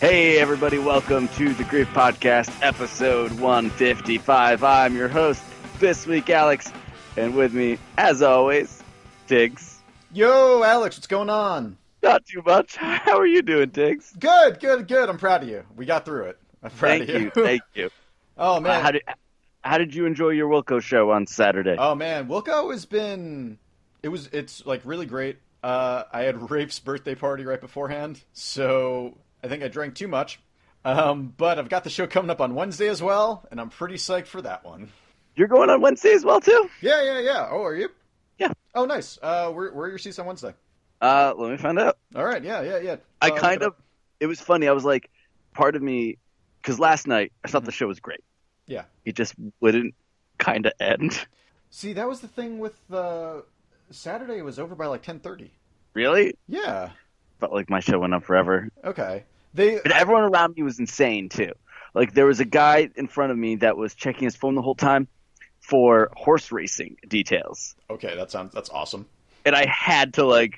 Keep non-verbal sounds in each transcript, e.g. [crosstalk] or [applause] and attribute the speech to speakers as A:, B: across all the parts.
A: Hey, everybody, welcome to the Grief Podcast, episode 155. I'm your host this week, Alex, and with me, as always, Diggs.
B: Yo, Alex, what's going on?
A: Not too much. [laughs] How are you doing, Diggs?
B: Good, good, good. I'm proud of you. We got through it. I'm proud
A: thank
B: of you.
A: Thank you.
B: oh
A: Uh,
B: [laughs] man.
A: how, did, how did you enjoy your Wilco show on Saturday?
B: oh man. Wilco has been. It was. It's like really great. Uh, I had [laughs] Rape's birthday party right beforehand, so I think I drank too much. Um, but I've got the show coming up on Wednesday as well, and I'm pretty psyched for that one.
A: You're going on Wednesday as well, too?
B: Yeah, yeah, yeah. Oh, are you?
A: Yeah.
B: Oh, nice. Uh, where where are your seats on Wednesday?
A: Uh, let me find out.
B: All right. Yeah, yeah, yeah.
A: I
B: Uh,
A: kind
B: look
A: of, it was funny. I was like, part of me, because last night I thought the show was great.
B: Mm-hmm. Yeah.
A: It just wouldn't kind of end. [laughs]
B: See, that was the thing with uh, Saturday was over by like ten thirty.
A: Really?
B: Yeah.
A: Felt like my show went on forever.
B: Okay. They
A: But everyone around me was insane too. Like there was a guy in front of me that was checking his phone the whole time for horse racing details,
B: okay. That sounds that's awesome.
A: and I had to like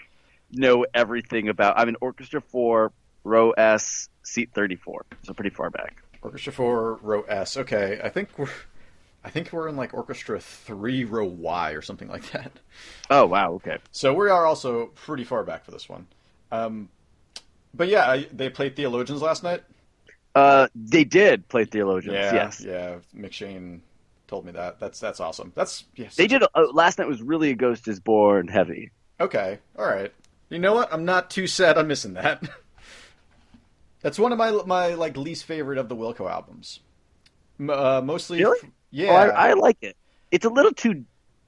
A: know everything about. I'm in Orchestra Four, Row S, seat 34, so pretty far back.
B: Orchestra four row S. Okay. I think we're I think we're in like orchestra three row Y or something like that.
A: Oh wow, okay.
B: So we are also pretty far back for this one. Um, but yeah, I, they played theologians last night.
A: Uh, they did play theologians. yes,
B: Yeah. McShane told me that. That's that's awesome. That's yes.
A: they did. Uh, last night was really a Ghost Is Born heavy.
B: Okay. All right. You know what? I'm not too sad I'm missing that. [laughs] That's one of my my like least favorite of the Wilco albums. M- uh, mostly,
A: Really?
B: f- yeah.
A: Oh, I, I like it. It's a little too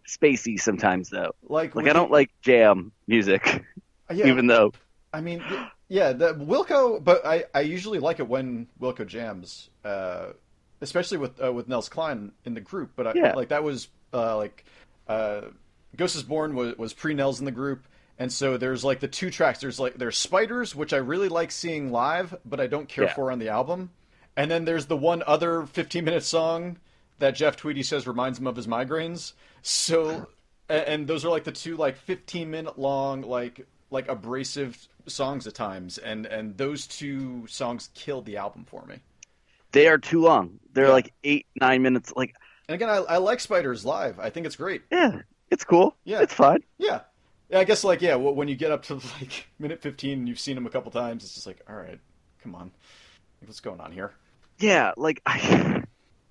A: spacey sometimes though.
B: like,
A: Like
B: we-
A: I don't like jam music,
B: Yeah,
A: even though
B: I mean, y- yeah, the Wilco, but I, I usually like it when Wilco jams, uh, especially with uh, with Nels Klein in the group. But I,
A: Yeah.
B: like that was uh, like uh, Ghost is Born was, was pre Nels in the group, and so there's like the two tracks. There's like there's Spiders, which I really like seeing live, but I don't care
A: Yeah.
B: for on the album. And then there's the one other 15 minute song that Jeff Tweedy says reminds him of his migraines. So, a- and those are like the two like 15 minute long like like abrasive songs at times, and and those two songs killed the album for me.
A: They are too long. They're
B: Yeah.
A: like eight, nine minutes. Like,
B: And again, I, I like Spiders live. I think it's great.
A: yeah, it's cool.
B: Yeah.
A: It's fine.
B: Yeah. Yeah, I guess like yeah, wh- when you get up to [laughs] like minute 15 and you've seen them a couple times, it's just like, all right, come on, what's going on here?
A: Yeah, like I,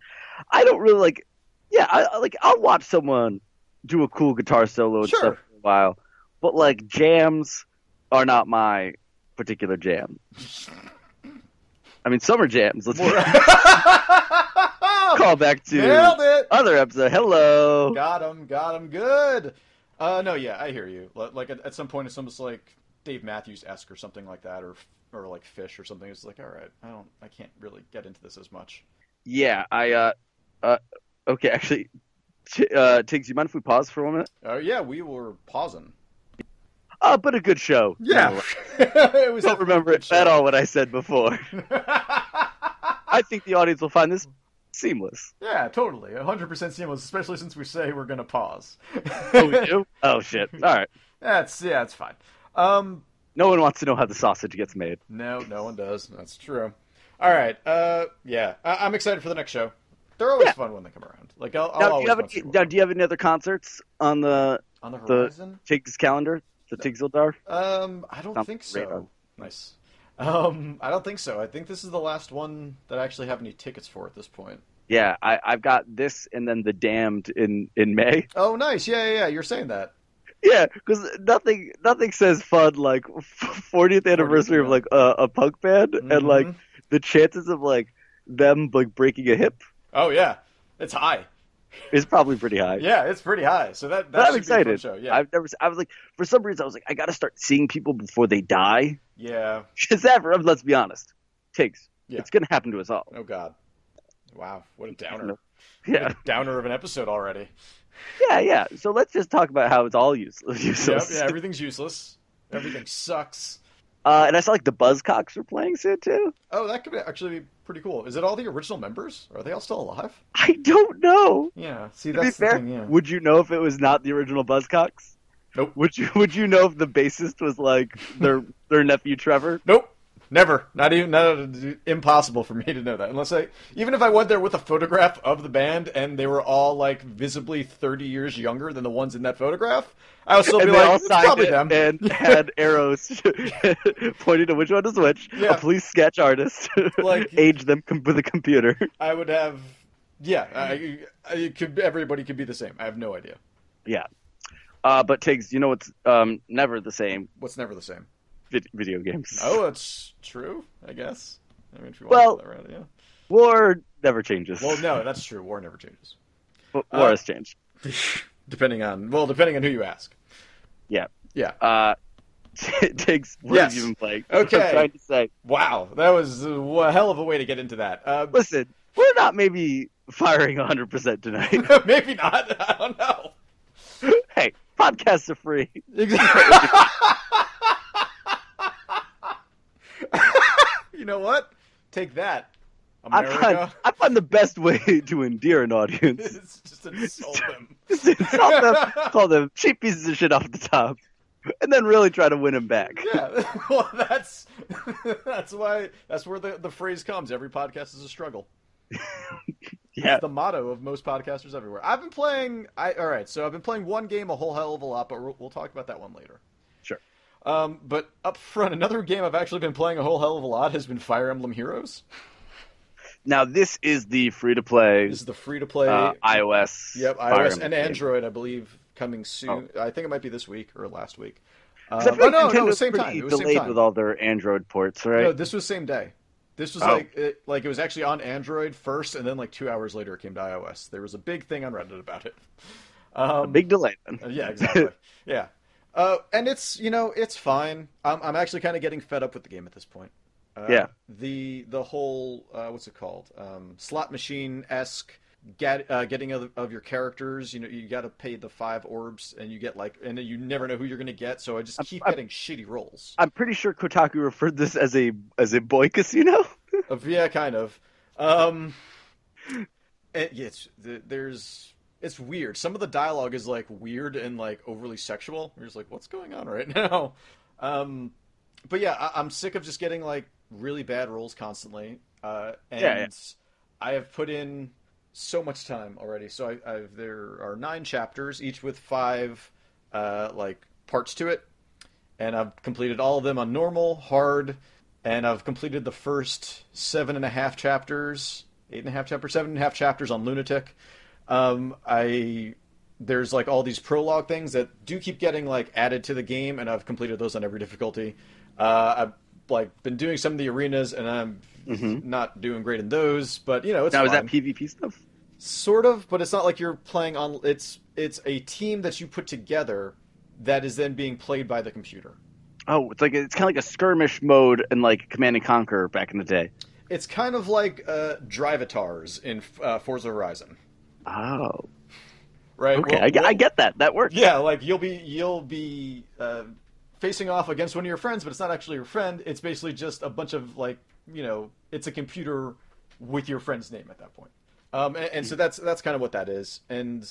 A: [laughs] I don't really like. Yeah, I I- like I'll watch someone do a cool guitar solo and
B: Sure.
A: stuff for a while, but like jams are not my particular jam. I mean, summer jams. Let's [laughs]
B: [laughs]
A: call back to
B: Nailed it.
A: other episode. Hello.
B: Got him. Got him. Good. Uh, no, yeah, I hear you. Li- Like at, at some point, it's almost like Dave Matthews esque or something like that, or or like Fish or something. It's like, all right, I don't, I can't really get into this as much.
A: Yeah, I. uh, uh Okay, actually, t- uh, Tiggs, you mind if we pause for a minute?
B: Oh yeah, we were pausing.
A: Uh, but a good show.
B: [laughs] it was.
A: I
B: [laughs]
A: don't remember it at all what I said before.
B: [laughs]
A: I think the audience will find this seamless.
B: yeah, totally, hundred percent seamless. Especially since we say we're gonna pause.
A: Oh, we do? oh shit! All right.
B: [laughs] That's yeah, that's fine. Um,
A: No one wants to know how the sausage gets made.
B: No, no one does. That's true. All right. Uh, yeah, I- I'm excited for the next show. They're always
A: Yeah.
B: fun when they come around. Like I'll, I'll
A: Now, do
B: always
A: you have
B: want to
A: any,
B: see
A: now,
B: more.
A: do you have any other concerts on the
B: on the
A: the-
B: horizon.
A: Tiggs calendar? The Tiggsildar?
B: Um, I don't
A: Sounds
B: think so.
A: great, huh?
B: Nice. Um, I don't think so. I think this is the last one that I actually have any tickets for at this point.
A: Yeah, I, I've got this and then the Damned in in May. [laughs]
B: Oh, nice. Yeah, yeah. yeah. You're saying that.
A: Yeah, because nothing nothing says fun like [laughs] 40th anniversary of
B: yeah.
A: like a, a punk band and like
B: Mhm.
A: the chances of like them like breaking a hip
B: Oh yeah, it's high.
A: is probably pretty high.
B: Yeah, it's pretty high. So that
A: But
B: that
A: I'm
B: should be a fun
A: excited.
B: show. Yeah,
A: I've never. I was like, for some reason, I was like, I got to start seeing people before they die. [laughs]
B: yeah.
A: Because that, for- let's be honest, takes.
B: Yeah.
A: It's going to happen to us all.
B: Oh God. Wow, what a downer.
A: [laughs] Yeah,
B: Downer of an episode already.
A: yeah, yeah. So let's just talk about how it's all useless. [laughs]
B: Yep,
A: useless.
B: yeah, everything's useless. Everything sucks.
A: Uh, and I saw like the Buzzcocks were playing soon too.
B: Oh, that could be actually be pretty cool. Is it all the original members? Are they all still alive?
A: I don't know.
B: Yeah. See,
A: To be fair, would you know if it was not the original Buzzcocks?
B: Nope.
A: Would you Would you know if the bassist was like their their nephew Trevor?
B: Nope. Never, not even, not impossible for me to know that. Unless I, even if I went there with a photograph of the band and they were all like visibly thirty years younger than the ones in that photograph, I would still
A: and
B: be
A: they
B: like,
A: all
B: "It's
A: signed
B: probably
A: it
B: them. [laughs]
A: and had arrows [laughs] pointing to which one is which.
B: Yeah.
A: A police sketch artist [laughs]
B: Like-
A: age them com- with a computer.
B: I would have, yeah, I, I could. Everybody could be the same. I have no idea.
A: Yeah. Uh, but Tiggs, you know what's um, never the same?
B: What's never the same.
A: Vid- video games.
B: Oh, that's true. I guess. I mean, if you
A: Well-
B: want to go that route, yeah.
A: War never changes.
B: Well, no, that's true. War never changes.
A: But
B: uh,
A: war has changed.
B: depending on well, depending on who you ask.
A: Yeah.
B: Yeah.
A: Uh, [laughs] Tiggs, what
B: Yes.
A: have you been playing?
B: Okay.
A: I'm trying to say.
B: Wow, that was a wa- hell of a way to get into that. Uh, [laughs]
A: Listen, we're not maybe firing 100% tonight.
B: [laughs] maybe not. I don't know. [laughs]
A: hey, podcasts are free.
B: Exactly. you know what? Take that,
A: I find,
B: America.
A: I find the best way [laughs] to endear an audience
B: [laughs] It's just insult them.
A: [laughs] is to insult them, call them cheap pieces of shit off the top, and then really try to win them back.
B: Yeah, [laughs] well, that's [laughs] that's why that's where the, the phrase comes. Every podcast is a struggle.
A: [laughs] Yeah.
B: It's the motto of most podcasters everywhere. I've been playing. I all right. So I've been playing one game a whole hell of a lot, but we'll, we'll talk about that one later.
A: Sure.
B: Um, but up front, [laughs] another game I've actually been playing a whole hell of a lot has been Fire Emblem Heroes.
A: Now, this is the free to play
B: This is the free to play.
A: uh, iOS.
B: yep,
A: Fire
B: iOS
A: Emblem
B: and
A: game.
B: Android, I believe, coming soon. I think it might be this week or last week.
A: 'Cause
B: Um,
A: I feel like
B: oh no, no, it
A: Nintendo's
B: was same
A: pretty
B: time. It was same
A: delayed
B: time.
A: with all their Android ports, right?
B: No, this was same day. This was
A: Oh.
B: like it, like it was actually on Android first, and then like two hours later it came to iOS. There was a big thing on Reddit about it. Um,
A: Big delay then.
B: uh, Yeah, exactly. [laughs] yeah, uh, and it's you know it's fine. I'm I'm actually kind of getting fed up with the game at this point. Uh,
A: Yeah.
B: The the whole uh, what's it called um, slot machine esque get, uh, getting of, of your characters. You know you got to pay the five orbs, and you get like and you never know who you're gonna get. So I just keep
A: I-
B: getting shitty rolls.
A: I'm pretty sure Kotaku referred this as a as a boy casino.
B: Of- yeah, kind of. Um, it, yeah, it's th- there's it's weird. Some of the dialogue is like weird and like overly sexual. You're just like, what's going on right [laughs] now? Um, but yeah, I, I'm sick of just getting like really bad rolls constantly. Uh, and
A: Yeah, yeah.
B: I have put in so much time already. So I, I've there are nine chapters, each with five uh, like parts to it and I've completed all of them on normal, hard, and I've completed the first seven and a half chapters, eight and a half chapters, seven and a half chapters on Lunatic. Um, I there's like all these prologue things that do keep getting like added to the game, and I've completed those on every difficulty. Uh, I've like been doing some of the arenas, and I'm not doing great in those, but you know it's
A: Mm-hmm. now is
B: fine
A: that PvP stuff?
B: sort of but it's not like you're playing on it's it's a team that you put together that is then being played by the computer
A: Oh, it's like it's kind of like a skirmish mode and like Command and Conquer back in the day.
B: it's kind of like uh drivatars in uh, forza horizon
A: Oh,
B: right
A: okay,
B: Well-
A: I, get- I
B: well-
A: get that. That works.
B: yeah like you'll be you'll be uh, facing off against one of your friends but it's not actually your friend it's basically just a bunch of like you know it's a computer with your friend's name at that point um, and, and so
A: Hmm.
B: that's that's kind of what that is and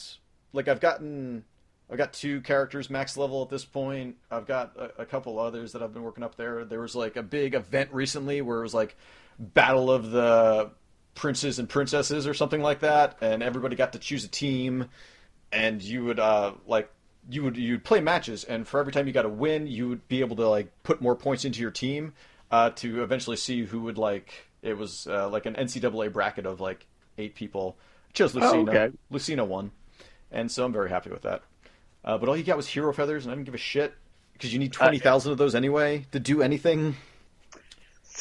B: like i've gotten i've got two characters max level at this point i've got a, a couple others that i've been working up there there was like a big event recently where it was like battle of the princes and princesses or something like that and everybody got to choose a team and you would uh like you would you'd play matches and for every time you got a win you would be able to like put more points into your team uh to eventually see who would like it was uh, like an NCAA bracket of like eight people I chose Lucina
A: okay.
B: Lucina won and so I'm very happy with that uh, but all you got was hero feathers and I didn't give a shit because you need 20,000 of those anyway to do anything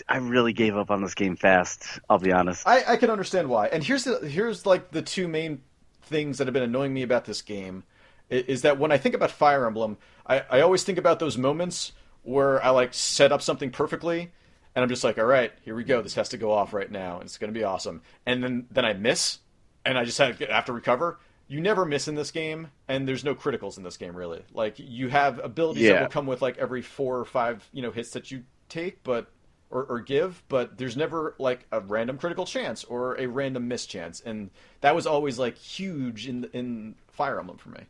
A: I really gave up on this game fast. I'll be honest.
B: I, I can understand why. And here's the, here's like the two main things that have been annoying me about this game i- is that when I think about Fire Emblem, I, I always think about those moments where I like set up something perfectly, and I'm just like, all right, here we go. This has to go off right now. It's going to be awesome. And then then I miss, and I just have, have to recover. You never miss in this game, and there's no criticals in this game really. Like you have abilities that
A: Yeah.
B: will come with like every four or five you know hits that you take, but or, or give, but there's never like a random critical chance or a random miss chance, and that was always like huge in in Fire Emblem for me.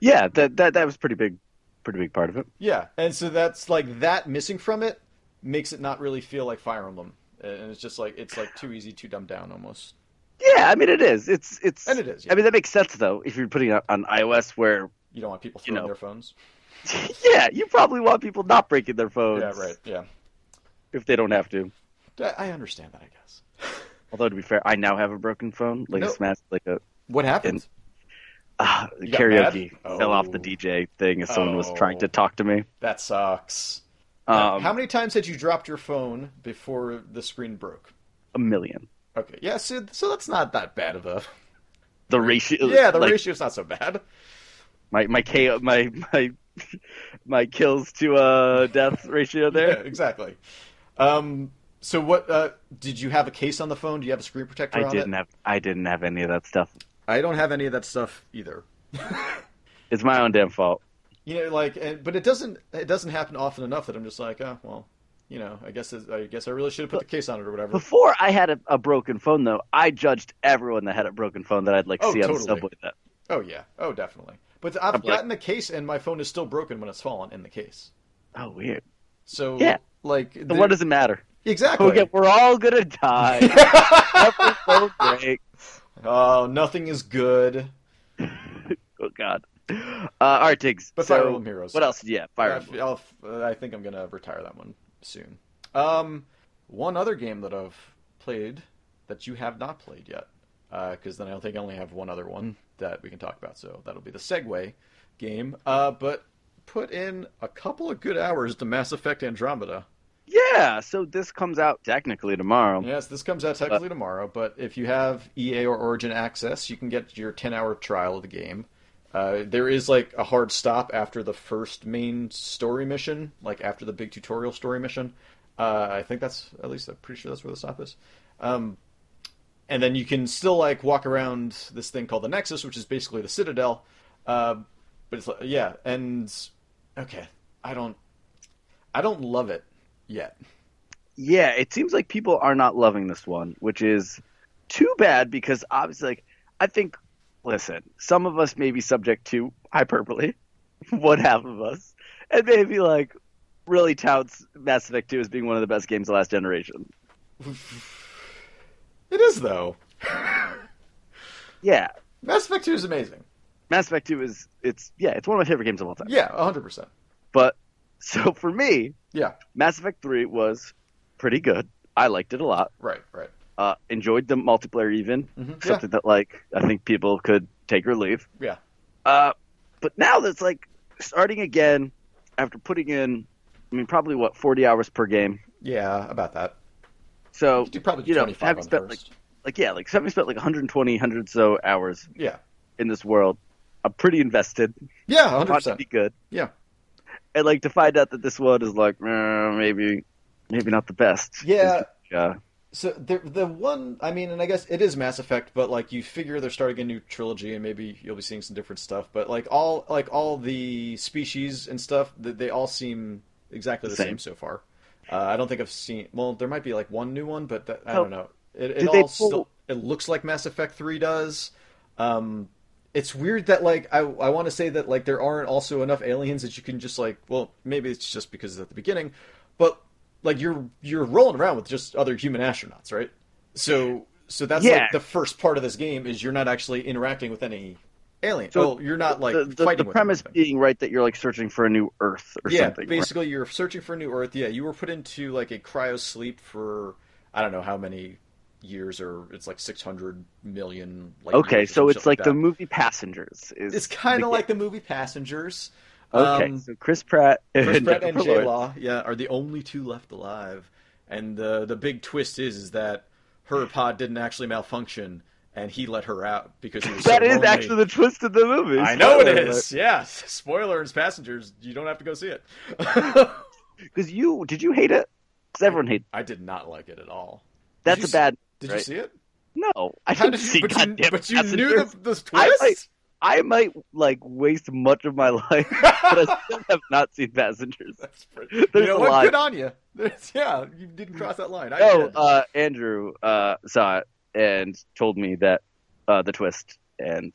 A: Yeah, that that that was pretty big, pretty big part of it.
B: Yeah, and so that's like that missing from it makes it not really feel like Fire Emblem, and it's just like it's like too easy, too dumbed down almost.
A: Yeah, I mean it is. It's it's.
B: And it is, yeah.
A: I mean that makes sense though. If you're putting it on iOS, where [laughs]
B: You don't want people
A: You
B: throwing
A: know.
B: their phones.
A: yeah, you probably want people not breaking their phones.
B: Yeah, right. Yeah,
A: If they don't have to.
B: I I understand that. I guess.
A: Although to be fair, I now have a broken phone. Like
B: No.
A: a smash, like a [sighs]
B: What happened?
A: uh,
B: got mad?
A: karaoke fell off the
B: Oh.
A: DJ thing as someone was
B: Oh.
A: trying to talk to me.
B: That sucks.
A: Um,
B: How many times had you dropped your phone before the screen broke?
A: a million.
B: Okay, yeah, so, so that's not that bad of a.
A: The ratio.
B: Yeah, the
A: like,
B: ratio's not so bad.
A: My my KO, my my [laughs] my kills to uh death ratio there.
B: Yeah, [laughs] exactly. Um, so what? Uh, did you have a case on the phone? Do you have a screen protector?
A: I
B: on
A: didn't
B: It?
A: have I didn't have any of that stuff.
B: I don't have any of that stuff either.
A: It's my own damn fault.
B: You know, like, and, but it doesn't. It doesn't happen often enough that I'm just like, oh, well, you know, I guess I guess I really should have put the case on it
A: [laughs]
B: or whatever.
A: Before I had a, a broken phone though, I judged everyone that had a broken phone that I'd like
B: Oh,
A: see on the
B: totally.
A: subway. That
B: Oh yeah. Oh definitely. But I've
A: I'm like-
B: gotten the case, and my phone is still broken when it's fallen in the case.
A: oh weird.
B: So
A: Yeah.
B: like,
A: So
B: the-
A: what does it matter?
B: exactly?
A: We'll get- we're all gonna
B: [laughs]
A: die. Every phone break.
B: Oh, nothing is good.
A: Oh god. Uh, all right, Tiggs.
B: But
A: so,
B: Fire Emblem Heroes.
A: What else? Yeah, Fire
B: I,
A: Emblem.
B: I'll, I think I'm gonna retire that one soon. Um, one other game that I've played that you have not played yet, because then I don't think I only have one other one that we can talk about. So that'll be the Segway game. Uh, but put in a couple of good hours to Mass Effect Andromeda.
A: Yeah. So this comes out technically tomorrow.
B: Yes, this comes out technically tomorrow, but if you have EA or Origin access, you can get your 10 hour trial of the game. Uh, there is like a hard stop after the first main story mission, like after the big tutorial story mission. Uh, I think that's, at least I'm pretty sure that's where the stop is. Um, and then you can still like walk around this thing called the Nexus, which is basically the Citadel. Uh, but it's like, yeah, and okay, I don't, I don't love it yet.
A: Yeah, it seems like people are not loving this one, which is too bad because obviously, like, I think, listen, some of us may be subject to hyperbole, [laughs] one half of us, and maybe like really touts Mass Effect 2 as being one of the best games of last generation.
B: It is though.
A: Yeah,
B: Mass Effect 2 is amazing.
A: Mass Effect 2 is, it's, yeah, it's one of my favorite games of all time.
B: Yeah, 100%.
A: But, so for me,
B: Yeah,
A: Mass Effect 3 was pretty good. I liked it a lot.
B: right, right.
A: Uh, enjoyed the multiplayer even,
B: Mhm. Yeah.
A: something that like I think people could take or leave.
B: Yeah.
A: Uh, but now that's like starting again after putting in, I mean, probably what forty hours per game.
B: Yeah, about that.
A: So
B: You could probably do
A: you know,
B: 25
A: having
B: on
A: spent like,
B: first.
A: like yeah, like having spent like 120, 100 so hours
B: Yeah.
A: in this world, I'm pretty invested.
B: Yeah,
A: Want to be
B: 100%.
A: good,
B: Yeah.
A: and like to find out that this one is like eh, maybe, maybe not the best. uh,
B: Yeah.
A: Yeah.
B: So the the one, I mean, and I guess it is Mass Effect, but like you figure they're starting a new trilogy, and maybe you'll be seeing some different stuff. But like all like all the species and stuff, th- they all seem exactly the same,
A: Same.
B: so far. Uh, I don't think I've seen. Well, there might be like one new one, but that, I
A: Oh.
B: don't know. It, it
A: Did
B: all
A: they pull-
B: still it looks like Mass Effect Three does. Um, it's weird that like I I want to say that like there aren't also enough aliens that you can just like well maybe it's just because it's at the beginning, but like you're you're rolling around with just other human astronauts, right? So so that's
A: Yeah.
B: like the first part of this game is you're not actually interacting with any alien.
A: So
B: So you're not like
A: the the, the
B: fighting with
A: premise
B: them.
A: being right that you're like searching for a new Earth or
B: yeah,
A: something. right?
B: basically you're searching for a new Earth. Yeah, you were put into like a cryo sleep for I don't know how many years or it's like 600 million like
A: Okay,
B: years or
A: so
B: some
A: it's
B: shit
A: like
B: that.
A: the movie Passengers. Is
B: It's kind
A: the
B: of
A: game.
B: like the movie Passengers.
A: Okay,
B: Um,
A: so Chris Pratt [laughs] and,
B: Chris Pratt and
A: Jennifer
B: J
A: Lawrence.
B: Law, yeah, are the only two left alive. And the the big twist is is that her pod didn't actually malfunction, and he let her out because he was
A: That
B: so
A: is
B: lonely.
A: actually the twist of the movie.
B: I know it is. Yeah, spoilers, passengers. You don't have to go see it. [laughs]
A: Because you did you hate it? Because everyone hated.
B: I did not like it at all. Did
A: That's
B: you
A: a
B: see-
A: bad.
B: Did you
A: right? [laughs]
B: see it?
A: No, I
B: How
A: didn't
B: did you?
A: see
B: but you,
A: goddamn
B: but you knew the,
A: Passengers.
B: the twist.
A: [laughs] I like- I might like waste much of my [laughs] life, but I still have not seen Passengers.
B: That's pretty-
A: There's
B: [laughs] you know
A: a
B: what?
A: lie.
B: Good on [laughs] you. There's- yeah, you didn't cross that line.
A: [laughs]
B: I
A: No,
B: did.
A: uh, Andrew uh, saw it and told me that uh, the twist. And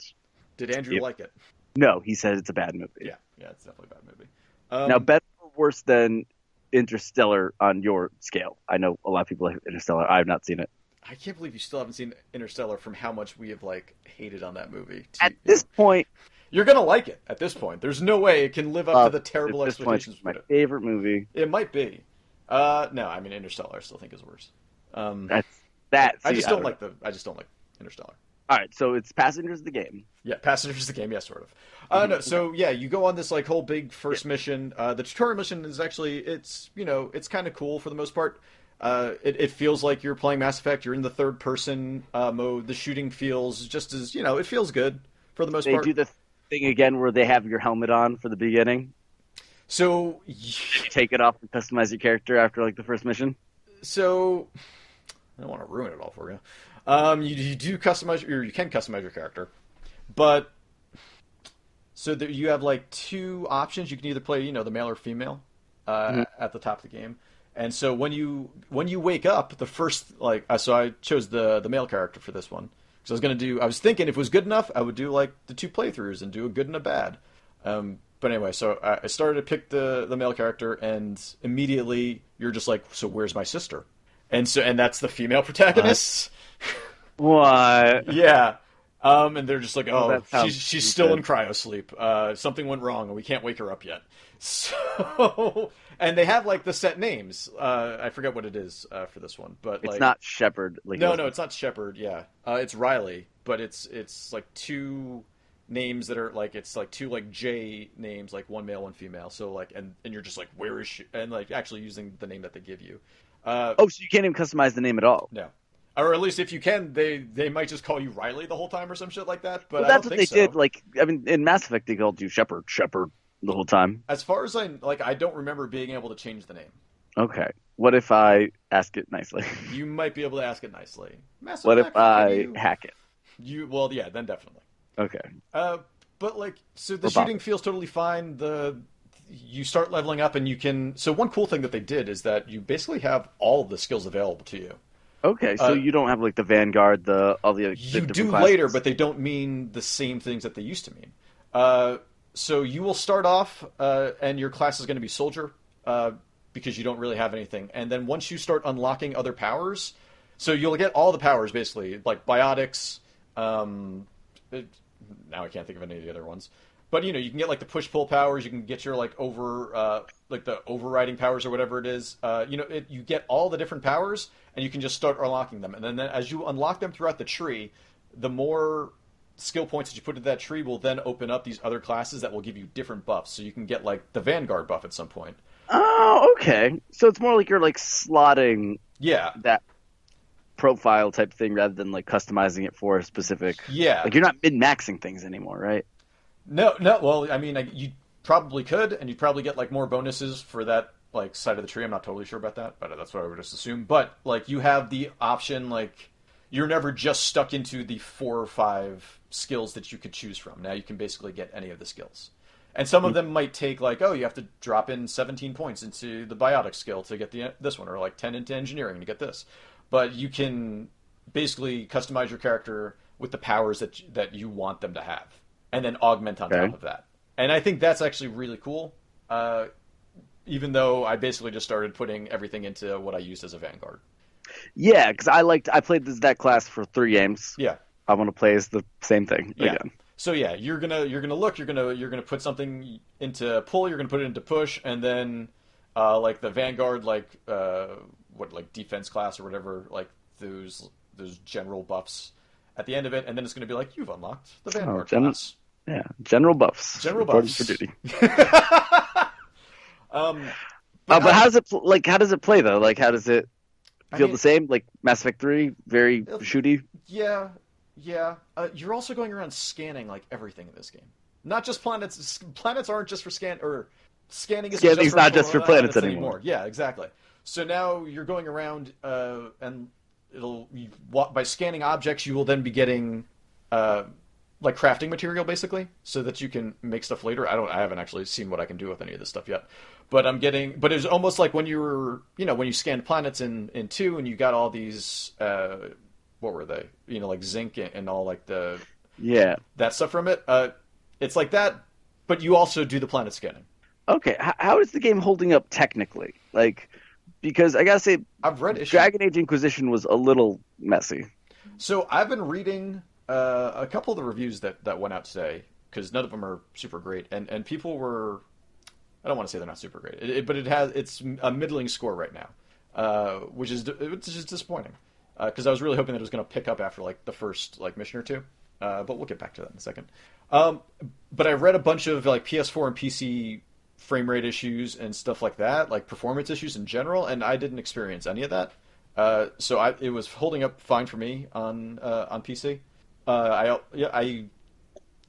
B: Did Andrew
A: Yep.
B: like it?
A: no, he said it's a bad movie.
B: Yeah, yeah, it's definitely a bad movie. Um,
A: now, better or worse than Interstellar on your scale. I know a lot of people like Interstellar. I've not seen it.
B: I can't believe you still haven't seen Interstellar from how much we have like hated on that movie.
A: At this point,
B: You're gonna like it at this point. There's no way it can live up
A: Uh,
B: to the terrible
A: at this point,
B: expectations.
A: it's my
B: we-
A: favorite movie.
B: It might be. Uh, no, I mean Interstellar. I still think is worse. Um,
A: That's that.
B: I
A: see,
B: just don't,
A: know.
B: like the. I just don't like Interstellar.
A: All right, so it's Passengers of the Game.
B: Yeah, Passengers the game. Yeah, sort of. Uh, no, so yeah, you go on this like whole big first mission. Uh, the tutorial mission is actually it's you know it's kind of cool for the most part. Uh, it, it feels like you're playing Mass Effect. You're in the third person uh, mode. The shooting feels just as you know it feels good for the most
A: They
B: part.
A: do the thing again where they have your helmet on for the beginning.
B: so [laughs]
A: You take it off and customize your character after like the first mission.
B: so I don't want to ruin it all for you. Um, you, you do customize, or you can customize your character, but so there, you have like two options. You can either play, you know, the male or female uh, at the top of the game. And so when you when you wake up, the first like uh, so I chose the the male character for this one because I was gonna do I was thinking if it was good enough I would do like the two playthroughs and do a good and a bad. Um, but anyway, so I, I started to pick the the male character, and immediately you're just like, so where's my sister? And so and that's the female [laughs] protagonist.
A: What?
B: yeah. Um, and they're just like, oh,
A: that sounds
B: she's, she's still
A: stupid.
B: in cryosleep. Uh, something went wrong, and we can't wake her up yet. [laughs] So, and they have like the set names. Uh, I forget what it is uh, for this one, but
A: It's
B: like,
A: not Shepard. Like
B: no, no, it's not Shepard. Yeah, uh, it's Riley, but it's it's like two names that are like it's like two like J names, like one male, one female. So like, and and you're just like, where is she? And like actually using the name that they give you. Uh,
A: Oh, so you can't even customize the name at all.
B: No, or at least if you can, they they might just call you Riley the whole time or some shit like that. But
A: Well,
B: I
A: that's
B: don't
A: what
B: think
A: they
B: so.
A: did. Like, I mean, in Mass Effect, they called you Shepard, Shepard the whole time.
B: As far as I like, I don't remember being able to change the name.
A: Okay. What if I ask it
B: [laughs]
A: nicely?
B: You might be able to ask it nicely. Mass
A: what if
B: Effect, can
A: I
B: you,
A: hack it?
B: you? Well, yeah, then definitely.
A: Okay.
B: Uh, but like, so the
A: Or Bob.
B: shooting feels totally fine. The you start leveling up, and you can. So one cool thing that they did is that you basically have all of the skills available to you.
A: Okay, so
B: Uh,
A: you don't have like the Vanguard, the all the the
B: You
A: different
B: do
A: classes.
B: later, but they don't mean the same things that they used to mean. Uh, so you will start off, uh, and your class is going to be soldier uh, because you don't really have anything. And then once you start unlocking other powers, so you'll get all the powers basically, like biotics. Um, it, now I can't think of any of the other ones, but you know you can get like the push pull powers. You can get your like over uh, like the overriding powers or whatever it is. Uh, you know it, you get all the different powers, and you can just start unlocking them. And then, then as you unlock them throughout the tree, the more skill points that you put into that tree will then open up these other classes that will give you different buffs. So you can get like the Vanguard buff at some point.
A: Oh, okay. So it's more like you're like slotting
B: Yeah,
A: that profile type thing rather than like customizing it for a specific.
B: yeah.
A: Like you're not mid maxing things anymore, right?
B: No, no. Well, I mean, I, you probably could, and you'd probably get like more bonuses for that like side of the tree. I'm not totally sure about that, but that's what I would just assume. But like, you have the option. Like, you're never just stuck into the four or five skills that you could choose from. Now you can basically get any of the skills, and some of them might take like, oh, you have to drop in 17 points into the biotic skill to get the this one, or like 10 into engineering to get this. But you can basically customize your character with the powers that that you want them to have, and then augment on
A: Okay.
B: top of that. And I think that's actually really cool. Uh, even though I basically just started putting everything into what I used as a vanguard.
A: Yeah, because I liked I played this, that class for three games.
B: Yeah.
A: I want to play as the same thing
B: Yeah.
A: again.
B: So yeah, you're gonna you're gonna look, you're gonna you're gonna put something into pull, you're gonna put it into push, and then uh, like the vanguard, like uh, what like defense class or whatever, like those those general buffs at the end of it, and then it's gonna be like you've unlocked the vanguard
A: gen-
B: class.
A: Yeah, general buffs.
B: General
A: Reporting
B: buffs.
A: for duty.
B: Um,
A: Uh, but how does it pl- like? How does it play though? Like, how does it
B: I
A: feel
B: mean-
A: the same? Like Mass Effect Three, very
B: It'll-
A: shooty.
B: yeah, yeah. Uh, you're also going around scanning like everything in this game, not just planets. s- Planets aren't just for scan or scanning. Isn't
A: Scanning's
B: just for
A: not just for planets anymore.
B: Yeah, exactly. So now you're going around uh, and it'll you, wa- by scanning objects you will then be getting uh, like crafting material basically so that you can make stuff later i don't i haven't actually seen what i can do with any of this stuff yet but i'm getting but it was almost like when you were you know when you scanned planets in in two and you got all these uh what were they you know like zinc and, and all like the
A: Yeah.
B: that stuff from it uh it's like that but you also do the planet scanning
A: Okay, h- how is the game holding up technically? Like, because I gotta say,
B: I've read issue.
A: Dragon Age Inquisition was a little messy.
B: So I've been reading uh, a couple of the reviews that, that went out today because none of them are super great, and and people were. I don't want to say they're not super great, it, it- but it has it's a middling score right now, uh, which is which is disappointing because I was really hoping that it was going to pick up after like the first like mission or two. Uh, but we'll get back to that in a second. Um, but I read a bunch of like PS4 and PC frame rate issues and stuff like that, like performance issues in general, and I didn't experience any of that. Uh, so I, it was holding up fine for me on uh, on PC. Uh, I yeah, I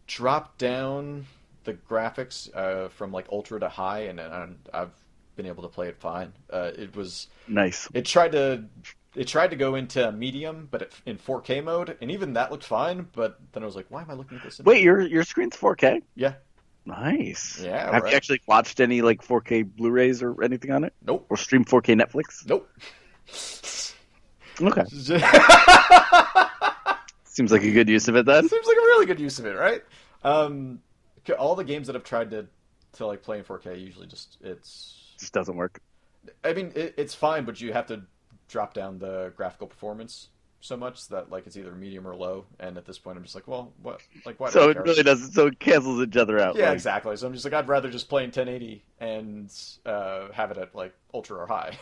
B: dropped down the graphics uh, from like ultra to high, and, and I've been able to play it fine. Uh, it was
A: Nice.
B: it tried to it tried to go into medium, but it, in 4K mode, and even that looked fine. But then I was like, why am I looking at this? in-
A: Wait, your your screen's 4K.
B: Yeah.
A: Nice.
B: Yeah,
A: Have
B: right.
A: you actually watched any like 4K Blu-rays or anything on it,
B: nope,
A: or stream 4K Netflix?
B: nope. [laughs]
A: Okay, seems like a good use of it
B: That
A: then.
B: seems like a really good use of it, right? Um, c- all the games that I've tried to to like play in 4K usually just it's.
A: Just doesn't work.
B: I mean, it, it's fine, but you have to drop down the graphical performance so much that like it's either medium or low. And at this point, I'm just like, well, what? Like, why? do
A: So
B: I
A: it
B: care?
A: really doesn't. So it cancels each other out.
B: Yeah,
A: like-
B: exactly. So I'm just like, I'd rather just play in 1080 and uh, have it at like ultra or high.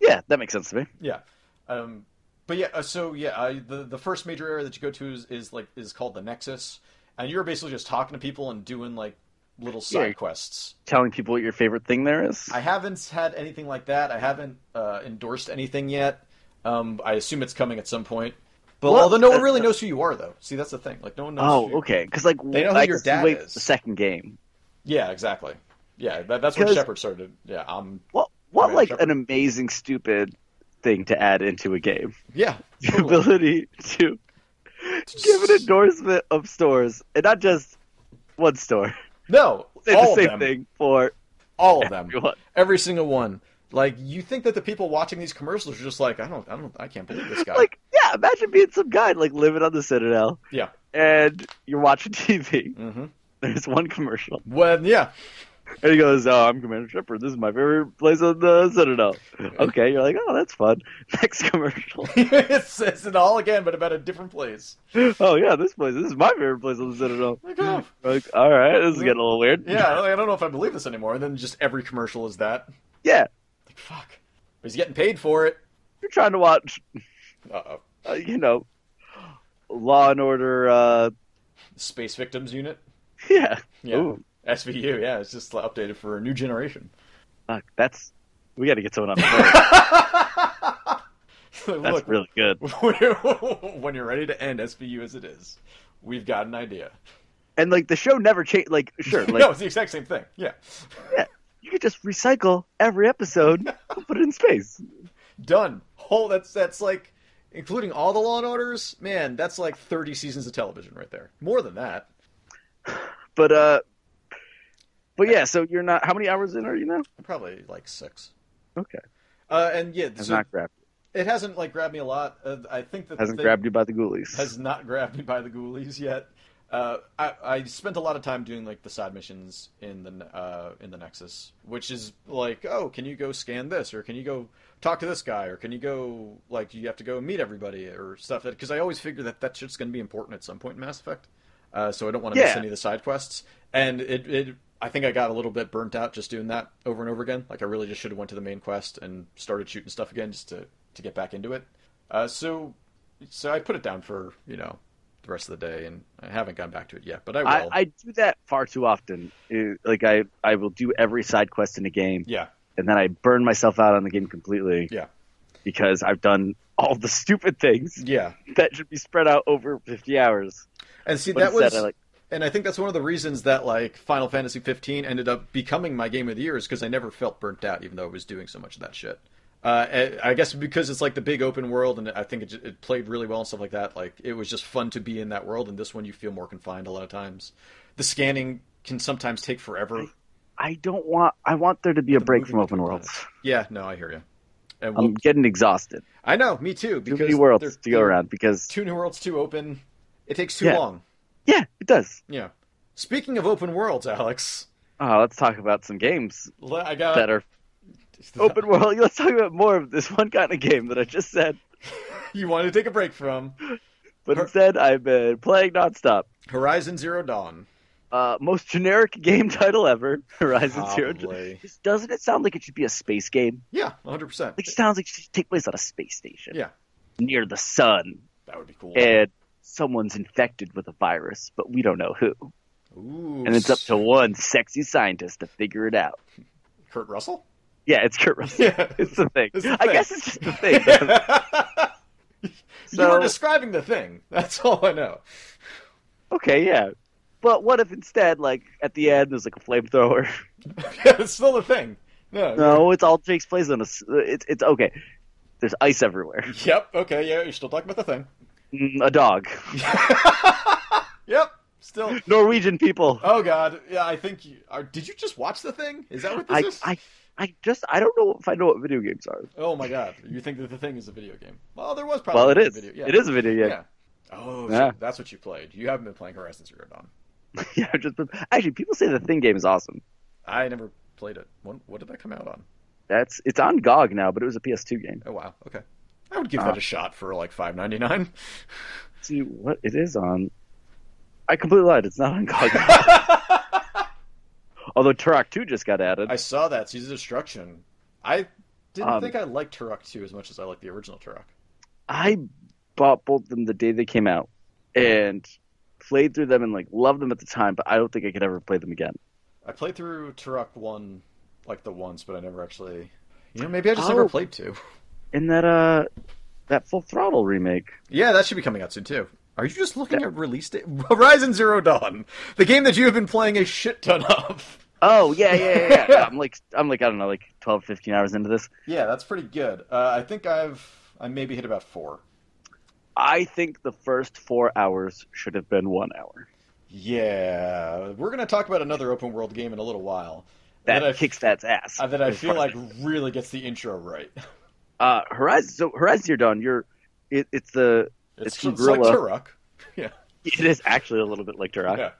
A: Yeah, that makes sense to me.
B: Yeah. Um, but yeah, uh, so yeah, I, the the first major area that you go to is, is like is called the Nexus, and you're basically just talking to people and doing like little side
A: Yeah.
B: quests.
A: Telling people what your favorite thing there is.
B: I haven't had anything like that. I haven't uh, endorsed anything yet. Um, I assume it's coming at some point. But
A: Well,
B: although no one
A: uh,
B: really knows who you are, though. See, that's the thing. Like no one knows. who
A: oh,
B: you-
A: okay. Because like
B: They know who
A: I
B: your
A: guess
B: dad
A: wait
B: is.
A: the second game.
B: Yeah, exactly. Yeah, that, that's when
A: Because-
B: Shepard started. Yeah, um,
A: What what
B: Right,
A: like
B: Shepard.
A: an amazing stupid thing to add into a game. [laughs]
B: yeah,
A: The
B: totally.
A: ability to give an endorsement of stores and not just one store. [laughs]
B: No,
A: Say the
B: all
A: same
B: of them.
A: thing for
B: All of
A: [laughs]
B: them.
A: everyone.
B: Every single one. Like you think that the people watching these commercials are just like, I don't, I don't, I can't believe this guy.
A: [laughs] Like, yeah, imagine being some guy like living on the Citadel
B: yeah.
A: and you're watching [laughs] TV.
B: Mm-hmm.
A: There's one commercial.
B: Well, yeah. [laughs]
A: And he goes, "Oh, I'm Commander Shepard. This is my favorite place on the Citadel." Okay, you're like, "Oh, that's fun." [laughs] Next commercial.
B: it's, it's it all again, but about a different place.
A: oh yeah, this place. This is my favorite place on the Citadel.
B: Like, oh,
A: We're Like, all right, this is getting a little weird.
B: yeah. Like, I don't know if I believe this anymore. And then just every commercial is that.
A: yeah.
B: Like, fuck. But he's getting paid for it.
A: You're trying to watch,
B: Uh oh.
A: uh, you know, Law and Order. Uh, [laughs]
B: Space Victims Unit.
A: yeah.
B: Yeah.
A: Ooh,
B: SVU. Yeah, it's just updated for a new generation. [laughs]
A: fuck, that's we got to get someone on. the phone.
B: Like,
A: That's
B: look,
A: really good.
B: [laughs] when you're ready to end SVU as it is, we've got an idea.
A: And like the show never changed. Like
B: [laughs]
A: sure, like
B: no, it's the exact same thing. Yeah.
A: you could just recycle every
B: [laughs]
A: episode, and put it in space.
B: Done. Whole that's that's like including all the Law and Orders, man, that's like 30 seasons of television right there. More than that.
A: But uh, but yeah. So you're not. How many hours in are you now?
B: Probably like 6.
A: Okay,
B: Uh, and yeah,
A: has
B: so
A: not grabbed.
B: it hasn't like grabbed me a lot. Uh, I think that the
A: Hasn't
B: thing-
A: grabbed you by the ghoulies.
B: has not grabbed me by the ghoulies yet. Uh, I, I spent a lot of time doing like the side missions in the uh, in the Nexus, which is like, oh, can you go scan this, or can you go talk to this guy, or can you go like you have to go meet everybody, or stuff that because I always figure that that shit's going to be important at some point in Mass Effect, uh, so I don't want to miss
A: Yeah.
B: any of the side quests. And it, it, I think I got a little bit burnt out just doing that over and over again. Like I really just should have went to the main quest and started shooting stuff again just to to get back into it. Uh, so so I put it down for you know the rest of the day, and I haven't gone back to it yet, but I
A: I,
B: will.
A: I do that far too often. Uh, Like I, I will do every side quest in a game,
B: Yeah,
A: and then I burn myself out on the game completely
B: yeah,
A: because I've done all the [laughs] stupid things
B: yeah.
A: that should be spread out over 50 hours.
B: And see,
A: But
B: that
A: instead,
B: was,
A: I like,
B: and I think that's one of the reasons that like Final Fantasy 15 ended up becoming my game of the year is because I never felt burnt out, even though I was doing so much of that shit. Uh, and I guess because it's like the big open world, and I think it, j- it played really well and stuff like that. Like it was just fun to be in that world, and this one you feel more confined a lot of times. The scanning can sometimes take forever.
A: I don't want. I want there to be a break
B: moving
A: from open
B: between
A: worlds. Um,
B: Yeah, no, I hear you. And we'll,
A: I'm getting exhausted.
B: I know, me too.
A: Too
B: Because
A: many worlds
B: they're-
A: to go
B: they're-
A: around because
B: two new worlds too open. It takes too
A: Yeah.
B: long.
A: yeah, it does.
B: Yeah. Speaking of open worlds, Alex,
A: Uh, let's talk about some games
B: Le- I got [laughs]
A: that are open world. [laughs] Let's talk about more of this one kind of game that I just said,
B: you want to take a break from
A: but
B: Her-
A: instead I've been playing nonstop.
B: Horizon Zero Dawn.
A: Uh, most generic [laughs] game title ever, [laughs] Horizon Zero. Dawn.
B: Probably.
A: Just- Doesn't it sound like it should be a space game?
B: Yeah, 100. percent
A: Like, it sounds like it should take place on a space station.
B: Yeah.
A: Near the sun,
B: That would be cool.
A: and someone's infected with a virus, but we don't know who.
B: Ooh,
A: And it's up to one sexy scientist to figure it out.
B: Kurt Russell.
A: [laughs] Yeah, it's Kurt Russell.
B: [laughs] Yeah.
A: [laughs] It's the thing.
B: It's the
A: I
B: thing.
A: guess it's just the
B: [laughs]
A: thing.
B: you were
A: So-
B: describing the thing. That's all I know. [laughs]
A: okay, yeah. But what if instead, like, at the end, there's like a
B: [laughs]
A: flamethrower?
B: yeah, it's still the thing. No.
A: No, it's all takes place on a. s- It's it's okay. There's ice everywhere.
B: Yep. Okay. Yeah, you're still talking about the thing.
A: Mm, A dog.
B: Yep. Still.
A: Norwegian people.
B: [laughs] Oh God. Yeah. I think. You, are, did you just watch the thing? Is that what this
A: I,
B: is?
A: I I just I don't know if I know what video games are.
B: Oh my God. You think that the thing is a video game? Well, there was probably.
A: Well, it
B: a
A: is.
B: Video. Yeah.
A: It is a video game.
B: Yeah. Oh,
A: Yeah.
B: shit, that's what you played. You haven't been playing Horizon Zero Dawn.
A: [laughs] Yeah. I've just been- actually, people say the Thing game is awesome.
B: I never played it. When, what did that come out on?
A: That's it's on GOG now, but it was a PS2 game.
B: Oh wow. Okay. I would give
A: Ah.
B: that a shot for like five ninety nine.
A: [laughs] See what it is on. I completely lied. It's not on
B: [laughs]
A: GOG. Although Turok 2 just got added.
B: I saw that Seas of Destruction. I didn't
A: Um,
B: think I liked Turok two as much as I liked the original Turok.
A: I bought both of them the day they came out and played through them and like loved them at the time, but I don't think I could ever play them again.
B: I played through Turok one like the once, but I never actually. You know, maybe I just
A: Oh.
B: never played two.
A: And that uh that Full Throttle remake.
B: Yeah, that should be coming out soon too. Are you just looking at release date? [laughs] Horizon Zero Dawn, the game that you have been playing a shit ton of.
A: Oh, yeah, yeah, yeah. yeah. yeah I'm like I'm like I don't know, like 12 15 hours into this.
B: [laughs] Yeah, that's pretty good. Uh, I think I've I maybe hit about four.
A: I think the first 4 hours should have been 1 hour.
B: Yeah, we're gonna talk about another open world game in a little while.
A: That
B: I-
A: kicks that's ass.
B: uh, that I feel [laughs] like really gets the intro right.
A: uh Horizon so Horizon Zero Dawn, you're it, it's the It's
B: It's,
A: from
B: it's like
A: Gorilla.
B: Turok. Yeah,
A: it is actually a little bit like Turok.
B: yeah,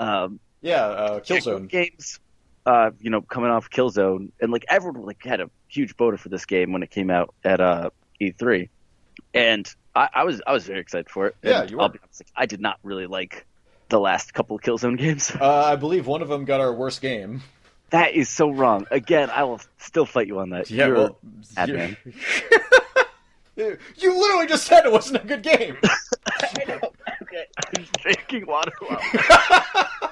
A: Um
B: yeah. Uh, Killzone.
A: games, uh, you know, coming off Killzone, and like everyone like had a huge boner for this game when it came out at uh, E3, and I, I was I was very excited for it.
B: Yeah,
A: and
B: you were.
A: I'll be honest, like, I did not really like the last couple Killzone [laughs] games.
B: Uh, I believe one of them got our worst game.
A: that is so wrong. Again, I will still fight you on that. You're- bad man.
B: you [laughs] you literally just said it wasn't a good game.
A: I know. Okay, I'm [laughs] drinking water. While...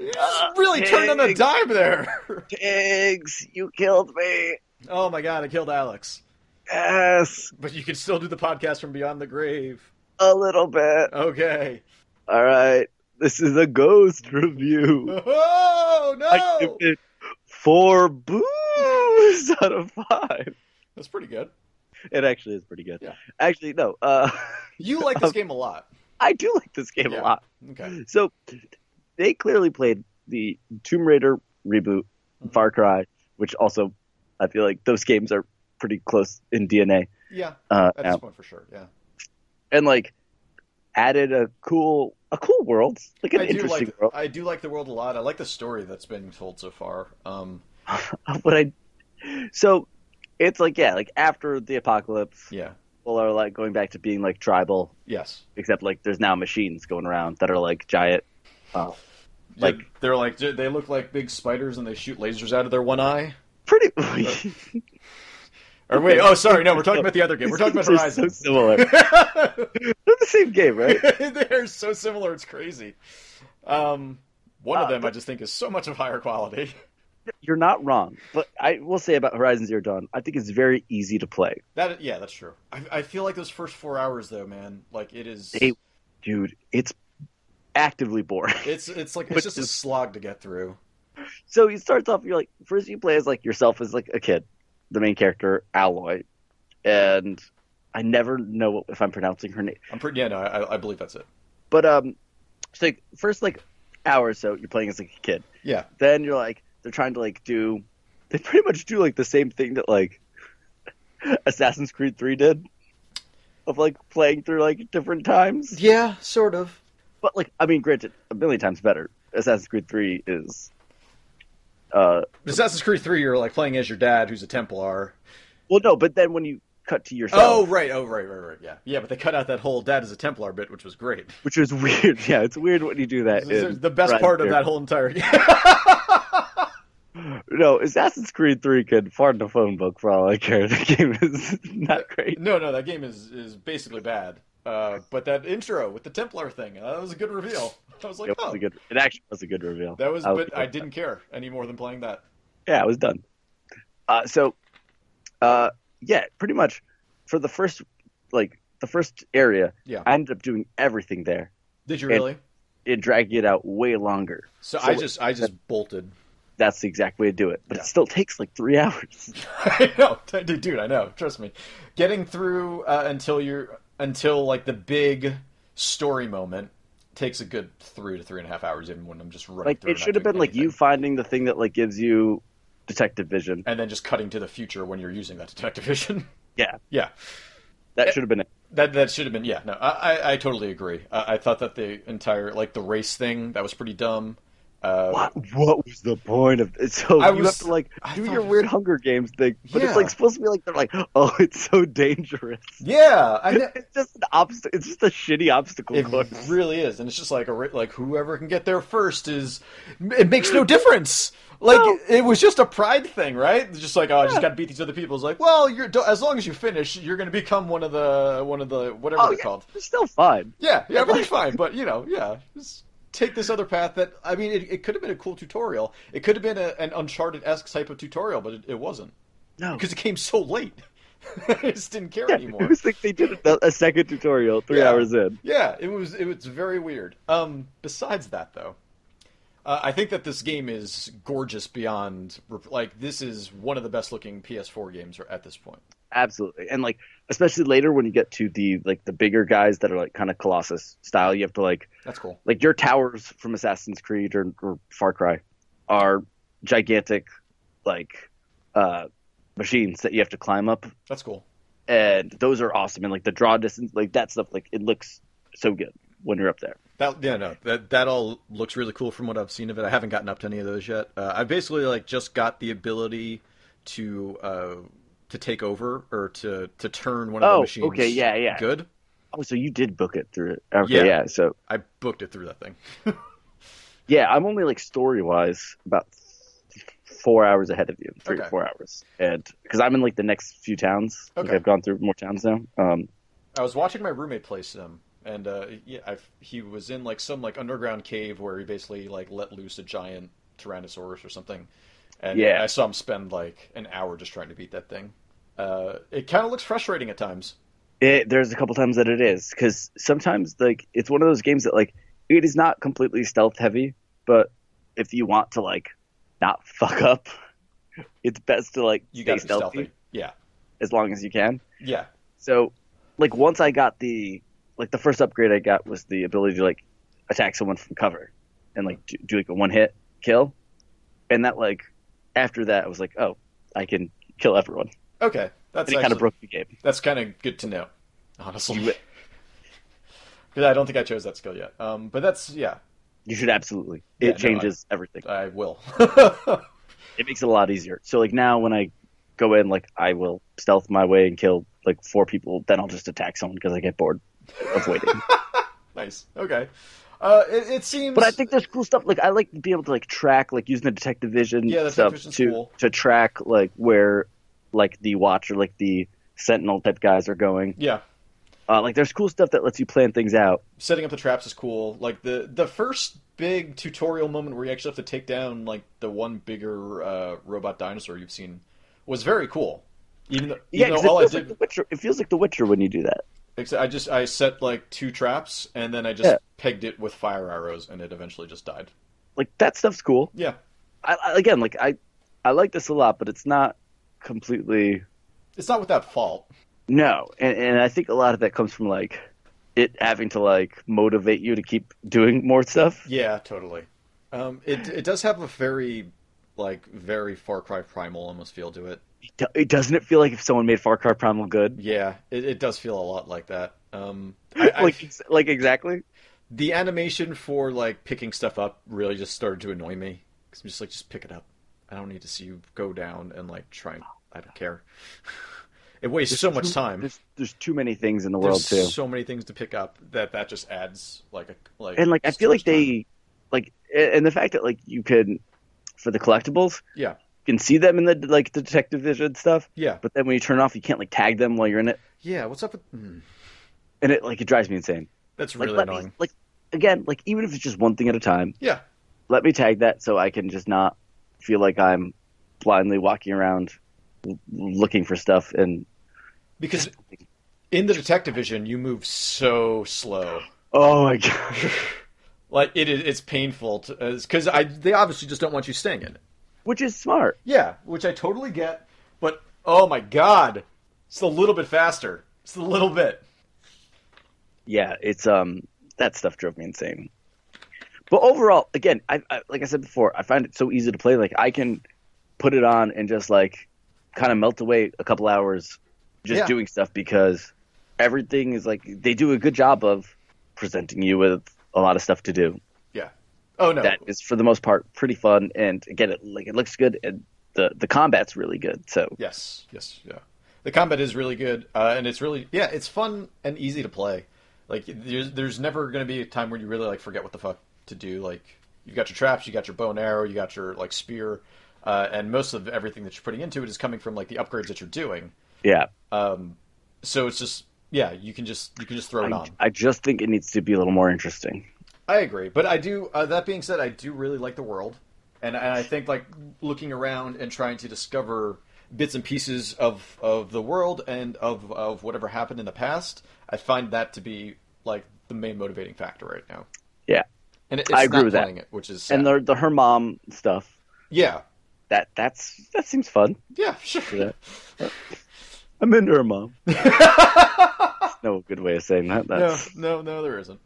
B: You just really turned on a
A: Pigs.
B: dime there.
A: [laughs] Pigs, you killed me.
B: [laughs] oh my god, I killed Alex.
A: Yes,
B: But you can still do the podcast from beyond the grave.
A: a little bit.
B: Okay.
A: All right, this is a ghost review.
B: Oh
A: I
B: no,
A: give it four boos [laughs] out of five.
B: that's pretty good.
A: It actually is pretty good.
B: Yeah.
A: Actually, no. Uh, [laughs]
B: You like this game a lot.
A: I do like this game
B: Yeah.
A: a lot.
B: Okay.
A: So they clearly played the Tomb Raider reboot,
B: Mm-hmm.
A: Far Cry, which also I feel like those games are pretty close in DNA.
B: Yeah,
A: Uh,
B: at
A: now.
B: this point for sure. Yeah.
A: and like added a cool, a cool world, like an
B: I do
A: interesting
B: like
A: world. [laughs]
B: I do like the world a lot. I like the story that's been told so far. Um,
A: but I, so it's like yeah, like after the apocalypse,
B: yeah.
A: people are like going back to being like tribal
B: Yes.
A: except like there's now machines going around that are like giant. Uh, Like-
B: Yeah, they're like they look like big spiders and they shoot lasers out of their one eye.
A: pretty. [laughs]
B: Or wait, oh sorry, no, we're talking about the other
A: [laughs]
B: game. We're talking about
A: They're so
B: Horizon.
A: similar. They're
B: [laughs]
A: the same game, right?
B: they're so similar, it's crazy. Um, one
A: Uh,
B: of them I
A: but-
B: just think is so much of higher quality. [laughs]
A: You're not wrong, but I will say about Horizon Zero Dawn, I think it's very easy to play,
B: That yeah, that's true. I, I feel like those first four hours though, man, like it is.
A: They- dude. It's actively boring. [laughs]
B: It's it's like it's
A: Which
B: just a
A: is-
B: slog to get through.
A: So you starts off, you're like first you play as like yourself as like a kid, the main character Alloy, and I never know if I'm pronouncing her name.
B: I'm pretty yeah, no, I, I believe that's it.
A: But um, so like, first like hour or so, you're playing as like a kid.
B: Yeah,
A: then you're like they're trying to like do they pretty much do like the same thing that like [laughs] Assassin's Creed 3 did of like playing through like different times
B: yeah, sort of.
A: but like I mean granted a million times better Assassin's Creed Three is. Uh,
B: Assassin's Creed Three, you're like playing as your dad, who's a Templar.
A: well, no, but then when you cut to yourself,
B: Oh right, oh right, right, right. Yeah, yeah. But they cut out that whole "dad is a Templar" bit, which was great.
A: which is [laughs] weird. Yeah, it's weird when you do that.
B: This is
A: in
B: the best
A: Rise
B: part of
A: Fury.
B: that whole entire. [laughs]
A: No, Assassin's Creed Three could fart in a phone book for all I care. [laughs] The game is not great.
B: no, no, that game is is basically bad. Uh, but that intro with the Templar thing, uh, that was a good reveal. [laughs] I was like,
A: It
B: oh,
A: was a good. It actually was a good reveal.
B: that was.
A: I
B: but I
A: like that.
B: didn't care any more than playing that.
A: yeah, I was done. Uh, so, uh, yeah, pretty much for the first, like the first area,
B: Yeah.
A: I ended up doing everything there.
B: Did you
A: And-
B: really?
A: It dragged it out way longer.
B: So,
A: so
B: I
A: it-
B: just I just bolted. [laughs]
A: That's the exact way to do it, but
B: Yeah.
A: it still takes like three [laughs] hours.
B: I know, [laughs] dude. dude, I know. Trust me. Getting through uh, until you're until like the big story moment takes a good three to three and a half hours, even when I'm just running.
A: Like
B: through
A: it
B: and not
A: should have
B: doing
A: been like you
B: anything.
A: finding the thing that like gives you detective vision.
B: and then just cutting to the future when you're using that detective vision.
A: Yeah,
B: [laughs] yeah,
A: that should have been it.
B: that that should have been. Yeah, no, I I, I totally agree. I, I thought that the entire like the race thing that was pretty dumb. Uh,
A: What, what was the point of it? So
B: I
A: you
B: was-
A: have to like
B: I
A: do
B: thought
A: your
B: it
A: weird Hunger Games thing, but
B: Yeah.
A: it's like supposed to be like they're like, oh, [laughs] it's so dangerous.
B: Yeah, I know.
A: [laughs] It's just an obstacle. It's just a shitty obstacle
B: It
A: course.
B: really is, and it's just like a ri- like whoever can get there first is. It makes no difference. Like
A: No.
B: it was just a pride thing, right? It's just like oh, I just
A: Yeah.
B: got to beat these other people. It's like well, you're do- as long as you finish, you're going to become one of the one of the whatever
A: Oh,
B: they're
A: yeah,
B: called.
A: it's still fun.
B: Yeah, yeah, everything's fine, but you know, yeah, just take this other path. That I mean, it, it could have been a cool tutorial. It could have been a, an Uncharted esque type of tutorial, but it, it wasn't
A: No,
B: because it came so late. [laughs] I just didn't care
A: Oh. yeah,
B: anymore.
A: it was like they did a, a second tutorial three
B: Yeah.
A: hours in.
B: Yeah, it was it was very weird. Um, besides that though, uh, I think that this game is gorgeous beyond rep- like this is one of the best looking PS4 games at this point.
A: Absolutely, and like especially later when you get to the like the bigger guys that are like kind of Colossus style, you have to like
B: That's cool.
A: like your towers from Assassin's Creed or, or Far Cry are gigantic like uh machines that you have to climb up
B: That's cool.
A: and those are awesome and like the draw distance like that stuff like it looks so good when you're up there
B: That yeah no that that all looks really cool from what I've seen of it. I haven't gotten up to any of those yet. Uh, I basically like just got the ability to uh, to take over or to to turn one of the
A: Oh,
B: machines.
A: okay, yeah, yeah.
B: Good.
A: oh so you did book it through it okay
B: Yeah.
A: yeah, so
B: I booked it through that thing.
A: yeah i'm only like story wise about four hours ahead of you three
B: Okay.
A: or four hours and because i'm in like the next few towns like,
B: Okay.
A: i've gone through more towns now um
B: I was watching my roommate play Sim, and uh, yeah, i he was in like some like underground cave where he basically like let loose a giant Tyrannosaurus or something. And
A: Yeah.
B: I saw him spend like an hour just trying to beat that thing. Uh, it kind of looks frustrating at times.
A: It, there's a couple times that it is because sometimes like it's one of those games that like it is not completely stealth heavy, but if you want to like not [laughs] fuck up, it's best to like
B: You
A: stay
B: got to be
A: stealthy,
B: stealthy. Yeah,
A: as long as you can.
B: yeah.
A: So like once I got the like the first upgrade I got was the ability to like attack someone from cover and like do, do like a one hit kill, and that like after that I was like oh I can kill everyone.
B: Okay,
A: And
B: that's
A: it kind
B: actually-
A: of broke the game.
B: That's kind of good to know, honestly. [laughs]
A: You-
B: Because I don't think I chose that skill yet. Um, but that's yeah,
A: You should absolutely. It
B: Yeah, no, I-
A: changes everything.
B: I will. [laughs]
A: it makes it a lot easier. So like now when I go in, like I will stealth my way and kill like four people. Then I'll just attack someone because I get bored of
B: [laughs]
A: waiting.
B: nice. Okay. Uh, it, it seems.
A: but I think there's cool stuff. Like I like to be able to like track, like using the detective vision
B: Yeah, the
A: stuff
B: detective vision's
A: to
B: cool.
A: to track like where like the watch or like the sentinel type guys are going.
B: yeah.
A: Uh, like there's cool stuff that lets you plan things out.
B: setting up the traps is cool. Like the the first big tutorial moment where you actually have to take down like the one bigger uh, robot dinosaur you've seen was very cool. Even though,
A: Yeah,
B: even
A: 'cause
B: though all
A: it
B: I
A: feels
B: did,
A: like the Witcher. It feels like the Witcher when you do that.
B: except I just I set like two traps and then I just
A: Yeah.
B: pegged it with fire arrows and it eventually just died.
A: Like that stuff's cool.
B: Yeah,
A: I, I again, like I I like this a lot, but it's not completely
B: it's not without fault.
A: No, and, and I think a lot of that comes from like it having to like motivate you to keep doing more stuff.
B: Yeah, totally. Um, it it does have a very like very Far Cry Primal almost feel to it.
A: It- It doesn't it feel like if someone made Far Cry Primal good? [laughs]
B: Yeah, it, it does feel a lot [laughs] like that. Um, I, I-
A: Like ex- like exactly.
B: the animation for like picking stuff up really just started to annoy me because I'm just like, just pick it up. I don't need to see you go down and like try. And, I don't care. [laughs] it wastes so much time.
A: There's, there's too many things in the world
B: There's
A: too.
B: so many things to pick up that that just adds like a like.
A: and like I
B: just
A: feel
B: too
A: like
B: much time.
A: they like a- and the fact that like you can for the collectibles
B: Yeah,
A: you can see them in the like the detective vision stuff,
B: yeah,
A: but then when you turn it off you can't like tag them while you're in it,
B: yeah. What's up with? Mm.
A: and it like it drives me insane.
B: That's
A: Like
B: really
A: let
B: annoying.
A: me like again like even if it's just one thing at a time,
B: Yeah,
A: let me tag that so I can just not feel like I'm blindly walking around l- looking for stuff and
B: because in the detective vision, you move so slow.
A: oh my god,
B: Like it is, it's painful because I they obviously just don't want you staying in it.
A: [laughs] which is smart.
B: Yeah, which I totally get, but oh my god, it's a little bit faster. It's a little bit.
A: yeah, it's um that stuff drove me insane. But overall, again, I, I like I said before, I find it so easy to play. Like I can put it on and just like kind of melt away a couple hours just
B: Yeah.
A: doing stuff because everything is like they do a good job of presenting you with a lot of stuff to do.
B: Yeah. Oh no.
A: That is for the most part pretty fun and again, it like it looks good and the the combat's really good. So
B: Yes. Yes. Yeah. The combat is really good, uh, and it's really yeah, it's fun and easy to play. Like there's there's never going to be a time where you really like forget what the fuck to do. Like you've got your traps, you got your bow and arrow, you got your like spear, uh, and most of everything that you're putting into it is coming from like the upgrades that you're doing.
A: yeah,
B: Um, so it's just yeah, you can just you can just throw it
A: I,
B: on.
A: I just think it needs to be a little more interesting.
B: I agree, but I do. Uh, that being said, I do really like the world, and, and I think like looking around and trying to discover bits and pieces of of the world and of of whatever happened in the past. I find that to be like the main motivating factor right now.
A: Yeah.
B: and it, it's
A: I agree
B: not
A: with that.
B: playing it, which is
A: And
B: sad.
A: the the her mom stuff
B: yeah,
A: that that's that seems fun.
B: yeah, [laughs] sure.
A: Yeah. I'm into her
B: [laughs]
A: mom. no good way of saying that.
B: No,
A: That's
B: no, no, there isn't.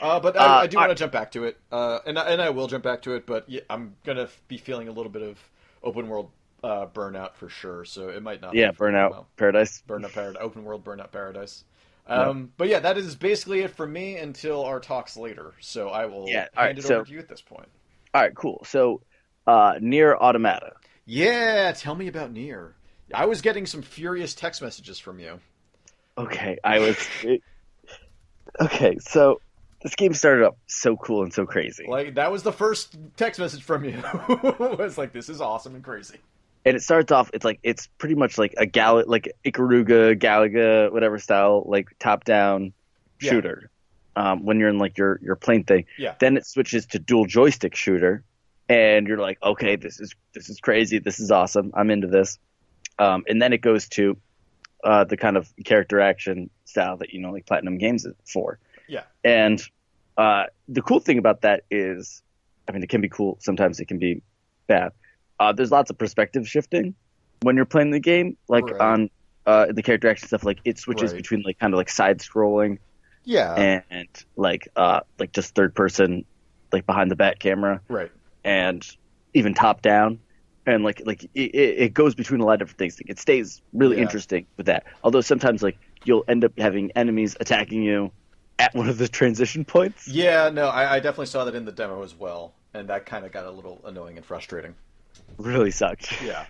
B: Uh, but
A: Uh,
B: I, I do
A: I-
B: want to jump back to it, uh, and I, and I will jump back to it. But yeah, I'm gonna f- be feeling a little bit of open world uh, burnout for sure. So it might not.
A: yeah,
B: be for a
A: burnout
B: while.
A: paradise.
B: Burnout Paradise, Open World Burnout Paradise. Um, But yeah, that is basically it for me until our talks later. So I will
A: Yeah,
B: hand
A: all right,
B: it
A: so-
B: over to you at this point.
A: All right, cool. So uh near automata.
B: Yeah, tell me about Near. I was getting some furious text messages from you.
A: Okay, I
B: [laughs]
A: was Okay, so this game started up so cool and so crazy.
B: Like that was the first text message from you. [laughs] was like this is awesome and crazy.
A: and it starts off it's like it's pretty much like a Gal like Ikaruga, Galaga, whatever style, like top down
B: Yeah.
A: shooter. Um, when you're in like your your plane thing.
B: Yeah.
A: Then it switches to dual joystick shooter and you're like, okay, this is this is crazy, this is awesome, I'm into this. Um, and then it goes to uh, the kind of character action style that you know like platinum games is for.
B: Yeah.
A: And uh, the cool thing about that is I mean it can be cool, sometimes it can be bad. Uh, there's lots of perspective shifting when you're playing the game, like
B: Right.
A: on uh, the character action stuff, like it switches
B: Right.
A: between like kind of like side scrolling
B: Yeah.
A: and like uh, like just third person, like behind the back camera,
B: right.
A: and even top down, and like like it, it it goes between a lot of different things. Like, it stays really
B: Yeah.
A: interesting with that. Although sometimes like you'll end up having enemies attacking you at one of the transition points.
B: Yeah, no, I, I definitely saw that in the demo as well, and that kind of got a little annoying and frustrating.
A: Really sucked.
B: Yeah.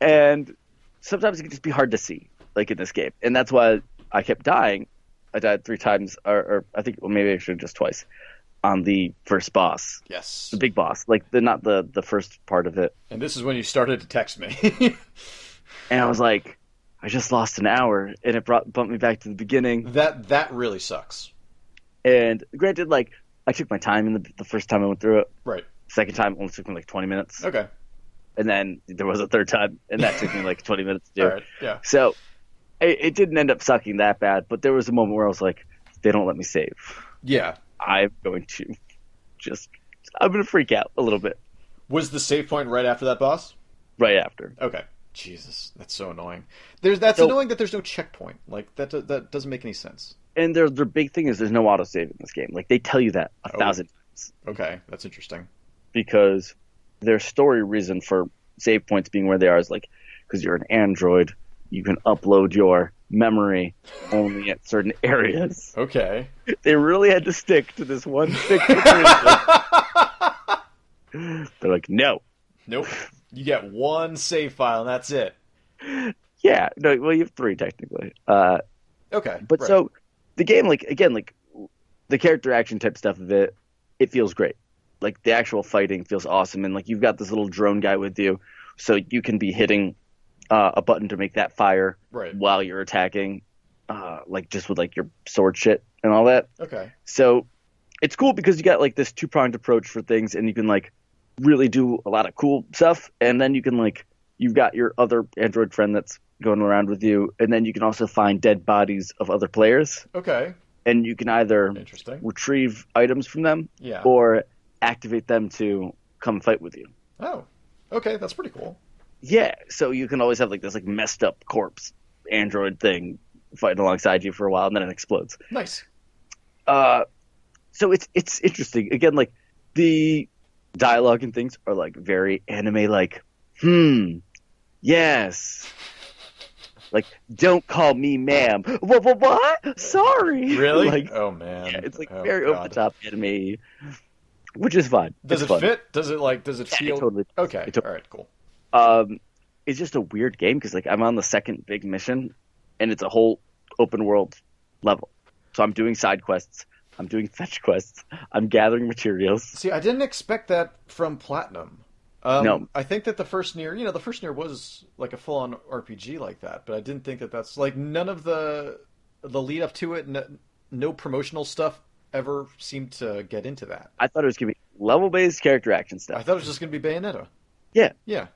A: and sometimes it can just be hard to see, like in this game, and that's why I kept dying. I died three times, or, or I think well, maybe actually just twice on the first boss,
B: Yes.
A: the big boss, like the not the the first part of it.
B: And this is when you started to text me. [laughs]
A: And I was like, I just lost an hour, and it brought bumped me back to the beginning.
B: that that really sucks.
A: And granted, like I took my time in the, the first time I went through it.
B: Right.
A: Second time only took me like twenty minutes,
B: Okay.
A: and then there was a third time, and that took me like twenty minutes to do.
B: All right. Yeah.
A: So it, it didn't end up sucking that bad, but there was a moment where I was like, they don't let me save.
B: Yeah.
A: I'm going to just, I'm going to freak out a little bit
B: Was the save point right after that boss?
A: right after.
B: Okay. Jesus, that's so annoying. There's that's
A: So-
B: annoying that there's no checkpoint. Like that do- that doesn't make any sense.
A: And their, their big thing is there's no autosave in this game. Like, they tell you that a
B: Oh.
A: thousand times
B: Okay, that's interesting.
A: because their story reason for save points being where they are is like, because you're an android, you can upload your memory only at certain [laughs] areas. [laughs]
B: Okay.
A: They really had to stick to this one picture.
B: [laughs]
A: They're like, no,
B: Nope. You get one save file and that's it.
A: yeah, no. Well, you have three technically. Uh,
B: Okay.
A: But
B: right.
A: so the game, like again, like the character action type stuff of it, it feels great. Like the actual fighting feels awesome, and like you've got this little drone guy with you, so you can be hitting uh, a button to make that fire
B: Right.
A: while you're attacking, uh, like just with like your sword shit and all that.
B: Okay.
A: So it's cool because you got like this two pronged approach for things, and you can like really do a lot of cool stuff. And then you can like you've got your other android friend that's going around with you, and then you can also find dead bodies of other players,
B: Okay.
A: and you can either
B: Interesting.
A: retrieve items from them
B: Yeah.
A: or activate them to come fight with you.
B: Oh. Okay, that's pretty cool.
A: Yeah, so you can always have like this like messed up corpse android thing fighting alongside you for a while, and then it explodes. [laughs]
B: Nice.
A: Uh, so it's it's interesting. Again, like the dialogue and things are like very anime like, hmm, yes. Like, don't call me ma'am. What? what, what? Sorry.
B: Really?
A: like,
B: oh man.
A: yeah, it's like
B: Oh,
A: very over
B: God.
A: the top anime, which is fine.
B: Does
A: it's
B: it
A: fun.
B: fit? Does it like does it
A: Yeah, it
B: feel
A: totally.
B: Okay.
A: it to-
B: All right, cool.
A: Um, it's just a weird game because like I'm on the second big mission, and it's a whole open world level. So I'm doing side quests. I'm doing [laughs] fetch quests. I'm gathering materials.
B: See, I didn't expect that from Platinum. Um,
A: No.
B: I think that the first near, you know, the first near was like a full-on RPG like that, but I didn't think that that's like none of the the lead up to it, no, no promotional stuff ever seemed to get into that.
A: I thought it was going to be level based character action
B: I
A: stuff.
B: thought it was just going to be Bayonetta.
A: Yeah.
B: Yeah.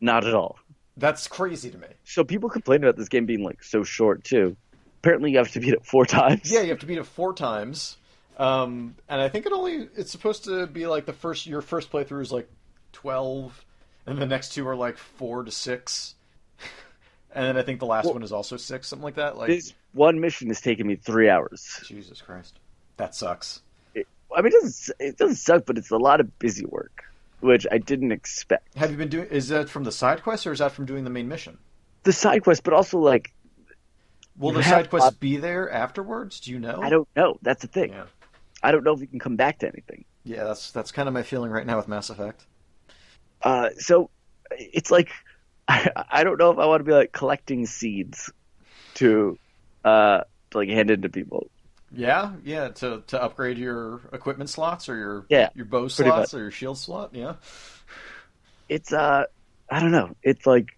A: Not at all.
B: That's crazy to me.
A: So people complain about this game being like so short too. Apparently, you have to beat it four [laughs] times.
B: Yeah, you have to beat it four times, um, and I think it only it's supposed to be like the first your first playthrough is like twelve, and the next two are like four to six, [laughs] and then I think the last
A: Well-
B: one is also six, something like that. Like
A: This one mission has taken me three hours.
B: Jesus Christ, that sucks.
A: I mean, it doesn't it doesn't suck, but it's a lot of busy work, which I didn't expect.
B: Have you been doing? Is that from the side quest or is that from doing the main mission?
A: The side quest, but also like
B: Will
A: You
B: the
A: have-
B: side quest be there afterwards? Do you know?
A: I don't know. That's the thing.
B: Oh. Yeah,
A: I don't know if you can come back to anything.
B: yeah. That's that's kind of my feeling right now with Mass Effect.
A: Uh, so it's like [laughs] I, I don't know if I want to be like collecting seeds to uh to, like hand into people.
B: Yeah, yeah. To to upgrade your equipment slots or your
A: Yeah,
B: your bow
A: pretty
B: slots or your shield slot. Yeah.
A: it's uh I don't know. It's like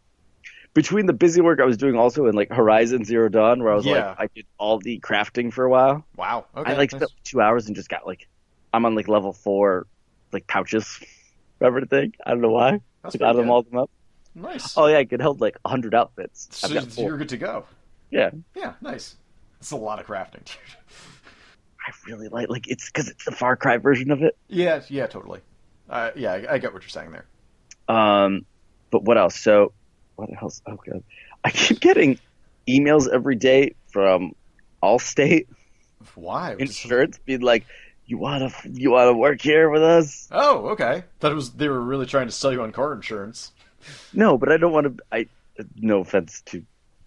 A: between the busy work I was doing also in like Horizon Zero Dawn where I was
B: Yeah.
A: like I did all the crafting for a while.
B: Wow. Okay.
A: I like
B: nice.
A: spent two hours and just got like I'm on like level four like [laughs] pouches. Remember the thing? I don't know why.
B: That's
A: Like,
B: pretty
A: out of them
B: good.
A: all them up.
B: Nice.
A: Oh yeah, I could held like hundred outfits.
B: so
A: I've got four.
B: you're good to go.
A: Yeah.
B: Yeah. Nice. It's a lot of crafting, [laughs] dude.
A: I really like like it's because it's the Far Cry version of it.
B: yeah. Yeah. Totally. Uh, yeah. I, I get what you're saying there.
A: Um, but what else? So, what else? Oh god, I keep getting emails every day from Allstate
B: Why? Just-
A: insurance, being like, "You wanna, you wanna work here with us?"
B: Oh, okay. That was they were really trying to sell you on car insurance
A: No, but I don't want to. I no offense to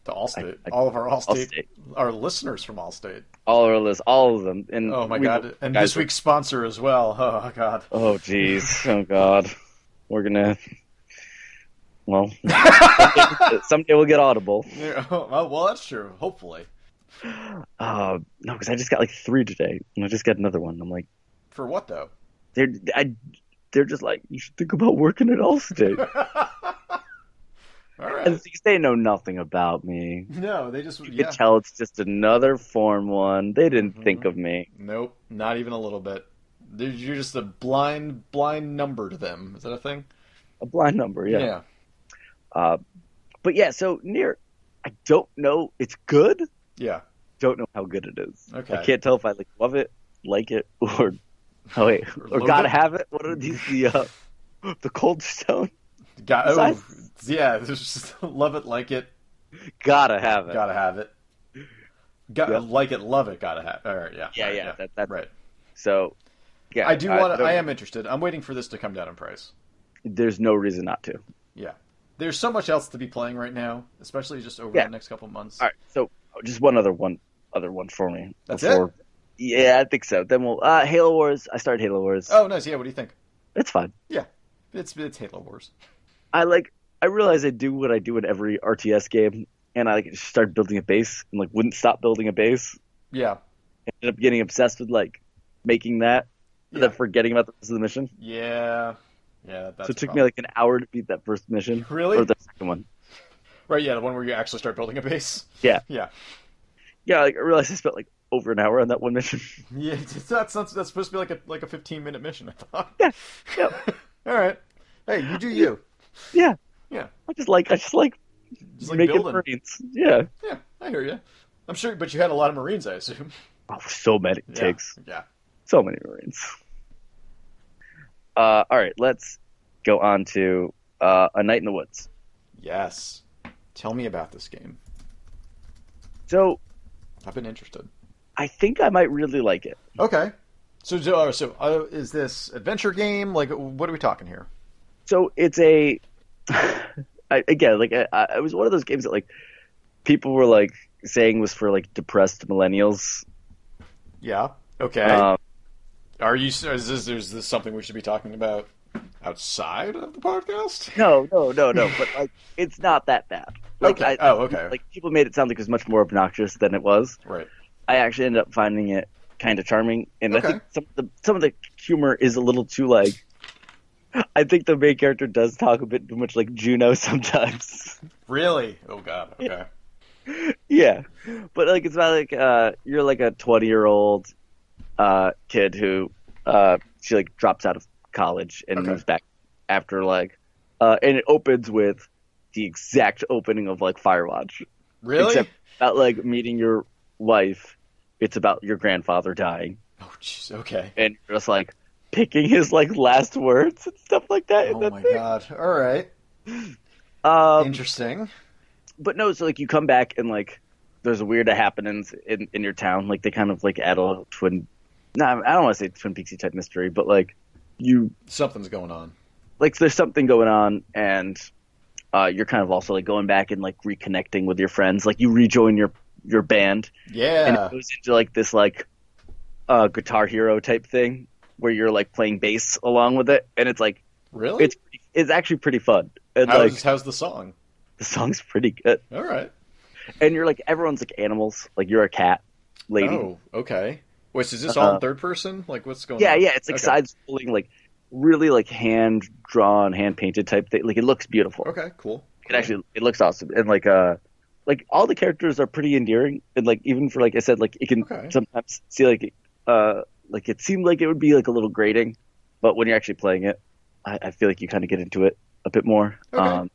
B: to Allstate.
A: I-
B: all of our Allstate,
A: Allstate.
B: our listeners from Allstate.
A: all our list, all of them. And
B: Oh my
A: Mm, we-
B: god! And
A: guys
B: this
A: are-
B: week's sponsor as well. Oh god. [laughs]
A: Oh jeez. oh god. We're gonna.
B: [laughs]
A: Well, someday we'll get audible.
B: Yeah, oh, well, well, that's true. Hopefully
A: Uh, no, because I just got like three today, and I just got another one. I'm like.
B: for what though? [laughs]
A: they're I, they're just like you should think about working at
B: [laughs]
A: Allstate.
B: All
A: and
B: right.
A: these- they know nothing about me.
B: No, they just
A: You
B: yeah. Mm-hmm.
A: can tell it's just another form one. They didn't think of me.
B: Nope, not even a little bit. They're- You're just a blind, blind number to them. Is that a thing?
A: A blind number, yeah. Uh, but yeah, so near. I don't know. It's good.
B: yeah.
A: Don't know how good it is.
B: Okay.
A: I can't tell if I like love it, like it, [laughs] or oh wait,
B: [laughs] Or
A: or
B: loathe
A: gotta
B: it?
A: have it. What are these? The uh, the cold stone. [laughs]
B: Got, oh,
A: Besides-
B: yeah. [laughs] There's just love it, like it,
A: Gotta have it.
B: gotta have it. Got
A: Yeah.
B: like it, love it, gotta have. All right, yeah,
A: Yeah,
B: All right,
A: yeah. That, that's
B: right.
A: So. Yeah, uh,
B: I do want. to
A: don't-
B: I am interested. I'm waiting for this to come down in price.
A: There's no reason not to.
B: Yeah. There's so much else to be playing right now, especially just over
A: Yeah.
B: the next couple months.
A: All right, so just one other one other one for me.
B: That's
A: it. Yeah, I think so. Then we'll uh, Halo Wars. I started Halo Wars.
B: Oh, nice. Yeah, what do you think?
A: It's fun.
B: It's it's Halo Wars.
A: I like. I realize I do what I do in every RTS game, and I like just started building a base and like wouldn't stop building a base.
B: Yeah.
A: Ended up getting obsessed with like making that, and
B: Yeah.
A: then forgetting about the rest of the mission.
B: Yeah. Yeah. That's
A: so
B: a
A: it took me
B: problem.
A: like an hour to beat that first mission
B: Really?
A: or the second one.
B: Right. Yeah, the one where you actually start building a base.
A: Yeah.
B: [laughs] Yeah.
A: Yeah, like, I realized I spent like over an hour on that one mission. [laughs]
B: Yeah. [laughs] it's- That's that's, that's supposed to be like a like a fifteen minute mission. I thought.
A: Yeah, yeah.
B: [laughs] All right. Hey, you do you.
A: yeah,
B: Yeah.
A: I just like I just like
B: Just like
A: making
B: building.
A: brains. Yeah,
B: Yeah, I hear you. I'm sure, but you had a lot of Marines, I assume. [laughs]
A: oh, so many
B: Yeah.
A: takes.
B: Yeah.
A: so many marines. Uh, all right, let's go on to uh, a night in the woods.
B: Yes. Tell me about this game.
A: So
B: I've been interested.
A: I think I might really like it.
B: Okay. So, so, uh, so uh, is this adventure game? Like, what are we talking here?
A: So it's a [laughs] I, again like I, I, it was one of those games that like people were like saying was for like depressed millennials.
B: Yeah. Okay.
A: Um,
B: are you? Is this, is this something we should be talking about outside of the podcast?
A: no, no, no,
B: [laughs]
A: no. But like it's not that bad. Like
B: okay.
A: I,
B: oh, okay.
A: like people made it sound like it was much more obnoxious than it was.
B: right.
A: I actually ended up finding it kind of charming, and
B: Okay.
A: I think some of the some of the humor is a little too like. I think the main character does talk a bit too much like Juno [laughs] sometimes.
B: Really? Oh God. Okay.
A: yeah, but like it's about like uh, you're like a twenty year old uh, kid who uh, she like drops out of college and
B: Okay.
A: moves back after like, uh, and it opens with the exact opening of like Firewatch.
B: Really?
A: Except about like meeting your wife. It's about your grandfather dying.
B: oh, jeez. Okay.
A: and you're just like picking his like last words and stuff like that. in
B: Oh
A: that
B: my
A: thing.
B: God. All right.
A: Um,
B: Interesting.
A: but no, so like you come back and like there's weird happenings in in your town. Like they kind of like add a little twin. No, I don't want to say twin peaksy type mystery, but like you
B: Something's going on.
A: like there's something going on and uh, you're kind of also like going back and like reconnecting with your friends. Like you rejoin your your band and uh,
B: Yeah.
A: it goes into like this like uh, guitar hero type thing where you're like playing bass along with it and it's like
B: Really?
A: it's pretty- it's actually pretty fun. And
B: how's,
A: like
B: how's the song?
A: the song's pretty good.
B: All right.
A: And you're like everyone's like animals. Like you're a cat lady.
B: Oh, okay. Wait, so is this all in
A: Uh-uh.
B: third person? Like, what's going
A: yeah,
B: on?
A: yeah. It's like
B: Okay.
A: side scrolling, like really like hand drawn, hand painted type thing. Like it looks beautiful.
B: Okay, cool.
A: It actually it looks awesome. And like uh like all the characters are pretty endearing and like even for like I said, like it can
B: Okay.
A: sometimes see like uh like it seemed like it would be like a little grating, but when you're actually playing it, I, I feel like you kinda get into it a bit more. Um,
B: Okay.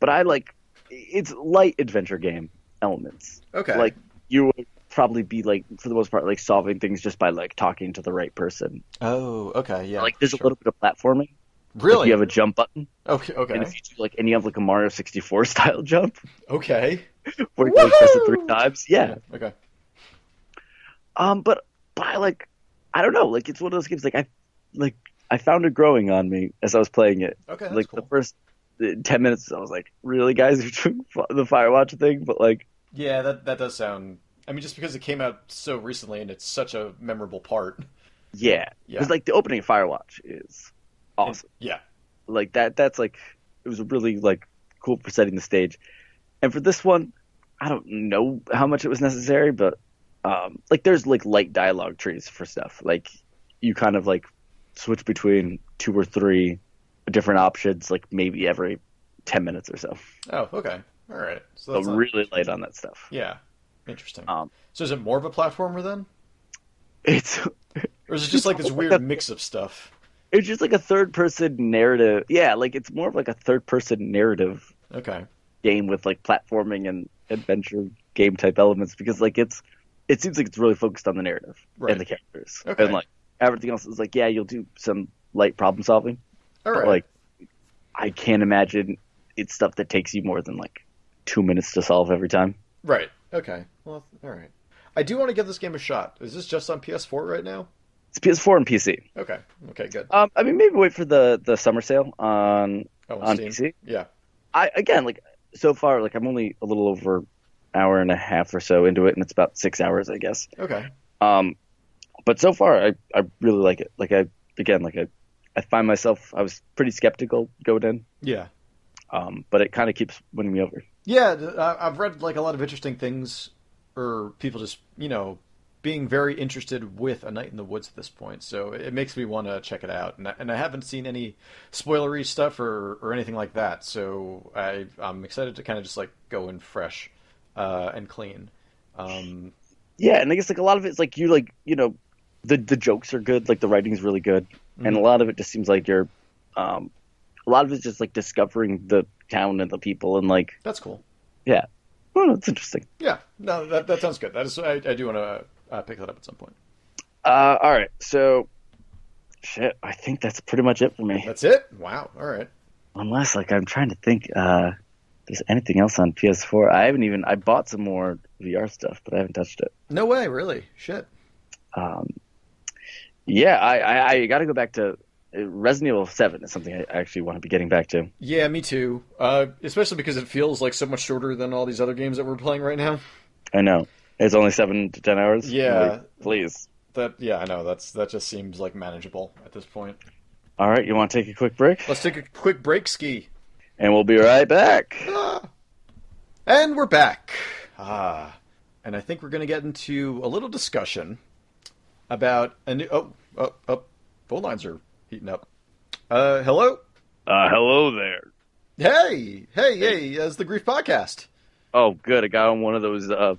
A: but I like it's light adventure game elements.
B: Okay.
A: Like you would probably be like for the most part like solving things just by like talking to the right person.
B: oh, okay, yeah.
A: like there's
B: sure.
A: a little bit of platforming. Like,
B: Really?
A: you have a jump button
B: okay.
A: and
B: Okay.
A: if you do like and you have like a Mario sixty four [laughs] style jump
B: Okay.
A: where you like, press it three
B: Woohoo!
A: times. Yeah.
B: Okay.
A: Um, but but I like I don't know. Like it's one of those games. Like I like I found it growing on me as I was playing it.
B: Okay. That's
A: like
B: cool.
A: the first uh, ten minutes, I was like, really, guys, [laughs] you're doing fi- the Firewatch thing. But like,
B: Yeah, that that does sound. I mean, just because it came out so recently and it's such a memorable part. [laughs]
A: yeah,
B: Yeah.
A: it's like the opening of Firewatch is awesome.
B: Yeah.
A: Like that. That's like it was really like cool for setting the stage. And for this one, I don't know how much it was necessary, but um, like there's like light dialogue trees for stuff. Like you kind of like switch between two or three different options, like maybe every ten minutes or so.
B: Oh, okay. All right. So
A: So
B: that's not-
A: really light on that stuff.
B: yeah. Interesting.
A: Um,
B: so is it more of a platformer then,
A: It's
B: or is it just
A: [laughs]
B: like this
A: No,
B: weird mix of stuff?
A: it's just like a third person narrative. Yeah, like it's more of like a third person narrative
B: Okay.
A: game with like platforming and adventure game type elements because like it's it seems like it's really focused on the narrative
B: Right.
A: and the characters
B: Okay.
A: and like everything else is like yeah you'll do some light problem solving
B: All
A: but
B: right.
A: like I can't imagine it's stuff that takes you more than like two minutes to solve every time.
B: Right. Okay. Well, all right. I do want to give this game a shot. Is this just on PS4 right now?
A: It's PS4 and PC.
B: Okay. Okay. Good.
A: Um, I mean maybe wait for the the summer sale on
B: Oh,
A: on PC.
B: Yeah.
A: I again like so far like I'm only a little over hour and a half or so into it, and it's about six hours, I guess.
B: Okay.
A: Um, but so far, I, I really like it. Like I again, like I, I find myself I was pretty skeptical going in,
B: Yeah.
A: um, but it kind of keeps winning me over.
B: Yeah, th- I- I've read like a lot of interesting things, or people just you know being very interested with A Night in the Woods at this point. So it it makes me want to check it out, and I, and I haven't seen any spoilery stuff or or anything like that. So I I'm excited to kind of just like go in fresh, uh, and clean. Um,
A: Yeah, and I guess like a lot of it's like you like you know, the the jokes are good, like the writing's really good, and a lot of it just seems like you're, um, a lot of it's just like discovering the town and the people and like
B: that's cool.
A: yeah, well it's interesting.
B: Yeah, no, that that sounds good. That is, I, I do want to uh, pick that up at some point.
A: Uh, all right, so shit, I think that's pretty much it for me.
B: That's it. Wow. All right.
A: Unless like I'm trying to think, uh, there's anything else on PS4? I haven't even I bought some more VR stuff, but I haven't touched it.
B: No way. Really. Shit.
A: Um, yeah, I, I, I got to go back to uh, Resident Evil Seven is something I actually want to be getting back to.
B: Yeah, me too. Uh, especially because it feels like so much shorter than all these other games that we're playing right now.
A: I know it's only seven to ten hours.
B: Yeah.
A: Like, please.
B: That yeah, I know. That's that just seems like manageable at this point.
A: All right, you want to take a quick break,
B: Let's take a quick break, ski,
A: and we'll be right back.
B: Ah! and we're back. Ah, and I think we're gonna get into a little discussion about a new. Oh, oh, oh, phone lines are heating up. Uh, hello.
A: Uh, hello there.
B: Hey, hey, hey! That's the Grief Podcast.
A: Oh, good. I got on one of those uh,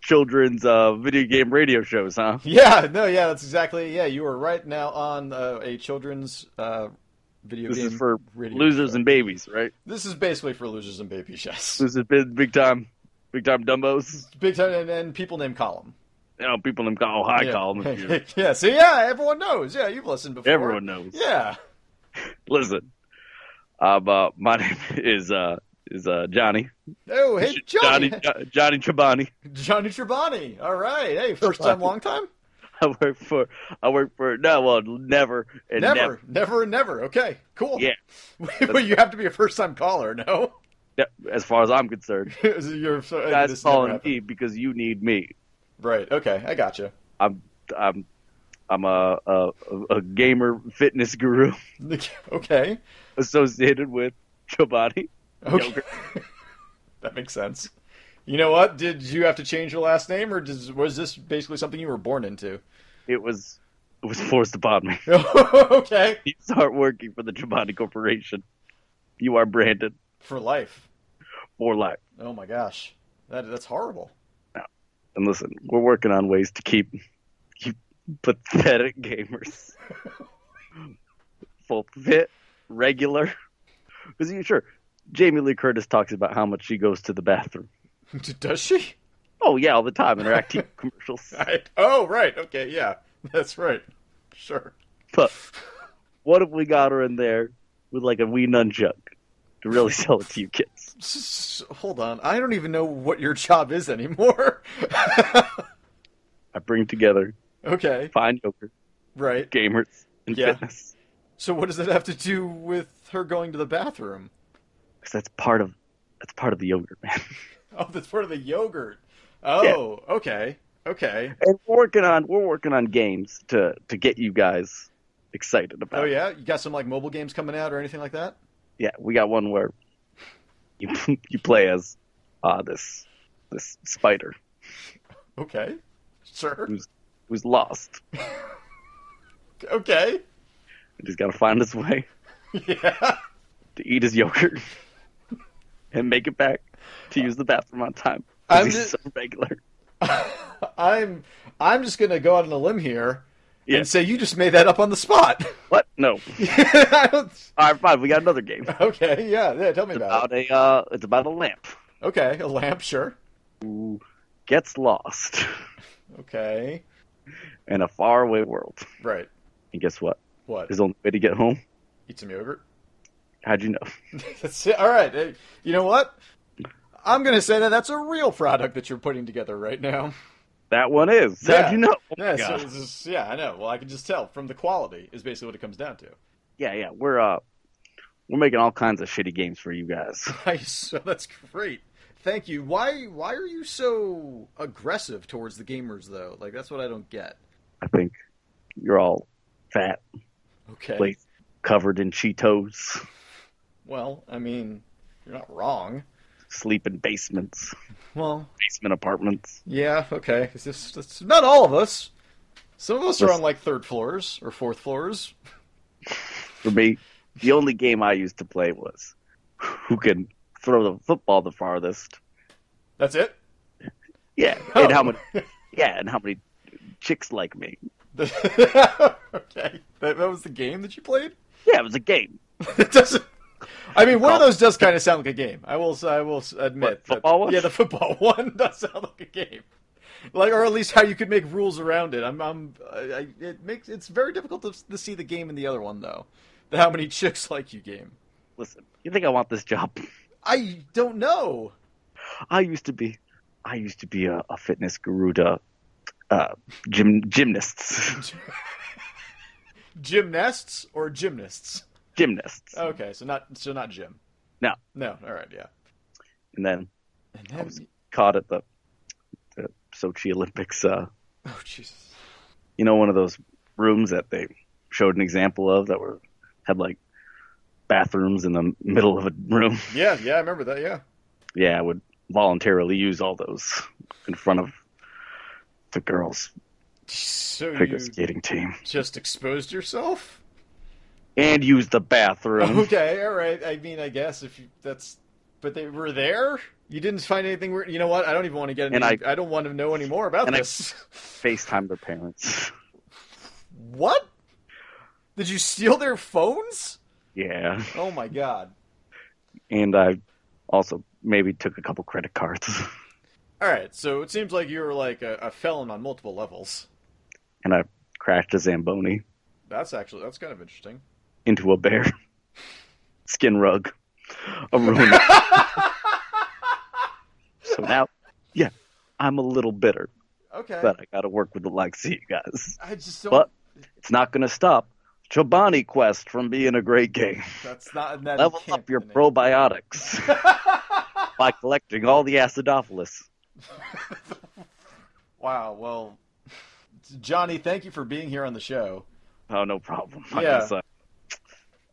A: children's uh, video game radio shows, huh?
B: Yeah, no, yeah, that's exactly. Yeah, you are right now on uh, a children's uh, video
A: This
B: game.
A: is for
B: radio
A: losers
B: show.
A: and babies, right?
B: This is basically for losers and baby chefs.
A: This is big, big time, big time Dumbos.
B: [laughs] Big time, and, and people named Column.
A: You know, people in oh, hi,
B: yeah.
A: Colin.
B: [laughs]
A: if you-
B: yeah, so yeah, everyone knows. Yeah, you've listened before.
A: Everyone knows.
B: Yeah.
A: Listen, um, uh, my [laughs] name is uh, is uh, Johnny.
B: Oh, hey, Johnny. [laughs]
A: Johnny, Jo- Johnny Chobani.
B: Johnny Tribani. All right. Hey, first time, long time?
A: [laughs] I work for I work for no, well, never [laughs] and
B: Never,
A: never.
B: never, and never. Okay, cool.
A: Yeah.
B: [laughs] well, you have to be a first time caller, no? [laughs]
A: Ne- as far as I'm concerned,
B: You're, so- uh,
A: that's
B: this never
A: calling
B: happened.
A: me because you need me.
B: Right. Okay, I gotcha. [laughs]
A: I'm I'm I'm a a, a gamer fitness guru [laughs]
B: Okay.
A: associated with Chobani.
B: Okay. [laughs] that makes sense. You know what? Did you have to change your last name, or does, was this basically something you were born into? [laughs]
A: It was it was forced upon me.
B: okay.
A: [laughs] You start working for the Chobani Corporation. You are branded
B: For life.
A: for life.
B: Oh my gosh. That, that's horrible. [laughs]
A: And listen, we're working on ways to keep you pathetic gamers full fit, regular. Because you sure, Jamie Lee Curtis talks about how much she goes to the bathroom.
B: Does she?
A: Oh yeah, all the time in her acting commercials.
B: I, oh, right. Okay, yeah. [laughs] That's right. Sure.
A: But what if we got her in there with like a wee nunchuck to really sell it to you kids?
B: S- s- hold on. I don't even know what your job is anymore. [laughs]
A: I bring together
B: okay,
A: fine yogurt,
B: right.
A: gamers, and
B: Yeah.
A: fitness.
B: So what does that have to do with her going to the bathroom?
A: Because that's part of that's part of the yogurt,
B: [laughs]
A: man.
B: Oh, that's part of the yogurt. Oh, okay. Okay.
A: and we're working on we're working on games to to get you guys excited about.
B: Oh
A: it.
B: yeah, you got some like mobile games coming out or anything like that?
A: yeah. We got one where you [laughs] you play as uh, this this spider
B: Okay. Sure.
A: who's who's lost.
B: Okay. [laughs]
A: And he's got to find his way
B: Yeah.
A: to eat his yogurt [laughs] and make it back to use the bathroom on time. 'cause
B: I'm
A: he's
B: just-
A: so regular.
B: I'm I'm just gonna go out on a limb here
A: Yeah.
B: and say you just made that up on the spot. [laughs]
A: What? No.
B: I don't-
A: All right, fine. We got another
B: [laughs]
A: game
B: okay, yeah, yeah. Tell me about,
A: about a uh, it's about a lamp
B: it. Okay, a lamp, sure.
A: who gets lost [laughs]
B: Okay,
A: in a faraway world.
B: right.
A: And guess what?
B: What?
A: His only way to get home.
B: Eat some yogurt. [laughs]
A: How'd you know?
B: That's it. All right. Hey, you know what? I'm gonna say that that's a real product that you're putting together right now.
A: That one is.
B: Yeah.
A: How'd you know? Oh my
B: yeah, so
A: God.
B: this is- yeah, I know. Well, I can just tell from the quality is basically what it comes down to.
A: yeah, yeah.
B: [laughs]
A: We're uh, we're making all kinds of shitty games for you guys.
B: Nice. So that's great. Thank you. Why why are you so aggressive towards the gamers though? Like that's what I don't get.
A: I think you're all fat,
B: Okay.
A: like covered in Cheetos,
B: Well, I mean, you're not wrong.
A: sleep in basements,
B: Well,
A: basement apartments.
B: yeah, okay. It's just it's not all of us. Some of us are on
A: Listen.
B: like third floors or fourth floors.
A: For me, the only game I used to play was who can throw the football the farthest.
B: That's it. [laughs]
A: Yeah, and
B: Oh.
A: how many? Yeah, and how many chicks like me?
B: okay. That, that was the game that you played?
A: Yeah, it was a game.
B: [laughs] It doesn't. I mean, one of those does kind of sound like a game. I will. s- I will s- admit.
A: What, football one?
B: Yeah, the football [laughs] one does sound like a game. Like, or at least how you could make rules around it. I'm. I'm. I, I, it makes. It's very difficult to, s- to see the game in the other one though. The how many [laughs] chicks like you game.
A: Listen, you think I want this job?
B: I don't know.
A: I used to be, I used to be a, a fitness guru to uh, gym gymnasts, [laughs]
B: Gymnasts or gymnasts.
A: gymnasts,
B: Okay, so not. So not gym.
A: No.
B: No. All right. Yeah.
A: and then
B: And then,
A: was- caught at the, the Sochi Olympics. Uh,
B: oh Jesus.
A: you know, one of those rooms that they showed an example of that were had like bathrooms in the middle of a room. [laughs]
B: Yeah. Yeah. I remember that. Yeah.
A: Yeah, I would voluntarily use all those in front of the girls'
B: So
A: figure
B: you
A: skating team
B: just exposed yourself.
A: and use the bathroom.
B: [laughs] Okay, all right. I mean, I guess if you, that's, but they were there. You didn't find anything weird. You know what? I don't even want to get. Any,
A: And
B: I, don't want to know any more about
A: And I-
B: this. [laughs]
A: FaceTime their parents. [laughs]
B: what? Did you steal their phones?
A: Yeah.
B: Oh my god!
A: and I also maybe took a couple credit cards, [laughs]
B: All right, so it seems like you were like a, a felon on multiple levels.
A: and I crashed a zamboni
B: That's actually that's kind of interesting.
A: into a bear [laughs] skin rug. A
B: [laughs]
A: ruin. so now, yeah, I'm a little bitter,
B: Okay,
A: but I got to work with the likes of you guys.
B: I just don't.
A: But- It's not going to stop Chobani Quest from being a great game.
B: that's not that
A: Level
B: can't
A: up your
B: be the
A: probiotics
B: [laughs] name.
A: by collecting all the acidophilus.
B: [laughs] wow. Well, Johnny, thank you for being here on the show.
A: Oh, no problem. [laughs] I
B: Yeah.
A: guess, I,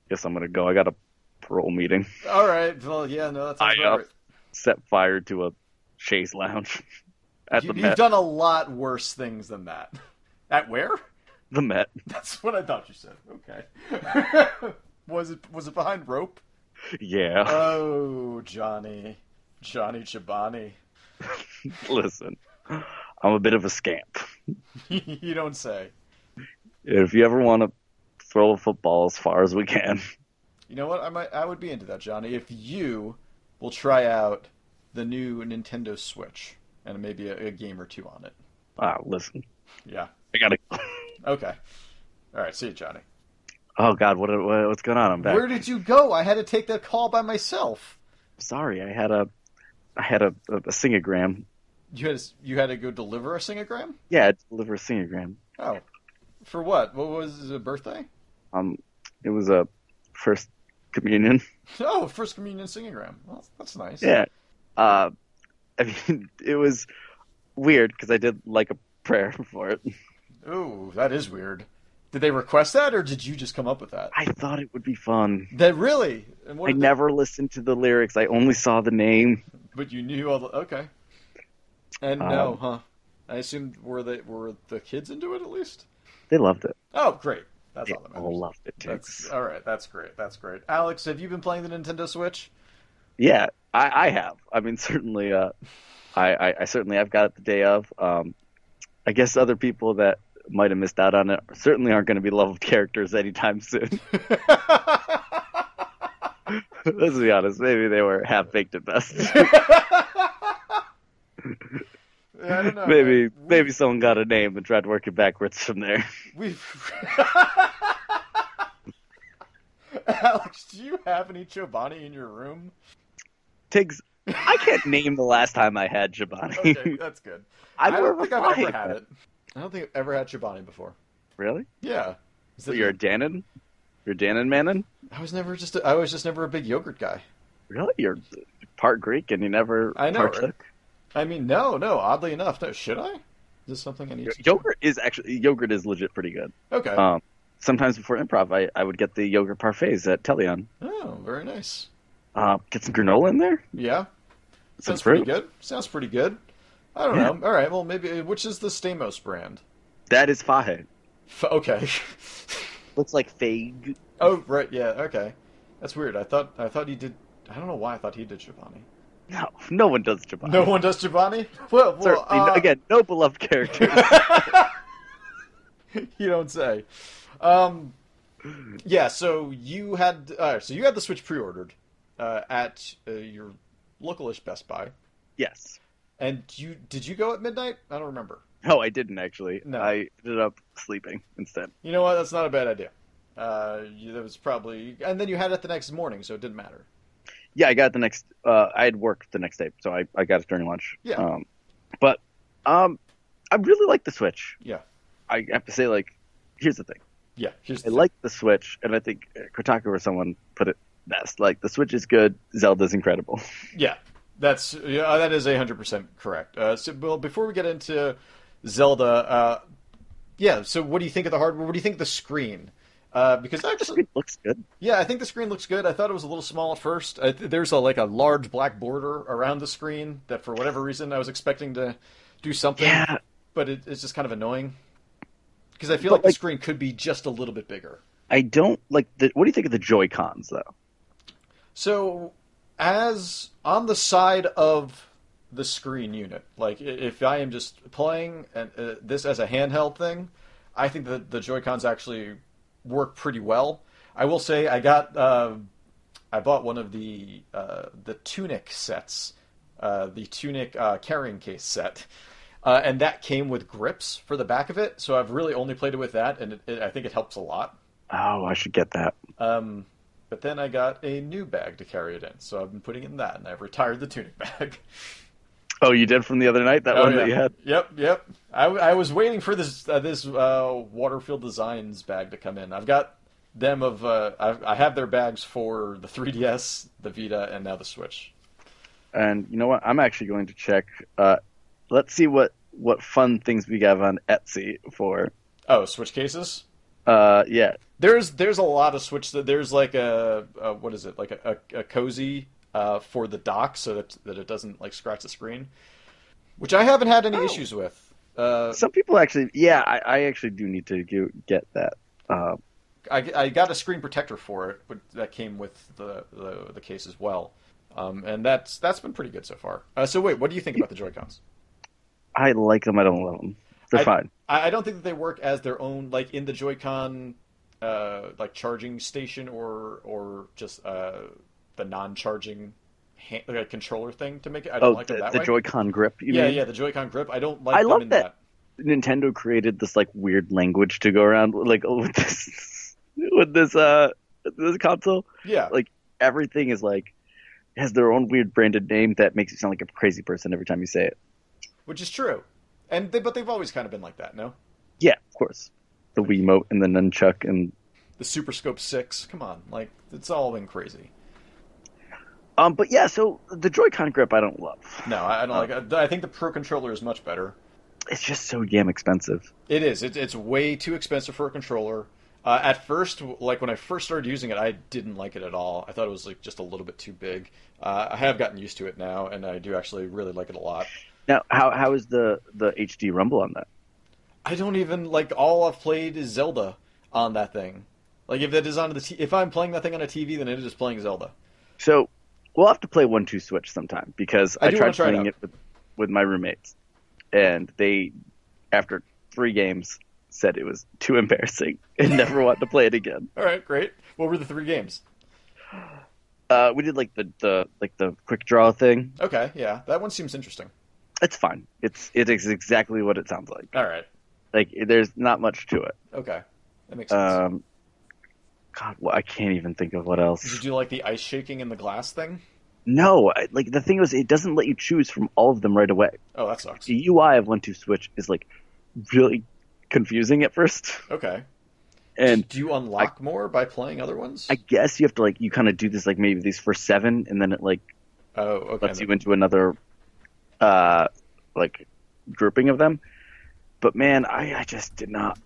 A: guess I'm going to go. I got a parole meeting.
B: All right. Well, yeah, no, that's
A: I,
B: about
A: uh,
B: right.
A: set fire to a chaise lounge [laughs] at
B: you,
A: the
B: have
A: Met.
B: done a lot worse things than that. At where? [laughs]
A: The Met. [laughs]
B: That's what I thought you said. Okay. [laughs] was it was it behind rope?
A: Yeah.
B: Oh, Johnny, Johnny Chibani.
A: [laughs] Listen, I'm a bit of a scamp.
B: [laughs] you don't say.
A: If you ever want to throw a football as far as we can, [laughs]
B: You know what? I might I would be into that, Johnny, if you will try out the new Nintendo Switch and maybe a, a game or two on it.
A: ah, listen,
B: Yeah.
A: I gotta.
B: Okay. All right. See you, Johnny.
A: [laughs] Oh God, what, what what's going on? I'm back.
B: Where did you go? I had to take that call by myself.
A: Sorry, I had a, I had a a, a singogram.
B: You had you had to go deliver a singogram.
A: Yeah, I deliver a singogram.
B: Oh, for what? What was his uh, birthday? [laughs]
A: Um, it was a first communion. [laughs]
B: Oh, first communion singogram. Well, that's nice.
A: Yeah. Uh, I mean, [laughs] it was weird because I did like a prayer [laughs] for it.
B: Ooh, that is weird. Did they request that, or did you just come up with that?
A: I thought it would be fun.
B: That really? And what
A: I
B: did they-
A: never listened to the lyrics. I only saw the name.
B: But you knew all the okay. And
A: Um,
B: no, huh? I assumed were they were the kids into it at least?
A: They loved it.
B: Oh, great. That's
A: They
B: all that
A: all
B: matters.
A: loved it.
B: That's
A: Tix.
B: uh, all right. That's great. That's great. Alex, have you been playing the
A: [laughs]
B: Nintendo Switch? [laughs]
A: Yeah, I, I have. I mean, [laughs] certainly. Uh, I, I, I certainly I've got it the day of. Um, I guess other people that might have missed out on it certainly aren't going to be leveled [laughs] characters anytime soon. [laughs] Let's be honest. Maybe they were half baked at
B: [laughs]
A: best.
B: Yeah, I don't know.
A: maybe
B: man.
A: maybe someone got a name and tried to work it backwards from there.
B: We've. [laughs] Alex, do you have any Chobani in your room?
A: Tiggs, I can't name the last time I had Chobani. [laughs]
B: Okay, [laughs] that's good.
A: I've
B: I don't
A: never
B: think I've ever
A: tried
B: had
A: that.
B: it. I don't think I've ever had Chobani before.
A: Really?
B: Yeah. Is
A: So
B: it-
A: Oh, you're a Danon? You're a Danon Manon?
B: I was never just. A, I was just never a big yogurt guy.
A: Really? You're part Greek and you never
B: I know,
A: partook.
B: I mean, no, no. Oddly enough, no. Should I? Is this something I need?
A: Yo-
B: To...
A: Yogurt is actually yogurt is legit pretty good.
B: Okay.
A: Um, sometimes before improv, I, I would get the yogurt parfaits at Teleon.
B: oh, very nice.
A: Uh, get some granola in there.
B: Yeah. Sounds
A: fruit.
B: pretty good. Sounds pretty good. I don't know. All right. Well, maybe. Which is the Stamos brand?
A: That is fahe.
B: F- okay. [laughs]
A: Looks like fag.
B: oh, right. Yeah. Okay. That's weird. I thought. I thought he did. I don't know why I thought he did Chobani.
A: No, no one does Jabani.
B: No one does Chobani. Well, well
A: Certainly,
B: uh,
A: again, no beloved
B: [laughs]
A: character.
B: you don't say. Um, yeah. So you had. Uh, so you had the Switch pre-ordered uh, at uh, your localish Best Buy,
A: yes.
B: and you did you go at midnight? I don't remember.
A: No, I didn't actually.
B: No.
A: I ended up sleeping instead.
B: You know what? That's not a bad idea. Uh, you, that was probably, and then you had it the next morning, so it didn't matter.
A: Yeah, I got it the next. Uh, I had work the next day, so I, I got it during lunch.
B: Yeah.
A: Um, but um, I really like the Switch.
B: Yeah,
A: I have to say, like, here's the thing.
B: yeah. Here's
A: I
B: the
A: like the Switch, and I think uh, Kotaku or someone put it best. Like, the Switch is good. Zelda's incredible. [laughs]
B: yeah. That's yeah. uh, That is hundred percent correct. Uh, so, well, before we get into Zelda, uh, yeah. So, what do you think of the hardware? What do you think of the screen? Uh, because actually,
A: It looks good.
B: Yeah, I think the screen looks good. I thought it was a little small at first. I th- there's a like a large black border around the screen that, for whatever reason, I was expecting to do something,
A: Yeah.
B: but it, it's just kind of annoying because I feel
A: But,
B: like the
A: like-
B: screen could be just a little bit bigger.
A: I don't like the. What do you think of the Joy Cons though?
B: So, as on the side of the screen unit, like i- if I am just playing and uh, this as a handheld thing, I think that the Joy Cons actually work pretty well. I will say I got uh, I bought one of the uh, the Tunic sets, uh, the Tunic uh, carrying case set. Uh, and that came with grips for the back of it, so I've really only played it with that, and it, it, I think it helps a lot.
A: Oh, I should get that.
B: Um, but then I got a new bag to carry it in, so I've been putting it in that, and I've retired the tunic [laughs] bag.
A: Oh, you did from the other night that one
B: Oh, yeah.
A: that you had.
B: Yep, yep. I, I was waiting for this uh, this uh, Waterfield Designs bag to come in. I've got them of uh, I, I have their bags for the [laughs] 3DS, the Vita, and now the Switch.
A: And you know what? I'm actually going to check. Uh, let's see what what fun things we have on Etsy for.
B: Oh, Switch cases.
A: Uh, yeah,
B: There's there's a lot of Switch. That there's like a, a what is it like a, a, a cozy uh, for the dock so that that it doesn't like scratch the screen, which I haven't had any
A: Oh.
B: issues with. Uh,
A: some people actually. Yeah, I, I actually do need to go, get that. Uh,
B: I, I got a screen protector for it, but that came with the, the, the case as well, um, and that's that's been pretty good so far. Uh, so wait, what do you think about the Joy Cons?
A: I like them. I don't love them. They're
B: I-
A: fine.
B: I, I don't think that they work as their own, like in the Joy-Con, uh, like charging station or or just uh, the non-charging hand, like, controller thing to make it. I don't
A: Oh,
B: like them
A: the,
B: that
A: the
B: way.
A: Joy-Con grip. You
B: yeah,
A: mean?
B: yeah, the Joy-Con grip. I don't like.
A: I
B: them
A: love
B: in
A: that. Nintendo created this like weird language to go around like [laughs] with this with this uh this console.
B: that. Yeah,
A: Like everything is like has their own weird branded name that makes you sound like a crazy person every time you say it.
B: which is true, and they, but they've always kind of been like that. No,
A: Yeah, of course. The Wiimote and the nunchuck and
B: the Super Scope Six. Come on, like it's all been crazy.
A: um but yeah, so the Joy-Con grip I don't love.
B: No, I I don't like. I I think the Pro Controller is much better.
A: It's just so damn expensive.
B: It is. It, it's way too expensive for a controller. Uh, at first, like when I first started using it, I didn't like it at all. I thought it was like just a little bit too big. Uh, I have gotten used to it now, and I do actually really like it a lot.
A: Now, how how is the the HD rumble on that?
B: I don't even like all I've played is Zelda on that thing. Like if that is on the t- if I'm playing that thing on a TV, then it is playing Zelda.
A: So, we'll have to play one two switch sometime because
B: I
A: I,
B: do
A: tried
B: wanna try it
A: playing
B: out.
A: it with, with my roommates, and they, after three games, said it was too embarrassing [laughs] and never wanted to play it again.
B: All right, great. What were the three games?
A: Uh, we did like the, the like the quick draw thing.
B: Okay, yeah, that one seems interesting.
A: It's fine. It's it is exactly what it sounds like.
B: All right,
A: Like there's not much to it.
B: okay, that makes sense.
A: Um, God, well, I can't even think of what
B: Did you
A: else.
B: do like the ice shaking in the glass thing?
A: No, I, like the thing was, it doesn't let you choose from all of them right away.
B: Oh, that sucks.
A: the UI of One Two Switch is like really confusing at first, [laughs]
B: Okay.
A: and
B: do you unlock more by playing other ones?
A: I guess you have to like you kind of do this like maybe these first seven, and then it like
B: Oh, okay.
A: lets you into another uh like grouping of them. But man, I, I just did not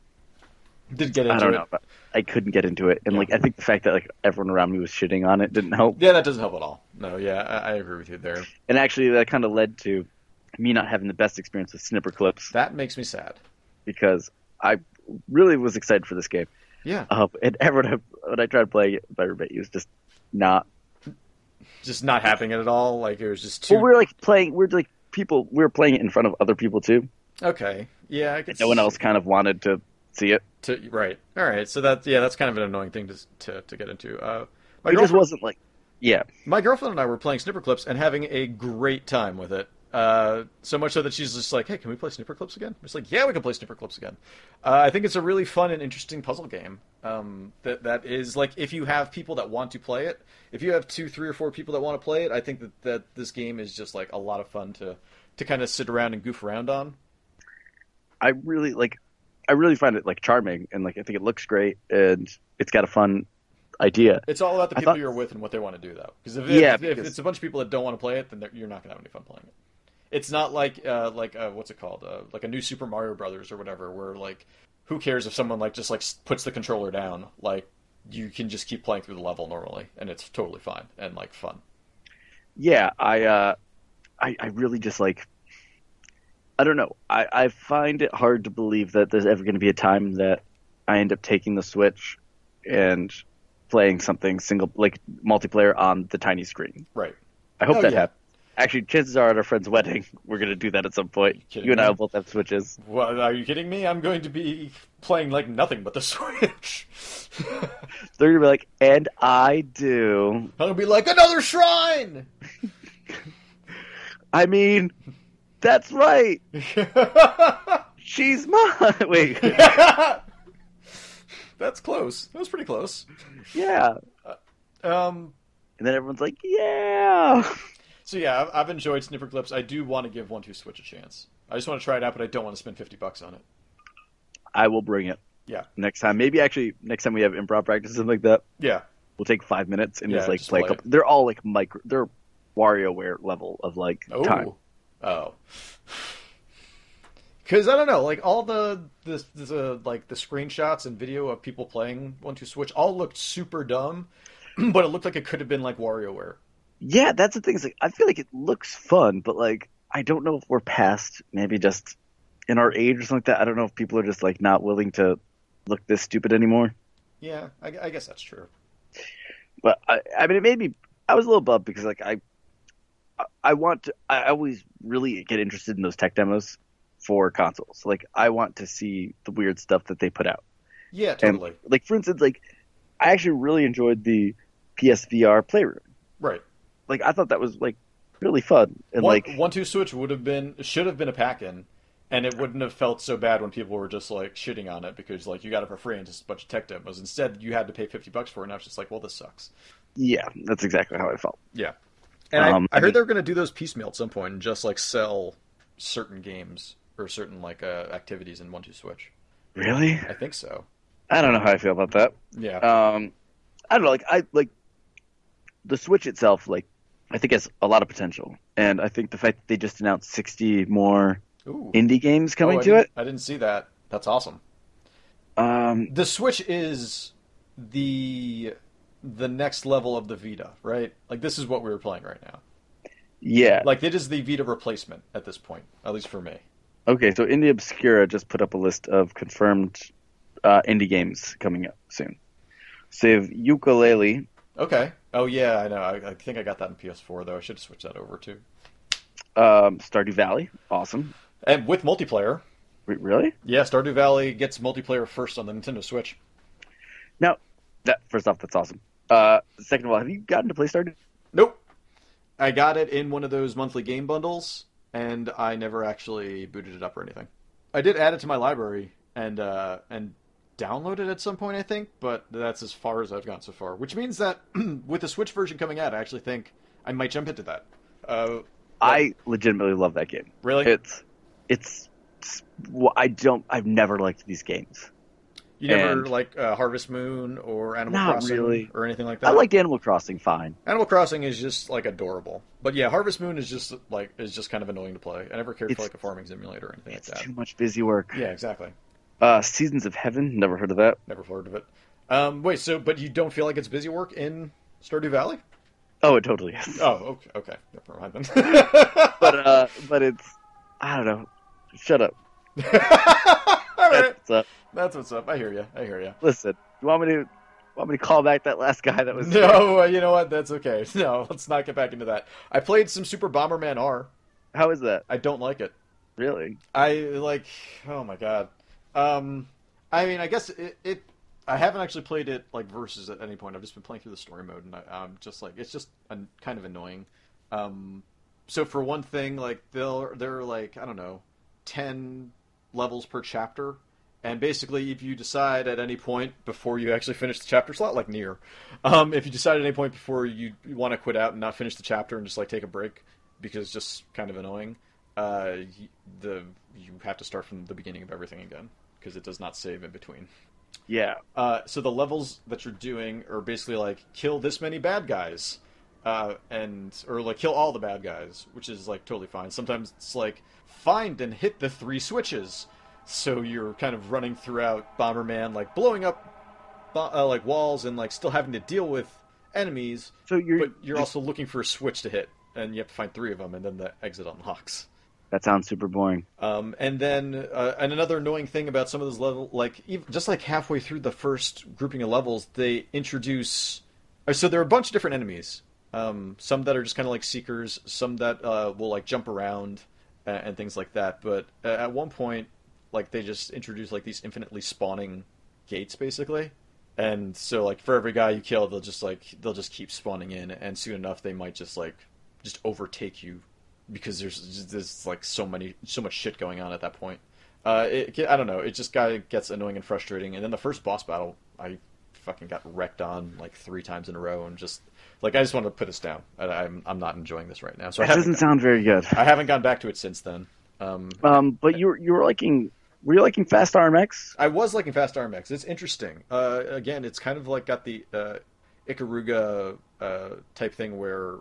B: Did get into
A: I don't
B: it.
A: know. But I couldn't get into it. And like I think the fact that like everyone around me was shitting on it didn't help.
B: Yeah, that doesn't help at all. No, yeah, I, I agree with you there.
A: And actually that kinda led to me not having the best experience with snipper clips
B: That makes me sad.
A: because I really was excited for this game.
B: Yeah,
A: Uh, and [laughs] everyone when I tried playing it, my roommate he was just not
B: just not happening at all. Like it was just too.
A: Well, we were like playing. We are like people. We were playing it in front of other people too.
B: okay, yeah, I could
A: No one
B: s-
A: else kind of wanted to see it.
B: To, right, all right. So that yeah, that's kind of an annoying thing to s- to, to get into. Uh, my
A: It just
B: girlfriend,
A: wasn't like, yeah,
B: my girlfriend and I were playing Snipper Clips and having a great time with it. Uh, so much so that she's just like, "Hey, can we play Snipper Clips again?" It's like, "Yeah, we can play Snipper Clips again." Uh, I think it's a really fun and interesting puzzle game. Um, that that is like if you have people that want to play it, if you have two, three, or four people that want to play it, I think that, that this game is just like a lot of fun to to kind of sit around and goof around on.
A: I really like. I really find it like charming, and like I think it looks great, and it's got a fun idea.
B: It's all about the
A: I
B: people
A: thought-
B: you're with and what they want to do, though. Because if,
A: Yeah,
B: if, if
A: because-
B: it's a bunch of people that don't want to play it, then they're- you're not gonna have any fun playing it. It's not like uh, like uh, what's it called? Uh, like a new Super Mario Brothers or whatever, where like who cares if someone like just like s- puts the controller down? Like you can just keep playing through the level normally, and it's totally fine and like fun.
A: Yeah, I, uh, I, I really just like. I don't know. I, I find it hard to believe that there's ever going to be a time that I end up taking the Switch and playing something single, like multiplayer on the tiny screen.
B: Right?
A: I hope
B: Oh,
A: that
B: yeah.
A: happens. Actually, chances are at our friend's wedding, we're going to do that at some point.
B: kidding
A: You and I
B: me?
A: will both have Switches.
B: Well, are you kidding me? I'm going to be playing like nothing but the [laughs] Switch. I'm
A: They're going to be like, and I do.
B: gonna be like another shrine. [laughs]
A: I mean, that's right. She's mine. [laughs] Wait,
B: [laughs] That's close. That was pretty close.
A: yeah.
B: Um,
A: And then everyone's like, yeah.
B: so yeah, I've, I've enjoyed Snipper Clips. I do want to give One Two Switch a chance. I just want to try it out, but I don't want to spend fifty bucks on it.
A: I will bring it.
B: Yeah.
A: Next time. Maybe actually, next time we have improv practice or something like that,
B: Yeah,
A: we'll take five minutes and
B: Yeah,
A: just like
B: just
A: play,
B: play
A: a couple. They're all like micro, they're WarioWare level of like
B: Oh.
A: time.
B: Oh. [sighs] Because I don't know, like all the, the the like the screenshots and video of people playing One Two Switch all looked super dumb, [clears throat] but it looked like it could have been like WarioWare.
A: Yeah, that's the thing. Is like, I feel like it looks fun, but like, I don't know if we're past maybe just in our age or something like that. I don't know if people are just like not willing to look this stupid anymore.
B: Yeah, I, I guess that's true.
A: But I, I mean, it made me. I was a little bummed because like I, I- I want to. I always really get interested in those tech demos for consoles. Like, I want to see the weird stuff that they put out.
B: Yeah, totally.
A: Like, for instance, like I actually really enjoyed the PSVR playroom.
B: Right.
A: Like, I thought that was like really fun and
B: one,
A: like
B: one two switch would have been should have been a pack in, and it wouldn't have felt so bad when people were just like shitting on it because like you got it for free and just a bunch of tech demos. Instead, you had to pay fifty bucks for it, and I was just like, well, this sucks.
A: yeah, that's exactly how I felt.
B: Yeah, and
A: Um,
B: I, I
A: I
B: heard
A: mean-
B: they were going to do those piecemeal at some point and just like sell certain games or certain like uh, activities in one two switch.
A: Really?
B: I think so.
A: I don't know how I feel about that.
B: Yeah,
A: Um, I don't know. Like I like the Switch itself. Like I think has a lot of potential, and I think the fact that they just announced sixty more
B: Ooh.
A: indie games
B: Oh, I
A: coming to
B: didn't-
A: it.
B: I didn't see that. That's awesome.
A: Um,
B: The Switch is the the next level of the Vita, right? Like this is what we were playing right now.
A: yeah.
B: Like it is the Vita replacement at this point, at least for me.
A: Okay. So Indie Obscura just put up a list of confirmed uh, indie games coming up soon. So you have Ukulele.
B: Okay. Oh yeah, I know. I, I think I got that in PS4 though. I should have switched that over too.
A: Um, Stardew Valley, awesome.
B: And with multiplayer,
A: Wait, really?
B: yeah, Stardew Valley gets multiplayer first on the Nintendo Switch.
A: No, that first off, that's awesome. Uh, second of all, have you gotten to play Stardew?
B: Nope. I got it in one of those monthly game bundles, and I never actually booted it up or anything. I did add it to my library and uh, and download it at some point, I think, but that's as far as I've gone so far. Which means that [clears throat] with the Switch version coming out, I actually think I might jump into that. Uh,
A: I legitimately love that game.
B: really?
A: It's, it's, it's well, I don't, I've never liked these games.
B: You never
A: And-
B: like uh, Harvest Moon or Animal
A: Not
B: Crossing
A: really.
B: or anything like that.
A: I liked Animal Crossing fine.
B: Animal Crossing is just like adorable, but yeah, Harvest Moon is just like is just kind of annoying to play. I never cared for
A: It's-
B: like a farming simulator or anything like
A: It's
B: that.
A: too much busy work.
B: Yeah, exactly.
A: Uh, Seasons of Heaven, never heard of that.
B: Never heard of it. Um, wait, so but you don't feel like it's busy work in Stardew Valley?
A: Oh, it totally is.
B: Oh, okay, okay. never [laughs] mind then.
A: [laughs] But uh, but it's I don't know. Shut up.
B: [laughs] All right,
A: That's, uh,
B: that's what's up. I hear you. I hear you.
A: listen, you want me to want me to call back that last guy that was
B: No, uh, you know what? That's okay. [laughs] No, let's not get back into that. I played some Super Bomberman R.
A: How is that
B: I don't like it.
A: really?
B: I like. Oh my god. Um, I mean, I guess it. it I haven't actually played it like versus at any point. I've just been playing through the story mode, and I, I'm just like, it's just an, kind of annoying. Um, so for one thing, like they'll they're like I don't know, ten levels per chapter, and basically if you decide at any point before you actually finish the chapter slot, like near, um, if you decide at any point before you, you want to quit out and not finish the chapter and just like take a break because it's just kind of annoying, uh, y- the you have to start from the beginning of everything again because it does not save in between.
A: Yeah.
B: Uh, so the levels that you're doing are basically like kill this many bad guys, uh, and or like kill all the bad guys, which is like totally fine. Sometimes it's like find and hit the three switches. So you're kind of running throughout Bomberman, like blowing up bo- uh, like walls and like still having to deal with enemies,
A: So you're
B: but you're also looking for a switch to hit, and you have to find three of them, and then the exit unlocks.
A: that sounds super boring.
B: Um, and then, uh, and another annoying thing about some of those level, like even, just like halfway through the first grouping of levels, they introduce. or So there are a bunch of different enemies. Um, some that are just kind of like seekers. Some that uh, will like jump around uh, and things like that. But uh, at one point, like they just introduce like these infinitely spawning gates, basically. And so like for every guy you kill, they'll just like they'll just keep spawning in, and soon enough they might just like just overtake you because there's just- there's like so many so much shit going on at that point. Uh, it, I don't know. It just kind of gets annoying and frustrating. And then the first boss battle, I fucking got wrecked on like three times in a row, and just like I just wanted to put this down. I, I'm I'm not enjoying this right now. So I
A: That doesn't
B: haven't gone-
A: sound very good.
B: I haven't gone back to it since then. Um,
A: Um, but you were- you were liking were you liking Fast RMX?
B: I was liking Fast RMX. It's interesting. Uh, again, it's kind of like got the uh, Ikaruga uh, type thing where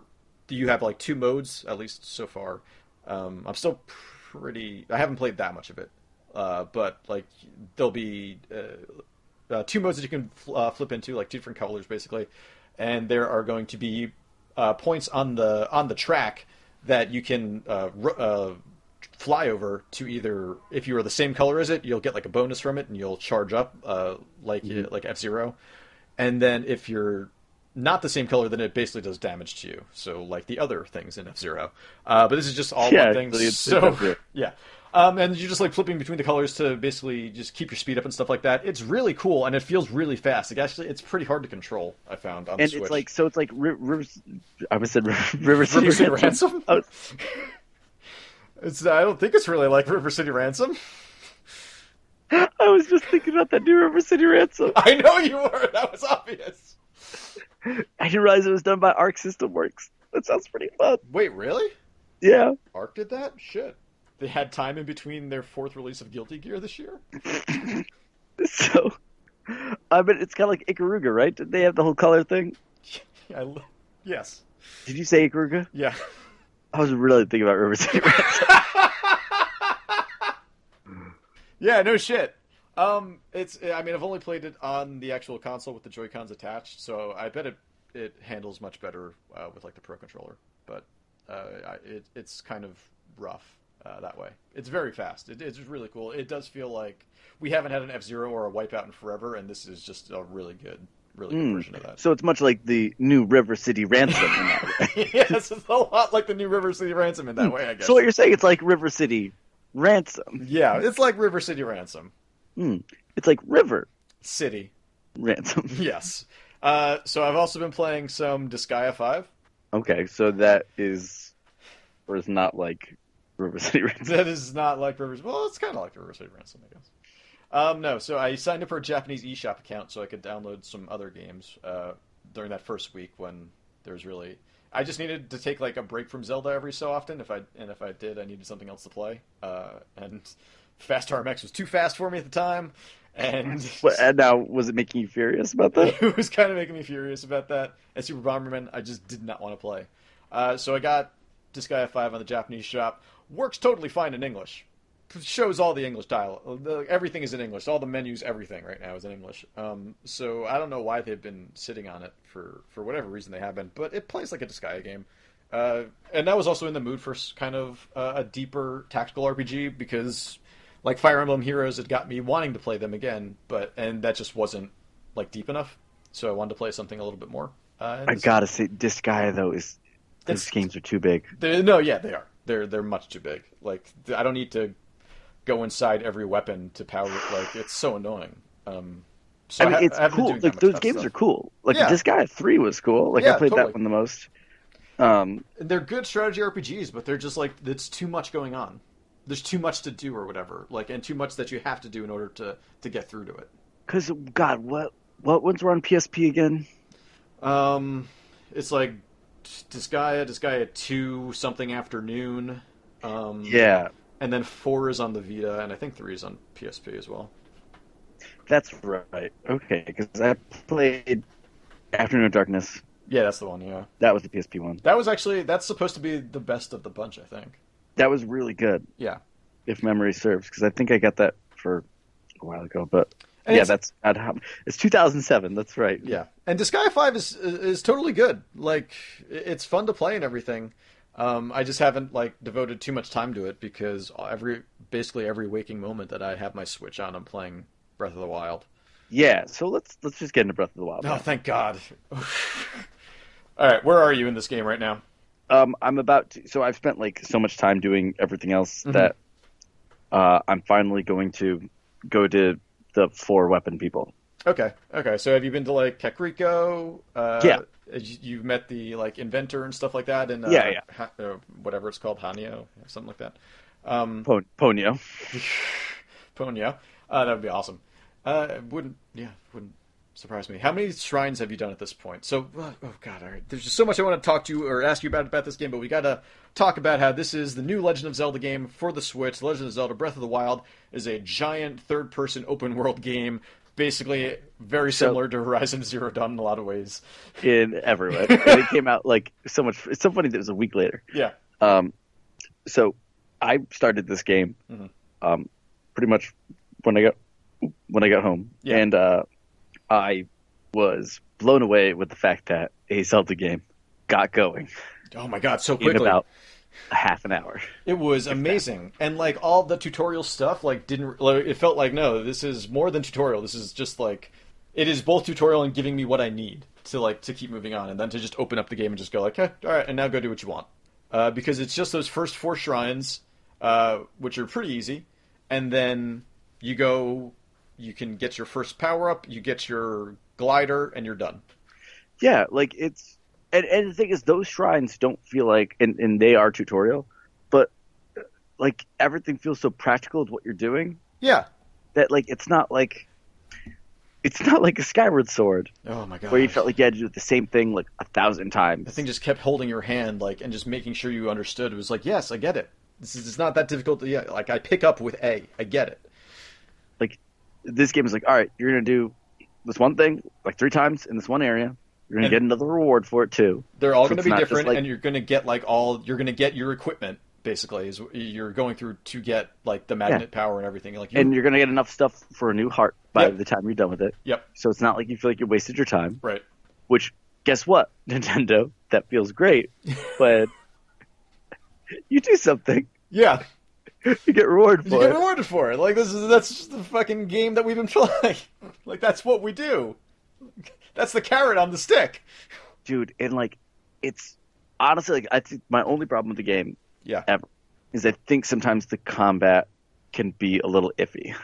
B: you have like two modes, at least so far. Um, I'm still pretty. I haven't played that much of it, uh, but like there'll be uh, uh, two modes that you can fl- uh, flip into, like two different colors basically, and there are going to be uh, points on the on the track that you can uh, ru- uh, flyover to either if you are the same color as it, you'll get like a bonus from it and you'll charge up uh, like
A: Mm-hmm.
B: like F Zero, and then if you're not the same color, then it basically does damage to you. So like the other things in F Zero, uh, but this is just all
A: Yeah,
B: one thing.
A: it's- it's
B: so
A: F-Zero.
B: yeah, um, and you're just like flipping between the colors to basically just keep your speed up and stuff like that. It's really cool and it feels really fast. Like actually, it's pretty hard to control. I found on
A: And
B: the Switch.
A: it's like so it's like Ri- Rivers. I was said Ri- [laughs] River City
B: [laughs] River City
A: Ransom.
B: Ransom.
A: Oh,
B: [laughs] It's, I don't think it's really like River City Ransom. [laughs]
A: [laughs] I was just thinking about that new River City [laughs] Ransom.
B: I know you were. That was obvious.
A: I didn't realize it was done by Arc System Works. That sounds pretty fun.
B: Wait, really?
A: Yeah. [laughs]
B: Arc did that? Shit. They had time in between their fourth release of Guilty Gear this year? [laughs]
A: So, I mean, it's kind of like Ikaruga, right? Did they have the whole color thing?
B: I lo- yes.
A: Did you say Ikaruga?
B: Yeah. [laughs]
A: I was really thinking about River City Ransom.
B: Yeah, no shit. Um, it's. I mean, I've only played it on the actual console with the Joy Cons attached, so I bet it it handles much better uh, with like the Pro controller. But uh, I, it it's kind of rough uh, that way. It's very fast. It, it's really cool. It does feel like we haven't had an F Zero or a Wipeout in forever, and this is just a really good, really good
A: Mm.
B: version of that. [laughs]
A: so it's much like the new River City Ransom. in that way.
B: yes, it's a lot like the new River City Ransom in that way. I guess.
A: Hmm. [laughs] so what you're saying, it's like River City Ransom.
B: yeah, it's like River City Ransom.
A: It's like River
B: City.
A: Ransom.
B: Yes. Uh, so I've also been playing some Disgaea 5.
A: [laughs] Okay, so that is, or is not like River City Ransom.
B: [laughs] That is not like Rivers. Well, it's kind of like River City Ransom, I guess. Um, no, so I signed up for a Japanese eShop account so I could download some other games uh, during that first week when there was really. I just needed to take like a break from Zelda every so often. If I and [laughs] if I did, I needed something else to play. Uh, and Fast RMX was too fast for me at the time, and
A: What, and now, was it making you furious about that?
B: [laughs] it was kind of making me furious about that. And Super Bomberman, I just did not want to play. Uh, so I got Disgaea 5 on the Japanese shop. Works totally fine in English. Shows all the English dialogue. The- Everything is in English. All the menus, everything right now is in English. Um, so I don't know why they've been sitting on it for, for whatever reason they have been, but it plays like a Disgaea game. Uh, and I was also in the mood for s- kind of uh, a deeper tactical RPG because, like Fire Emblem Heroes, had got me wanting to play them again, but and that just wasn't like deep enough. So I wanted to play something a little bit more. Uh, and
A: I
B: this-
A: gotta say, this guy though is
B: That's-
A: those games are too big.
B: They- no, yeah, they are. They're they're much too big. Like th- I don't need to go inside every weapon to power. Like it's so annoying. Um, so
A: I mean,
B: ha-
A: it's
B: haven't been
A: cool.
B: doing that
A: Like
B: much
A: those
B: tough
A: games
B: stuff.
A: are cool. Like
B: Yeah.
A: this guy three was cool. Like
B: Yeah,
A: I played
B: totally.
A: that one the most. Um,
B: they're good strategy RPGs, but they're just like it's too much going on. There's too much to do or whatever, like and too much that you have to do in order to to get through to it.
A: cause God, what what ones were on PSP again?
B: Um, it's like Disgaea, Disgaea two, something afternoon. Um,
A: Yeah,
B: and then four is on the Vita, and I think three is on PSP as well.
A: that's right. Okay, because I played Afternoon of Darkness.
B: Yeah, that's the one. Yeah,
A: That was the PSP one.
B: that was actually that's supposed to be the best of the bunch, I think.
A: That was really good,
B: Yeah,
A: if memory serves, because I think I got that for a while ago. But
B: And
A: yeah,
B: it's-
A: that's not how. It's 2007. That's right.
B: yeah. And Disgaea Five is is totally good. Like i- it's fun to play and everything. Um, I just haven't like devoted too much time to it because every basically every waking moment that I have my Switch on, I'm playing Breath of the Wild.
A: Yeah. So let's let's just get into Breath of the Wild.
B: Oh, thank [laughs] God! All right, where are you in this game right now?
A: um, I'm about to. So I've spent like so much time doing everything else that uh, I'm finally going to go to the four weapon people.
B: Okay, okay. So have you been to like Kakariko? Uh,
A: Yeah.
B: you- You've met the like inventor and stuff like that, and uh,
A: Yeah, yeah.
B: Ha- uh, whatever it's called, Hanyo, something like that. Um,
A: Pon- Ponyo.
B: Ponyo. Uh, that would be awesome. Uh, it wouldn't yeah, wouldn't surprise me. How many shrines have you done at this point? So, oh oh, god, all right. There's just so much I want to talk to you or ask you about about this game, but we got to talk about how this is the new Legend of Zelda game for the Switch. Legend of Zelda: Breath of the Wild is a giant third-person open-world game, basically very similar to Horizon Zero Dawn in a lot of ways.
A: in everywhere. and it came out like so much. It's so funny that it was a week later.
B: Yeah.
A: Um, so I started this game
B: Mhm.
A: um, pretty much when I got when I got home,
B: Yeah.
A: and uh, I was blown away with the fact that a Zelda game got going
B: Oh my god, so
A: in
B: quickly.
A: about a half an hour.
B: It was amazing, and like all the tutorial stuff, like didn't like, it felt like no, this is more than tutorial. This is just like it is both tutorial and giving me what I need to like to keep moving on, and then to just open up the game and just go like, okay, all right, and now go do what you want, uh, because it's just those first four shrines, uh, which are pretty easy, and then you go, you can get your first power up, you get your glider, and you're done.
A: Yeah, like it's and and the thing is, those shrines don't feel like and and they are tutorial, but uh, like everything feels so practical with what you're doing
B: Yeah.
A: that like it's not like it's not like a Skyward Sword
B: Oh my god.
A: where you felt like you had to do the same thing like a thousand
B: the
A: times.
B: thing just kept holding your hand like and just making sure you understood it was like yes i get it this is it's not that difficult to, yeah like i pick up with a i get it
A: This game is like, all right, you're gonna do this one thing like three times in this one area. You're gonna
B: And-
A: get another reward for it too.
B: they're all
A: So
B: going to
A: it's
B: be
A: not just
B: different
A: like-
B: and you're going to get like all you're going to get your equipment basically is you're going through to get like the magnet power and everything like you,
A: And you're gonna get enough stuff for a new heart by
B: Yep.
A: the time you're done with it.
B: yep
A: So it's not like you feel like you wasted your time.
B: right
A: Which, guess what, [laughs] Nintendo? That feels great. But [laughs] you do something,
B: yeah
A: you get rewarded
B: you
A: for
B: get
A: it.
B: rewarded for it like this is that's just the fucking game that we've been [laughs] playing like that's what we do that's the carrot on the stick
A: Dude, and like, it's honestly, like, I think my only problem with the game
B: yeah
A: is I think sometimes the combat can be a little iffy.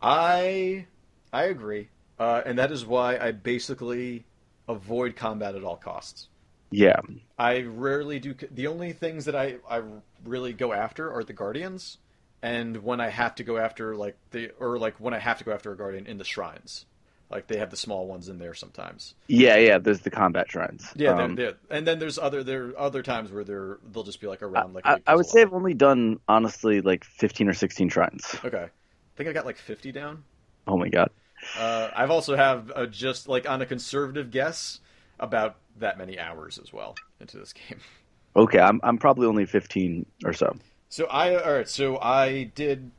B: I I agree, uh, and that is why I basically avoid combat at all costs.
A: Yeah.
B: I rarely do. The only things that I I really go after are the guardians, and when I have to go after like the or like when I have to go after a guardian in the shrines. Like they have the small ones in there sometimes.
A: Yeah, yeah. There's the combat shrines.
B: Yeah,
A: Um,
B: they're, they're, and then there's other there are other times where they're they'll just be like around like. a
A: I,
B: big
A: I would
B: puzzle.
A: say I've only done honestly like 15 or 16 shrines.
B: Okay, I think I got like 50 down.
A: Oh my god.
B: Uh, I've also have uh, just like on a conservative guess about that many hours as well into this game. [laughs]
A: Okay, I'm I'm probably only 15 or so.
B: So I all right. So I did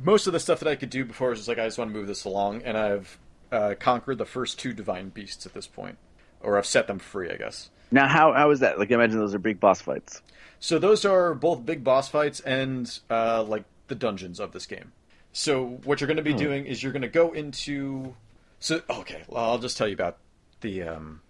B: most of the stuff that I could do before. I was just like I just want to move this along, and I've uh, conquered the first two divine beasts at this point, or I've set them free, I guess.
A: Now, how how is that? Like, I imagine those are big boss fights.
B: So those are both big boss fights and uh, like the dungeons of this game. So what you're going to be doing is you're going to go into. So okay, well, I'll just tell you about the. Um,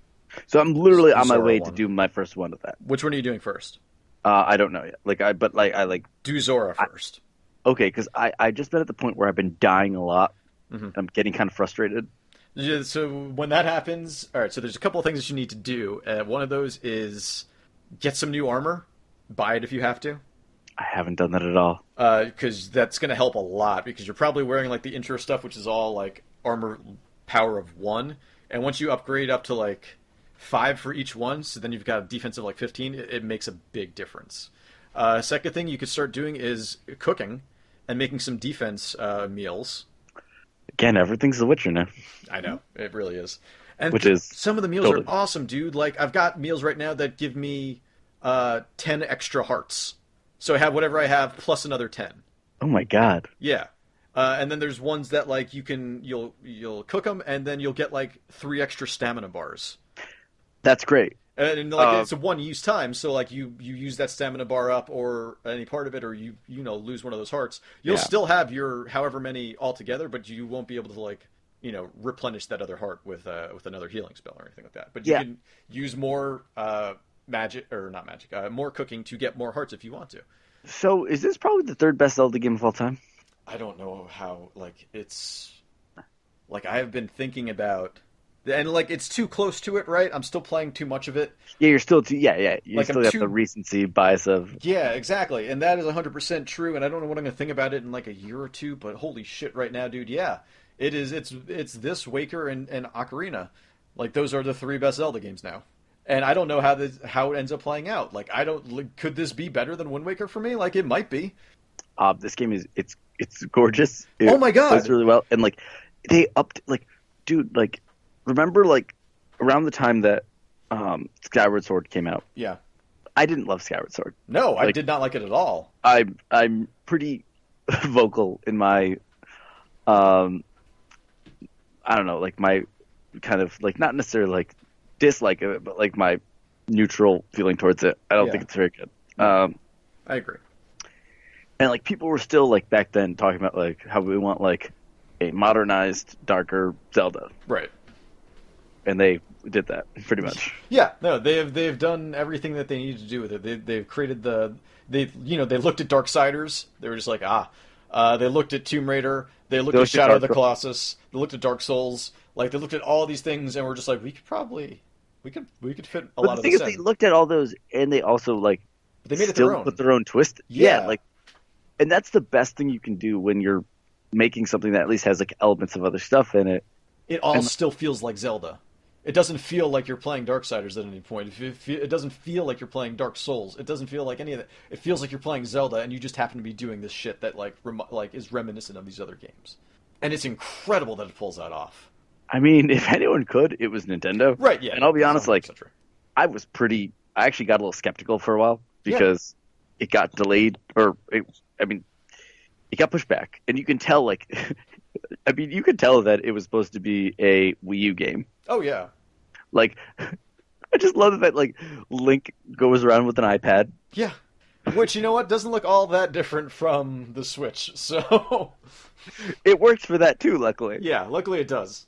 A: So I'm literally on my
B: Zorro
A: way
B: one.
A: to do my first one of that.
B: which one are you doing first?
A: Uh, I don't know yet. Like, I but like I like
B: Do Zora first.
A: okay because I I just been at the point where I've been dying a lot.
B: Mm-hmm.
A: And I'm getting kind of frustrated.
B: Yeah, so when that happens, all right. So there's a couple of things that you need to do. Uh, one of those is get some new armor, buy it if you have to,
A: I haven't done that at all.
B: because that's going to help a lot. Because you're probably wearing like the intro stuff, which is all like armor power of one, and once you upgrade up to like five for each one, so then you've got a defense of like 15. It, it makes a big difference. Uh, second thing you could start doing is cooking and making some defense uh, meals.
A: Again, everything's The Witcher now.
B: I know it really is. And
A: Mm-hmm. Which is
B: some of the meals
A: totally-
B: are awesome, dude. Like I've got meals right now that give me uh, ten extra hearts, so I have whatever I have plus another ten.
A: Oh my god.
B: Yeah, uh, and then there's ones that like you can you'll you'll cook them and then you'll get like three extra stamina bars.
A: That's great.
B: And, and, like
A: Uh,
B: it's a one use time, so like you you use that stamina bar up or any part of it, or you you know lose one of those hearts, you'll
A: Yeah.
B: still have your however many altogether, but you won't be able to like you know replenish that other heart with uh with another healing spell or anything like that. But you
A: Yeah.
B: can use more uh magic or not magic, uh, more cooking to get more hearts if you want to.
A: So, is this probably the third best Zelda game of all time?
B: I don't know how like it's like I have been thinking about and like it's too close to it, right? I'm still playing too much of it.
A: Yeah, you're still too, yeah, yeah. You
B: Like, I'm
A: still have
B: too-
A: the recency bias of
B: Yeah, exactly. And that is 100% true and I don't know what I'm going to think about it in like a year or two, but holy shit right now, dude. Yeah. It is it's it's this Waker and and Ocarina. Like those are the three best Zelda games now. And I don't know how this how it ends up playing out. Like I don't like, could this be better than Wind Waker for me? Like it might be.
A: uh, this game is it's it's gorgeous. It
B: Oh my God.
A: plays really well, and like they upped like, dude, like remember like around the time that um, Skyward Sword came out,
B: Yeah.
A: I didn't love Skyward Sword.
B: No, I
A: Like-
B: did not like it at all.
A: I'm I'm pretty [laughs] vocal in my, um, I don't know, like my kind of like not necessarily like dislike of it, but like my neutral feeling towards it. I don't
B: Yeah.
A: think it's very good. Um,
B: I agree.
A: and like people were still like back then talking about like how we want like a modernized darker zelda
B: Right.
A: and they did that pretty
B: [laughs]
A: much
B: Yeah, no, they've they've done everything that they needed to do with it. They, they've created the they you know they looked at Darksiders. They were just like ah, uh, they looked at Tomb Raider. They looked
A: They
B: at
A: looked at
B: Shadow of the
A: Dark-
B: Colossus. They looked at Dark Souls. Like they looked at all these things and were just like we could probably we could we could fit a
A: but
B: lot
A: the
B: of
A: thing
B: this
A: is
B: in.
A: they looked at all those and they also like
B: But they made it
A: still
B: their own.
A: put their own twist yeah.
B: Yeah.
A: like and that's the best thing you can do when you're making something that at least has like elements of other stuff in it
B: it all
A: and-
B: still feels like Zelda. It doesn't feel like you're playing Darksiders at any point. It, fe- fe- it doesn't feel like you're playing Dark Souls. It doesn't feel like any of that. It feels like you're playing Zelda, and you just happen to be doing this shit that like rem- like is reminiscent of these other games. And it's incredible that it pulls that off.
A: i mean [laughs] if anyone could it was nintendo
B: Right? Yeah.
A: and i'll be
B: that's
A: honest like
B: 100% true.
A: i was pretty i actually got a little skeptical for a while
B: Yeah.
A: because it got delayed or it, i mean it got pushed back and you can tell like [laughs] i mean you could tell that it was supposed to be a wii u game
B: oh yeah,
A: like [laughs] i just love that like link goes around with an ipad
B: yeah. Which you know what doesn't look all that different from the Switch. [laughs] So
A: it works for that too luckily
B: yeah, luckily it does.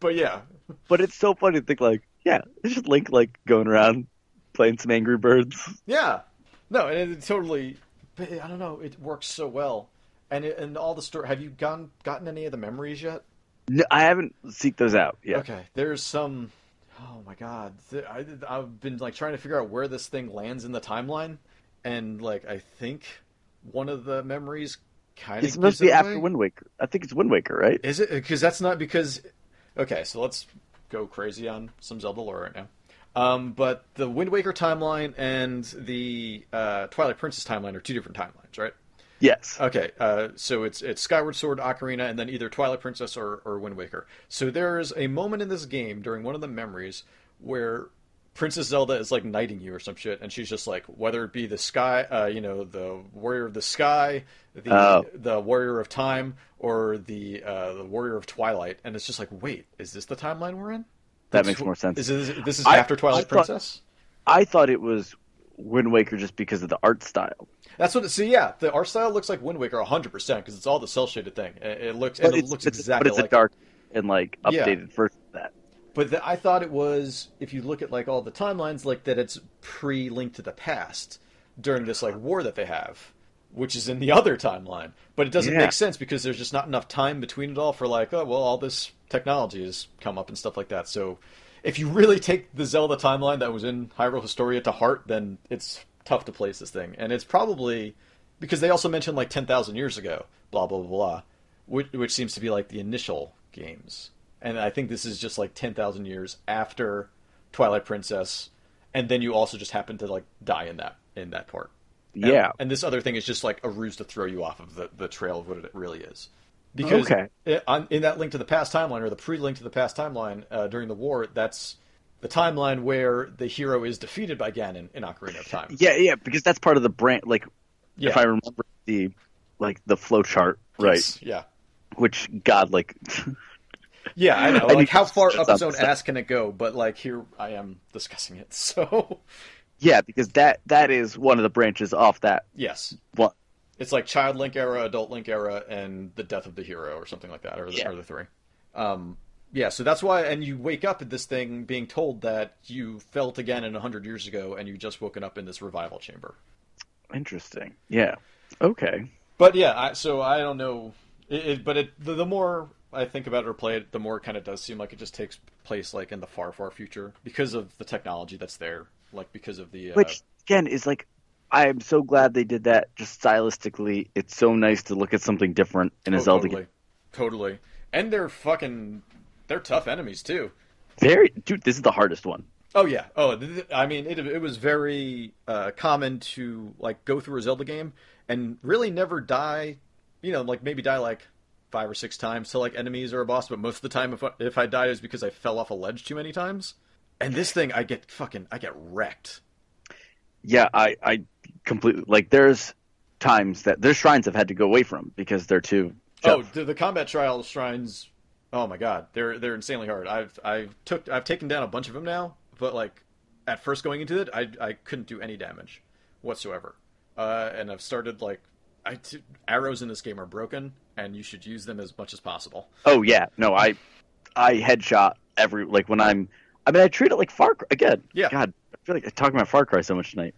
B: But yeah,
A: but it's so funny to think like yeah it's just link like going around playing some angry birds
B: Yeah, no, and it totally. But I don't know. It works so well, and it, and all the story. Have you gone gotten any of the memories yet?
A: no, i haven't seeked those out yet
B: Okay, there's some. Oh my god, Th- I, I've been like trying to figure out where this thing lands in the timeline, and like I think one of the memories kind
A: it's
B: of
A: supposed
B: gives
A: to be
B: it
A: after
B: away.
A: wind waker i think it's wind waker right
B: Is it because that's not because Okay, so let's go crazy on some Zelda lore right now. Um, but the Wind Waker timeline and the uh, Twilight Princess timeline are two different timelines, right?
A: Yes.
B: Okay, uh, so it's it's Skyward Sword, Ocarina, and then either Twilight Princess or, or Wind Waker. So there is a moment in this game during one of the memories where Princess Zelda is like knighting you or some shit, and she's just like, whether it be the sky, uh, you know, the warrior of the sky, the
A: Oh.
B: the warrior of time, or the uh, the warrior of twilight, and it's just like, wait, is this the timeline we're in?
A: That
B: That's
A: makes
B: wh-
A: more sense.
B: Is this, this is
A: I-
B: after
A: I
B: Twilight
A: thought-
B: Princess?
A: I thought it was Wind Waker just because of the art style.
B: That's what. it So yeah, the art style looks like Wind Waker 100 percent because it's all the cell shaded thing. It, it looks and it looks exactly
A: but it's a
B: like
A: dark and like
B: Yeah.
A: updated version of that.
B: But the, I thought it was if you look at like all the timelines, like that it's pre-linked to the past during this like war that they have, which is in the other timeline. But it doesn't
A: Yeah.
B: make sense because there's just not enough time between it all for like oh well all this technology has come up and stuff like that. So if you really take the Zelda timeline that was in Hyrule Historia to heart, then it's tough to place this thing, and it's probably because they also mentioned like ten thousand years ago, blah blah blah, blah which, which seems to be like the initial games, and I think this is just like ten thousand years after Twilight Princess, and then you also just happen to like die in that in that part. And-
A: Yeah.
B: and this other thing is just like a ruse to throw you off of the, the trail of what it really is. Because
A: Okay.
B: i- on, in that link to the past timeline or the pre-link to the past timeline uh, during the war, that's the timeline where the hero is defeated by Ganon in Ocarina of Time.
A: Yeah, yeah, because that's part of the brand. Like, if I remember the like the flow chart right,
B: Yes. Yeah.
A: which God, like,
B: Yeah, I know.
A: I
B: Like,
A: need
B: how far
A: to
B: up its
A: stop
B: own
A: this.
B: ass can it go? But like, here I am discussing it. [laughs] So,
A: yeah, because that that is one of the branches off that
B: yes,
A: one.
B: it's like Child Link era, Adult Link era, and the death of the hero, or something like that, or the,
A: Yeah.
B: or the three. Um, yeah, so that's why. And you wake up at this thing being told that you felt again in hundred years ago, and you just woken up in this revival chamber.
A: Interesting. Yeah. Okay.
B: But yeah, I, so I don't know. It, it, but it, the, the more I think about it or play it, the more it kind of does seem like it just takes place like in the far, far future because of the technology that's there, like because of the uh,
A: Which again is like, I am so glad they did that. Just stylistically, it's so nice to look at something different in a
B: Oh,
A: Zelda
B: totally.
A: game.
B: Totally. And they're fucking they're tough enemies too.
A: Very, dude, this is the hardest one.
B: Oh yeah. Oh, th- th- I mean it it was very uh common to like go through a Zelda game and really never die, you know, like maybe die like five or six times to like enemies or a boss, but most of the time if I, if I died it was because I fell off a ledge too many times. And this thing I get fucking I get wrecked.
A: Yeah, I, I completely like. There's times that there's shrines I've had to go away from because they're too.
B: Oh,
A: tough.
B: the, the combat trial shrines. Oh my god, they're they're insanely hard. I've I've took I've taken down a bunch of them now, but like at first going into it, I I couldn't do any damage whatsoever. Uh, and I've started like I t- arrows in this game are broken, and you should use them as much as possible.
A: Oh yeah, no, I I headshot every like when I'm. I mean, I treat it like Far Cry again.
B: Yeah.
A: God, I feel like I'm talking about Far Cry so much tonight,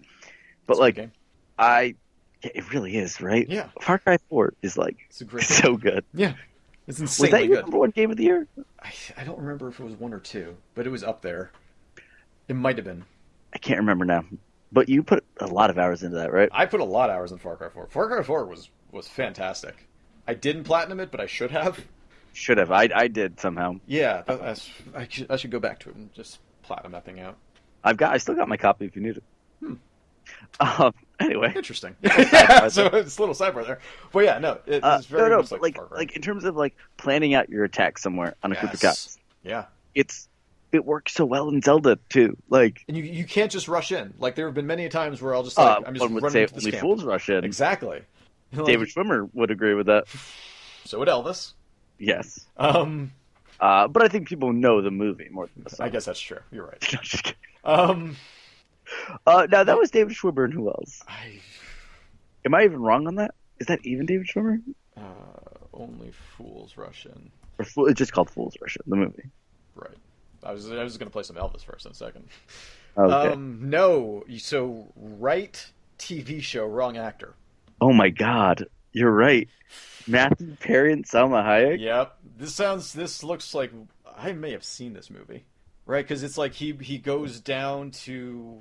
A: but
B: It's a
A: like
B: good game.
A: I, yeah, it really is right.
B: Yeah.
A: Far Cry Four is like
B: it's a great game.
A: [laughs] so good.
B: yeah, it's
A: Was that
B: insanely
A: your
B: good.
A: number one game of the year?
B: I I don't remember if it was one or two, but it was up there. It might have been.
A: I can't remember now, but you put a lot of hours into that, right?
B: I put a lot of hours in Far Cry 4. Far Cry 4 was was fantastic. I didn't platinum it, but I should have.
A: Should have. I I did somehow.
B: Yeah, that, that's, I, should, I should go back to it and just platinum that thing out.
A: I've got. I still got my copy if you need it.
B: Hmm.
A: Um. Anyway.
B: Interesting. yeah, [laughs] so it's a little sidebar there. But yeah, no, it- it's
A: Uh,
B: very
A: no, no,
B: much
A: but
B: like,
A: like
B: Far Cry.
A: like in terms of like planning out your attack somewhere on a group of
B: Yes.
A: guys,
B: Yeah.
A: it's it works so well in Zelda too. Like,
B: And you, you can't just rush in. Like, there have been many times where I'll just,
A: uh,
B: like, I'm just
A: one would
B: running
A: say
B: into this
A: only
B: camp.
A: fools rush in.
B: Exactly. [laughs] Like,
A: David Schwimmer would agree with that.
B: So would Elvis.
A: Yes,
B: Um,
A: uh, but I think people know the movie more than the song.
B: I guess that's true. You're right.
A: [laughs] No, just kidding.
B: Um,
A: Uh, now that was David Schwimmer and who else?
B: I
A: Am I even wrong on that? Is that even David Schwimmer?
B: uh, only fools rush in.
A: Or fool, it's just called Fools Rush in the movie.
B: Right. I was I was going to play some Elvis first in a second.
A: Okay.
B: Um, no. So right TV show, wrong actor.
A: oh my God, you're right. Matthew Perry and Salma Hayek.
B: Yep. This sounds. This looks like I may have seen this movie, right? Because it's like he he goes down to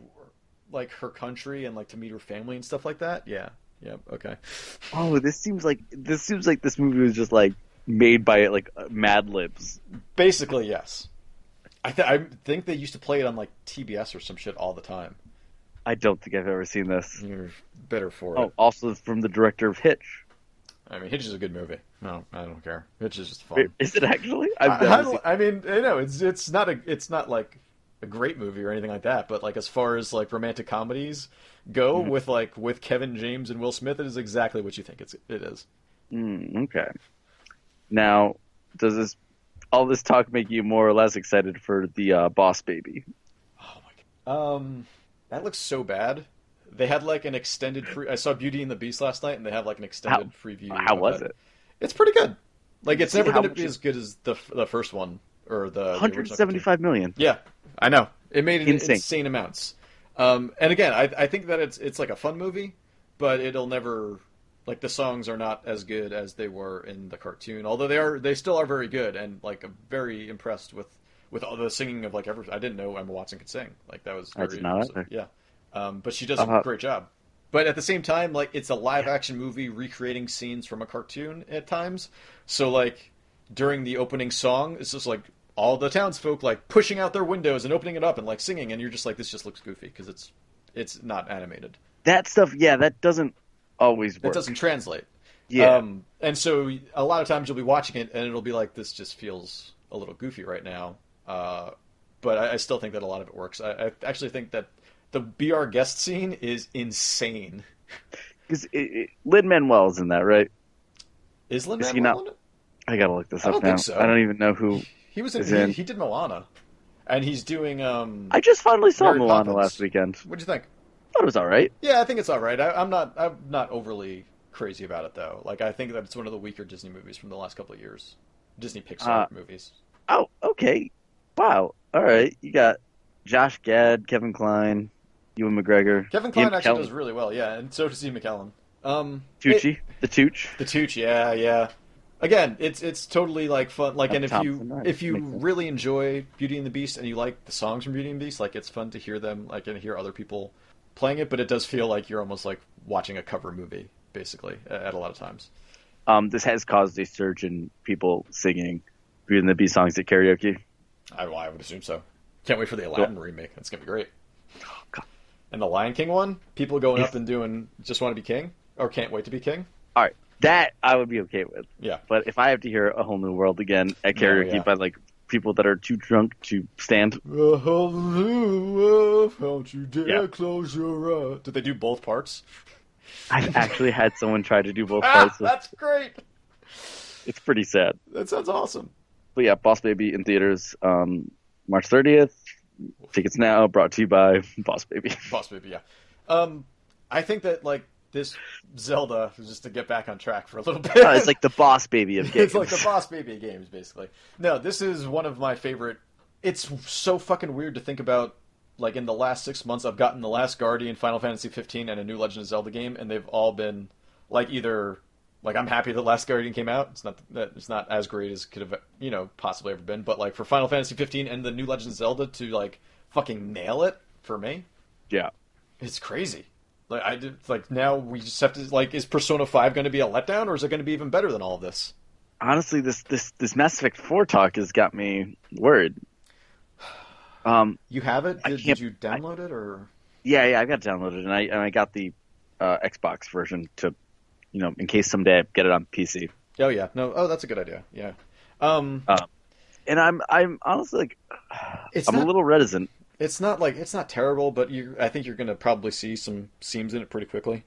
B: like her country and like to meet her family and stuff like that. Yeah. Yep. Okay.
A: Oh, this seems like this seems like this movie was just like made by like Mad Libs.
B: Basically, yes. I, th- I think they used to play it on like TBS or some shit all the time.
A: I don't think I've ever seen this.
B: You're better for
A: Oh,
B: it.
A: also from the director of Hitch.
B: I mean, Hitch is a good movie. No, I don't care. Hitch is just fun.
A: Wait, Is it actually?
B: I,
A: I've
B: I
A: never
B: don't-
A: seen.
B: I mean, you know, it's it's not a it's not like a great movie or anything like that, but like as far as like romantic comedies go,
A: Mm-hmm.
B: with like with Kevin James and Will Smith, it is exactly what you think it's it is.
A: Mm, okay. Now, does this all this talk make you more or less excited for the uh, Boss Baby?
B: Oh my god. Um, that looks so bad. They had like an extended. Pre- I saw Beauty and the Beast last night, and they have like an extended preview.
A: How
B: of
A: was
B: that. uh,
A: it?
B: It's pretty good. Like it's
A: See
B: never
A: how
B: going to
A: much
B: be
A: it-
B: as good as the the first one or the the original
A: One hundred
B: cartoon.
A: seventy-five million.
B: Yeah, I know. It made an insane,
A: Insane.
B: amounts. Um, and again, I, I think that it's it's like a fun movie, but it'll never like the songs are not as good as they were in the cartoon. Although they are, they still are very good, and like I'm very impressed with with all the singing of like every. I didn't know Emma Watson could sing. Like that was
A: I
B: very
A: did not
B: impressive.
A: either.
B: Yeah, um, but she does a
A: Uh-huh.
B: great job. But at the same time, like it's a live action movie recreating scenes from a cartoon at times. So like during the opening song, it's just like all the townsfolk like pushing out their windows and opening it up and like singing, and you're just like, this just looks goofy because it's it's not animated.
A: That stuff, yeah, that doesn't always
B: It
A: work.
B: doesn't translate.
A: Yeah,
B: Um, and so a lot of times you'll be watching it and it'll be like, this just feels a little goofy right now. Uh, but I, I still think that a lot of it works. I, I actually think that the BR guest scene is insane.
A: because Lin Manuel's in that, right?
B: Is Lin
A: Is he
B: Manuel
A: not-
B: in it?
A: I gotta look this
B: I
A: up
B: don't
A: now.
B: think so.
A: I don't even know who.
B: He was in,
A: Is
B: he,
A: in-
B: he did Moana, and he's doing. Um,
A: I just finally saw
B: Mary
A: Moana
B: Poppins.
A: last weekend.
B: What'd you think?
A: Thought it was all right.
B: Yeah, I think it's all right. I, I'm not. I'm not overly crazy about it though. Like I think that it's one of the weaker Disney movies from the last couple of years. Disney Pixar
A: Uh,
B: movies.
A: Oh, okay. Wow. All right. You got Josh Gad, Kevin Klein, Ewan McGregor,
B: Kevin Klein
A: Ian
B: actually
A: McKellen,
B: does really well. Yeah, and so does Ian McKellen. Um,
A: Tucci,
B: it-
A: the Tooch.
B: the Tooch. Yeah, yeah. Again, it's it's totally like fun. Like,
A: Up
B: and if
A: top
B: you
A: and right.
B: if you
A: Makes sense.
B: really enjoy Beauty and the Beast and you like the songs from Beauty and the Beast, like it's fun to hear them. Like and hear other people playing it, but it does feel like you're almost like watching a cover movie basically a- at a lot of times.
A: Um, this has caused a surge in people singing Beauty and the Beast songs at karaoke.
B: I, well, I would assume so. Can't wait for the Aladdin remake. That's gonna be great.
A: Oh,
B: And the Lion King one, people going up and doing "Just Want to Be King" or "Can't Wait to Be King."
A: All right, that I would be okay with.
B: Yeah.
A: But if I have to hear a whole new world again at
B: No,
A: karaoke
B: Oh, yeah.
A: by like people that are too drunk to stand,
B: The whole new world, don't you dare
A: Yeah.
B: close your eyes. Did they do both parts?
A: I
B: [laughs]
A: actually had someone try to do both
B: Ah,
A: parts.
B: that's great.
A: It's pretty sad.
B: That sounds awesome.
A: But yeah, Boss Baby in theaters um, March 30th. Tickets now. Brought to you by [laughs] Boss
B: [laughs]
A: Baby.
B: Boss Baby, yeah. Um, I think that like this Zelda, just to get back on track for a
A: [laughs]
B: little bit.
A: Uh, it's like the Boss Baby of games.
B: [laughs] it's like the Boss Baby games, basically. No, this is one of my favorite. It's so fucking weird to think about. Like in the last six months, I've gotten the last Guardian, Final Fantasy 15, and a new Legend of Zelda game, and they've all been like either like I'm happy the last Guardian came out. It's not that it's not as great as could have you know possibly ever been, but like for Final Fantasy 15 and the new Legend of Zelda to like fucking nail it for me,
A: yeah.
B: it's crazy. Like I did, like now we just have to like is Persona 5 going to be a letdown or is it going to be even better than all of this?
A: Honestly, this, this, this Mass Effect 4 talk has got me worried. Um,
B: You have it?
A: I
B: Did, did
A: can't-
B: you download it or?
A: Yeah, yeah, I got it downloaded and I and I got the uh, Xbox version to, you know, in case someday I get it on PC.
B: Oh yeah, no. Oh, that's a good idea. Yeah. Um,
A: And I'm I'm honestly like
B: it's
A: I'm
B: not.
A: a little reticent.
B: It's not like it's not terrible, but you. I think you're gonna probably see some seams in it pretty quickly.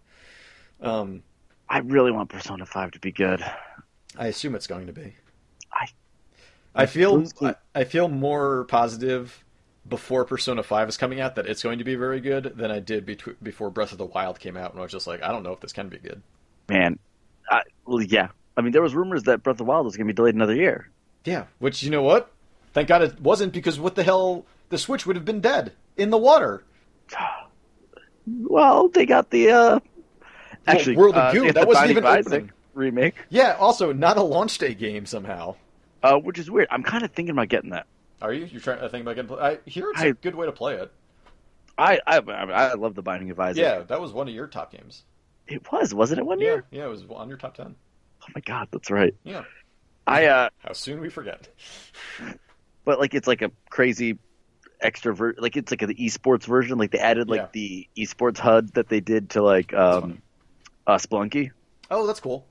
B: Um,
A: I really want Persona Five to be good.
B: I assume it's going to be.
A: I-
B: I feel.
A: Let's see.
B: I, I feel more positive before Persona Five is coming out that it's going to be very good than I did betw- before Breath of the Wild came out, and I was just like, I don't know if this can be good.
A: Man, I, well, yeah. I mean, there was rumors that Breath of the Wild was going to be delayed another year.
B: Yeah. Which you know what? Thank God it wasn't because what the hell? The Switch would have been dead in the water.
A: Well, they got the uh, actually
B: World of
A: uh, they
B: Goo,
A: got
B: that
A: the
B: wasn't
A: Binding
B: even
A: of Isaac
B: opening.
A: remake,
B: Yeah, also not a launch day game somehow.
A: uh, which is weird. I'm kind of thinking about getting that.
B: Are you? You're trying to think about getting. I hear it's a
A: I-
B: good way to play it.
A: I I, I, mean, I love the Binding of Isaac.
B: Yeah, that was one of your top games.
A: it was wasn't it one
B: Yeah,
A: year?
B: yeah, it was on your top ten.
A: Oh my god, that's right.
B: Yeah,
A: I uh,
B: How soon we forget.
A: but like it's like a crazy extrovert. Like it's like the esports version. Like they added like
B: Yeah.
A: the esports HUD that they did to like um, uh, Splunky.
B: Oh, that's cool.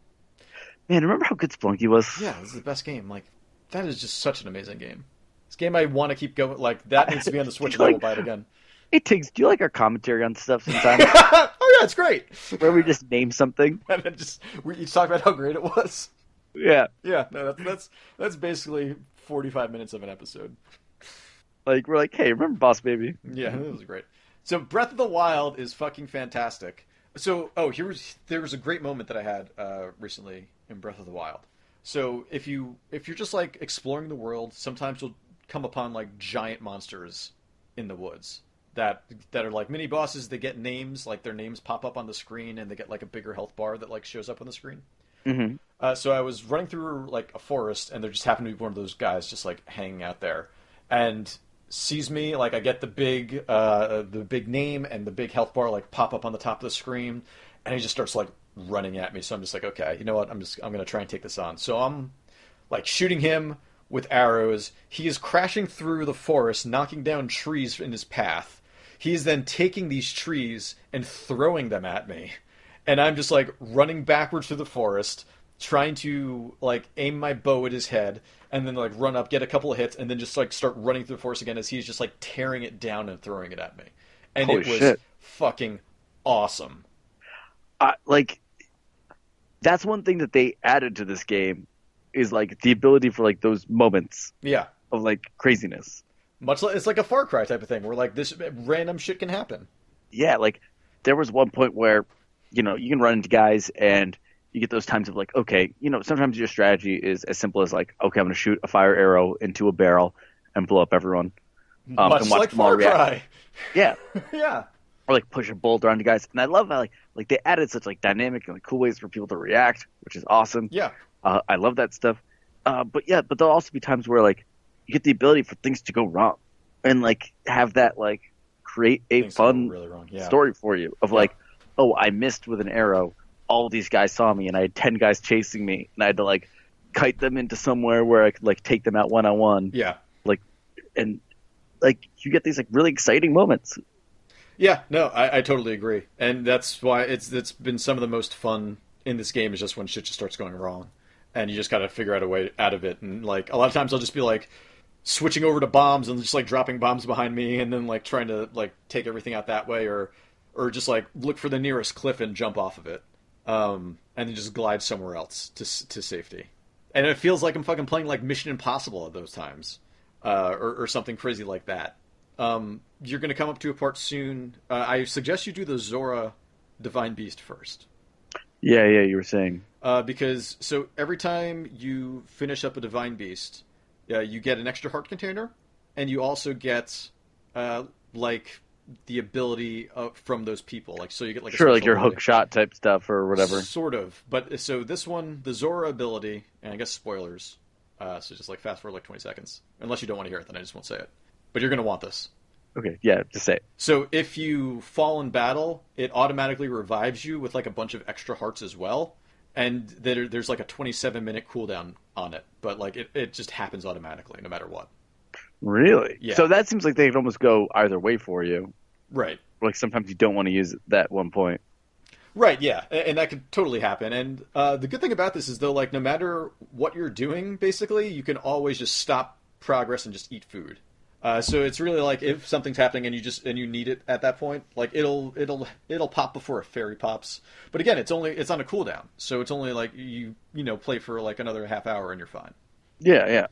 A: Man, remember how good Splunky was?
B: Yeah, this is the best game. Like, that is just such an amazing game. This game I want to keep going. Like, that needs to be on [laughs] the Switch. and I will buy it again.
A: Hey, Tiggs, do you like our commentary on stuff sometimes?
B: oh yeah, it's great.
A: where we just name something?
B: [laughs] And then just we each talk about how great it was. [laughs]
A: Yeah.
B: Yeah, no, that's that's that's basically forty-five minutes of an episode.
A: Like we're like, hey, remember Boss Baby?
B: [laughs] Yeah, that was great. So Breath of the Wild is fucking fantastic. So oh, here was there was a great moment that I had uh, recently in Breath of the Wild. So if you if you're just like exploring the world, sometimes you'll come upon like giant monsters in the woods that that are like mini bosses. They get names, like their names pop up on the screen, and they get like a bigger health bar that like shows up on the screen.
A: Mm-hmm.
B: Uh, so I was running through like a forest, and there just happened to be one of those guys just like hanging out there, and sees me. Like I get the big, uh, the big name and the big health bar like pop up on the top of the screen, and he just starts like running at me. So I'm just like, okay, you know what? I'm just I'm gonna try and take this on. So I'm like shooting him with arrows. He is crashing through the forest, knocking down trees in his path. He is then taking these trees and throwing them at me. And I'm just like running backwards through the forest, trying to like aim my bow at his head, and then like run up, get a couple of hits, and then just like start running through the forest again as he's just like tearing it down and throwing it at me. And
A: Holy
B: it was
A: shit.
B: fucking awesome.
A: I, like that's one thing that they added to this game is like the ability for like those moments
B: Yeah.
A: of like craziness.
B: Much like it's like a Far Cry type of thing where like this random shit can happen.
A: Yeah, like there was one point where you know you can run into guys and you get those times of like okay, you know sometimes your strategy is as simple as like okay, I'm going to shoot a fire arrow into a barrel and blow up everyone. Um,
B: Much
A: and watch
B: like
A: them all
B: Far
A: react.
B: Cry.
A: Yeah,
B: yeah.
A: or like push a boulder onto guys. And I love how like like they added such like dynamic and like cool ways for people to react, which is awesome.
B: Yeah.
A: Uh, I love that stuff. Uh, but yeah, but there'll also be times where like you get the ability for things to go wrong, and like have that like create a
B: Things
A: fun
B: go really wrong. Yeah.
A: story for you of like, oh, I missed with an arrow. All these guys saw me, and I had ten guys chasing me, and I had to like kite them into somewhere where I could like take them out one on one,
B: Yeah.
A: and like you get these like really exciting moments.
B: Yeah, no, I, I totally agree, and that's why it's it's been some of the most fun in this game is just when shit just starts going wrong, and you just gotta figure out a way out of it. And like a lot of times, I'll just be like switching over to bombs and just like dropping bombs behind me, and then like trying to like take everything out that way, or or just like look for the nearest cliff and jump off of it, um, and then just glide somewhere else to s- to safety. And it feels like I'm fucking playing like Mission Impossible at those times, uh, or or something crazy like that um, you're going to come up to a part soon. Uh, I suggest you do the Zora Divine Beast first.
A: Yeah, yeah, you were saying.
B: Uh, because, so every time you finish up a Divine Beast, uh, you get an extra heart container, and you also get, uh, like, the ability uh, from those people. Like, so you get, like, a
A: sure, like
B: special
A: your
B: ability.
A: hook shot type stuff or
B: [laughs]
A: whatever.
B: Sort of. But so this one, the Zora ability, and I guess spoilers. Uh, so just, like, fast forward, like, 20 seconds. Unless you don't want to hear it, then I just won't say it. But you're going to want this.
A: Okay, yeah, just say. it.
B: So if you fall in battle, it automatically revives you with like a bunch of extra hearts as well. And there, there's like a 27 minute cooldown on it, but like it, it just happens automatically no matter what.
A: Really?
B: Yeah.
A: So that seems like they could almost go either way for you.
B: Right.
A: Like sometimes you don't want to use it that one point.
B: Right, yeah, a- and that could totally happen. And uh, the good thing about this is, though, like no matter what you're doing, basically, you can always just stop progress and just eat food. Uh, so it's really like if something's happening and you just and you need it at that point, like it'll it'll it'll pop before a fairy pops. But again, it's only it's on a cooldown, so it's only like you you know play for like another half hour and you're fine.
A: Yeah, yeah.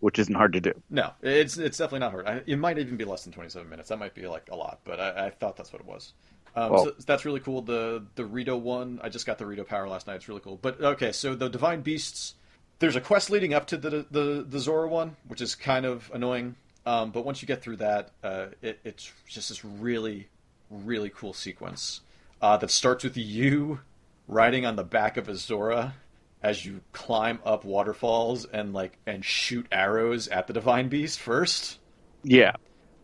A: Which isn't hard to do.
B: No, it's it's definitely not hard. I, it might even be less than 27 minutes. That might be like a lot, but I, I thought that's what it was. Um,
A: Well-
B: so that's really cool. The the Rito one, I just got the Rito power last night. It's really cool. But okay, so the Divine Beasts, there's a quest leading up to the the, the Zora one, which is kind of annoying. Um, but once you get through that, uh, it, it's just this really, really cool sequence uh, that starts with you riding on the back of a Zora as you climb up waterfalls and like and shoot arrows at the divine beast first
A: Yeah.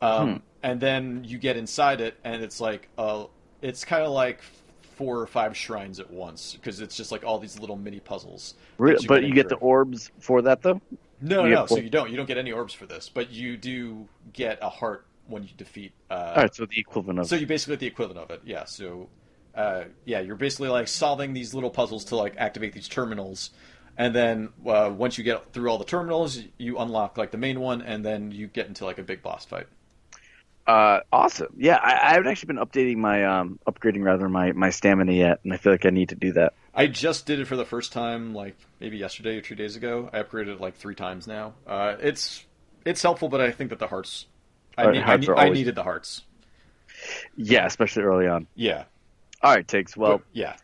A: Hmm.
B: um, and then you get inside it and it's like uh, it's kind of like four or five shrines at once because it's just like all these little mini puzzles. that
A: Re- but
B: can
A: you get the
B: enter.
A: orbs for that though.
B: no,
A: you
B: no,
A: get
B: no. So
A: four-
B: you don't. You don't get any orbs for this, but you do get a heart when you defeat. Uh,
A: All right, so the equivalent of
B: So you basically get the equivalent of it. Yeah. So, uh, yeah, you're basically like solving these little puzzles to like activate these terminals, and then uh, once you get through all the terminals, you unlock like the main one, and then you get into like a big boss fight.
A: uh, awesome. Yeah, I, I haven't actually been updating my um, upgrading rather my my stamina yet, and I feel like I need to do that.
B: I just did it for the first time, like maybe yesterday or two days ago. I upgraded it like three times now. Uh, it's it's helpful, but I think that the hearts, I,
A: Uh,
B: need, I,
A: hearts
B: need,
A: are
B: I
A: always-
B: needed the hearts.
A: Yeah, especially early on.
B: Yeah.
A: All right, takes. Well,
B: But, yeah.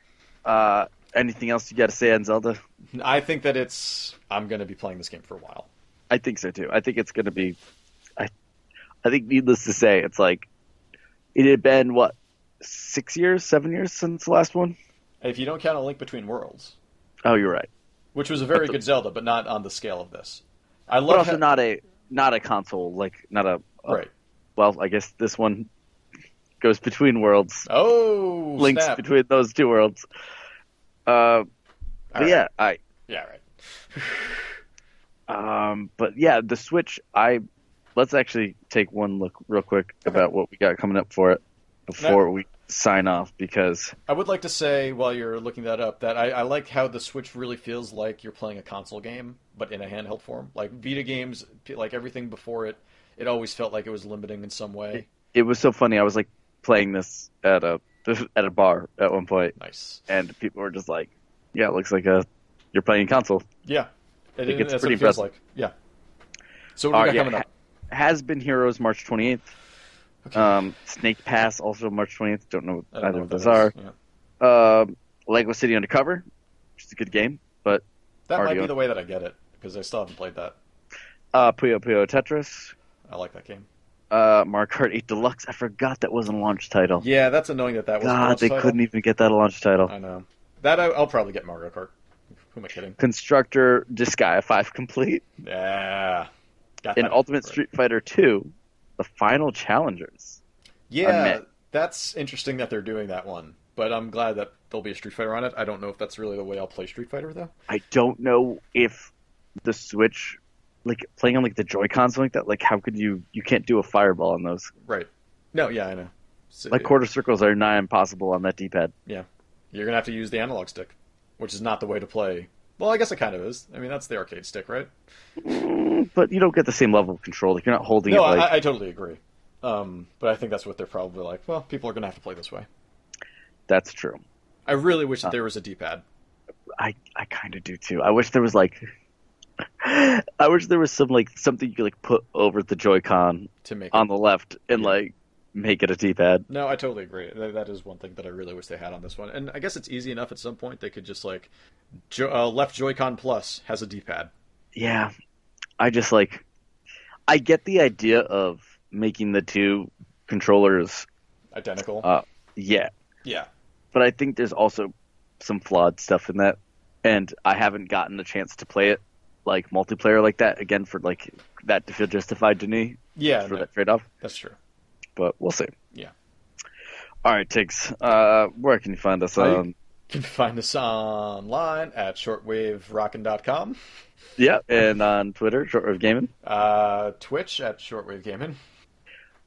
A: uh, anything else you got to say on Zelda?
B: I think that it's. I'm going to be playing this game for a while.
A: I think so too. I think it's going to be. I, I think needless to say, it's like it had been what six years, seven years since the last one.
B: If you don't count a link between worlds,
A: Oh, you're right.
B: which was a very good Zelda, but not on the scale of this. I
A: But
B: love
A: also
B: how-
A: not a not a console like not a, a-
B: right.
A: Well, I guess this one goes between worlds,
B: Oh,
A: links
B: snap.
A: between those two worlds. Uh, but
B: All right.
A: yeah, I
B: yeah, right.
A: Um, but yeah, the Switch. I let's actually take one look real quick about what we got coming up for it before we sign off because
B: I would like to say while you're looking that up that I, I like how the Switch really feels like you're playing a console game, but in a handheld form. Like Vita games, like everything before it, it always felt like it was limiting in some way.
A: it was so funny. I was like playing this at a [laughs] at a bar at one point,
B: Nice.
A: and people were just like, "Yeah, it looks like a you're playing console."
B: Yeah, it,
A: think it's
B: that's
A: pretty
B: what it
A: impressive.
B: feels like. Yeah. So what do
A: All right,
B: we got
A: Uh, yeah.
B: coming up?
A: Has been Heroes March 28th.
B: Okay.
A: Um, Snake Pass also March 28th. Don't know
B: I
A: what
B: don't
A: either of
B: know what
A: those
B: that
A: are.
B: is. Yeah.
A: Um, Lego City Undercover, which is a good game, but
B: That
A: Already
B: might be
A: on.
B: the way that I get it because I still haven't played that.
A: uh, Puyo Puyo Tetris,
B: I like that game.
A: uh, Mario Kart 8 Deluxe. I forgot that wasn't a launch title.
B: Yeah, that's annoying that that was.
A: God, they couldn't even get that a launch title.
B: I know. That I, I'll probably get Mario Kart. Who am I kidding?
A: Constructor Disgaea 5 Complete
B: Yeah. Got
A: and
B: [laughs] that.
A: Ultimate
B: Right.
A: Street Fighter 2, The Final Challengers. I
B: Yeah,
A: met.
B: that's interesting that they're doing that one. But I'm glad that there'll be a Street Fighter on it. I don't know if that's really the way I'll play Street Fighter though.
A: I don't know if the Switch, like playing on like the Joy Cons like that, like how could you? You can't do a fireball on those.
B: Right. No, yeah, I know. So,
A: Like quarter circles are nigh impossible on that D-pad.
B: You're gonna have to use the analog stick, which is not the way to play. Well, I guess it kind of is. I mean, that's the arcade stick, right?
A: Mm, But you don't get the same level of control. Like you're not holding
B: No,
A: it. Like
B: I, I totally agree. Um, but I think that's what they're probably like. Well, people are gonna have to play this way.
A: that's true.
B: I really wish that
A: Huh.
B: there was a D-pad.
A: I I kind of do too. I wish there was like, [laughs] I wish there was some like something you could like put over the Joy-Con
B: to make
A: on
B: it.
A: the left and like make it a D-pad.
B: No, I totally agree. Th- That is one thing that I really wish they had on this one. And I guess it's easy enough at some point. They could just like jo- uh, left Joy-Con Plus has a D-pad.
A: Yeah, I just like, I get the idea of making the two controllers
B: Identical.
A: Uh, Yeah,
B: yeah.
A: but I think there's also some flawed stuff in that, and I haven't gotten a chance to play it like multiplayer like that again for like that to feel justified to me
B: Yeah,
A: for
B: no,
A: that trade off.
B: that's true.
A: But we'll see.
B: Yeah.
A: All right, Tiggs. Uh, where can you find us?
B: I-
A: On
B: You can find us online at shortwaverockin.com,
A: yeah, and on Twitter, Shortwave Gaming.
B: uh, Twitch at shortwavegaming.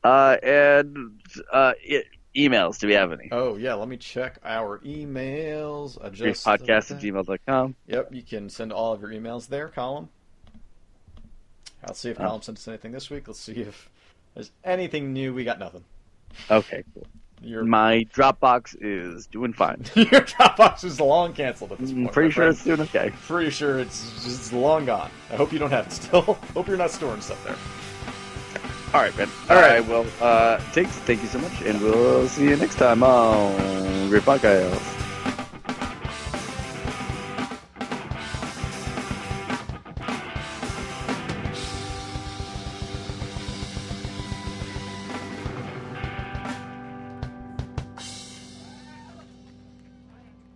A: Uh, and uh, e- emails. Do we have any?
B: Oh, yeah, let me check our emails. I just-
A: Podcast at gmail.com.
B: Yep, you can send all of your emails there, Colin. I'll see if
A: Oh.
B: Colin sent us anything this week. Let's see if there's anything new. We got nothing.
A: Okay, cool.
B: Your,
A: My Dropbox is doing fine.
B: [laughs] your Dropbox is long canceled at this point.
A: I'm
B: my
A: Mm, pretty sure
B: friend.
A: it's doing okay.
B: pretty sure it's just long gone. I hope you don't have it still. [laughs] hope you're not storing stuff there.
A: All right, Ben.
B: All
A: All
B: right.
A: right. Well, uh, Tiggs, thank you so much, and we'll see you next time on Great Podcast.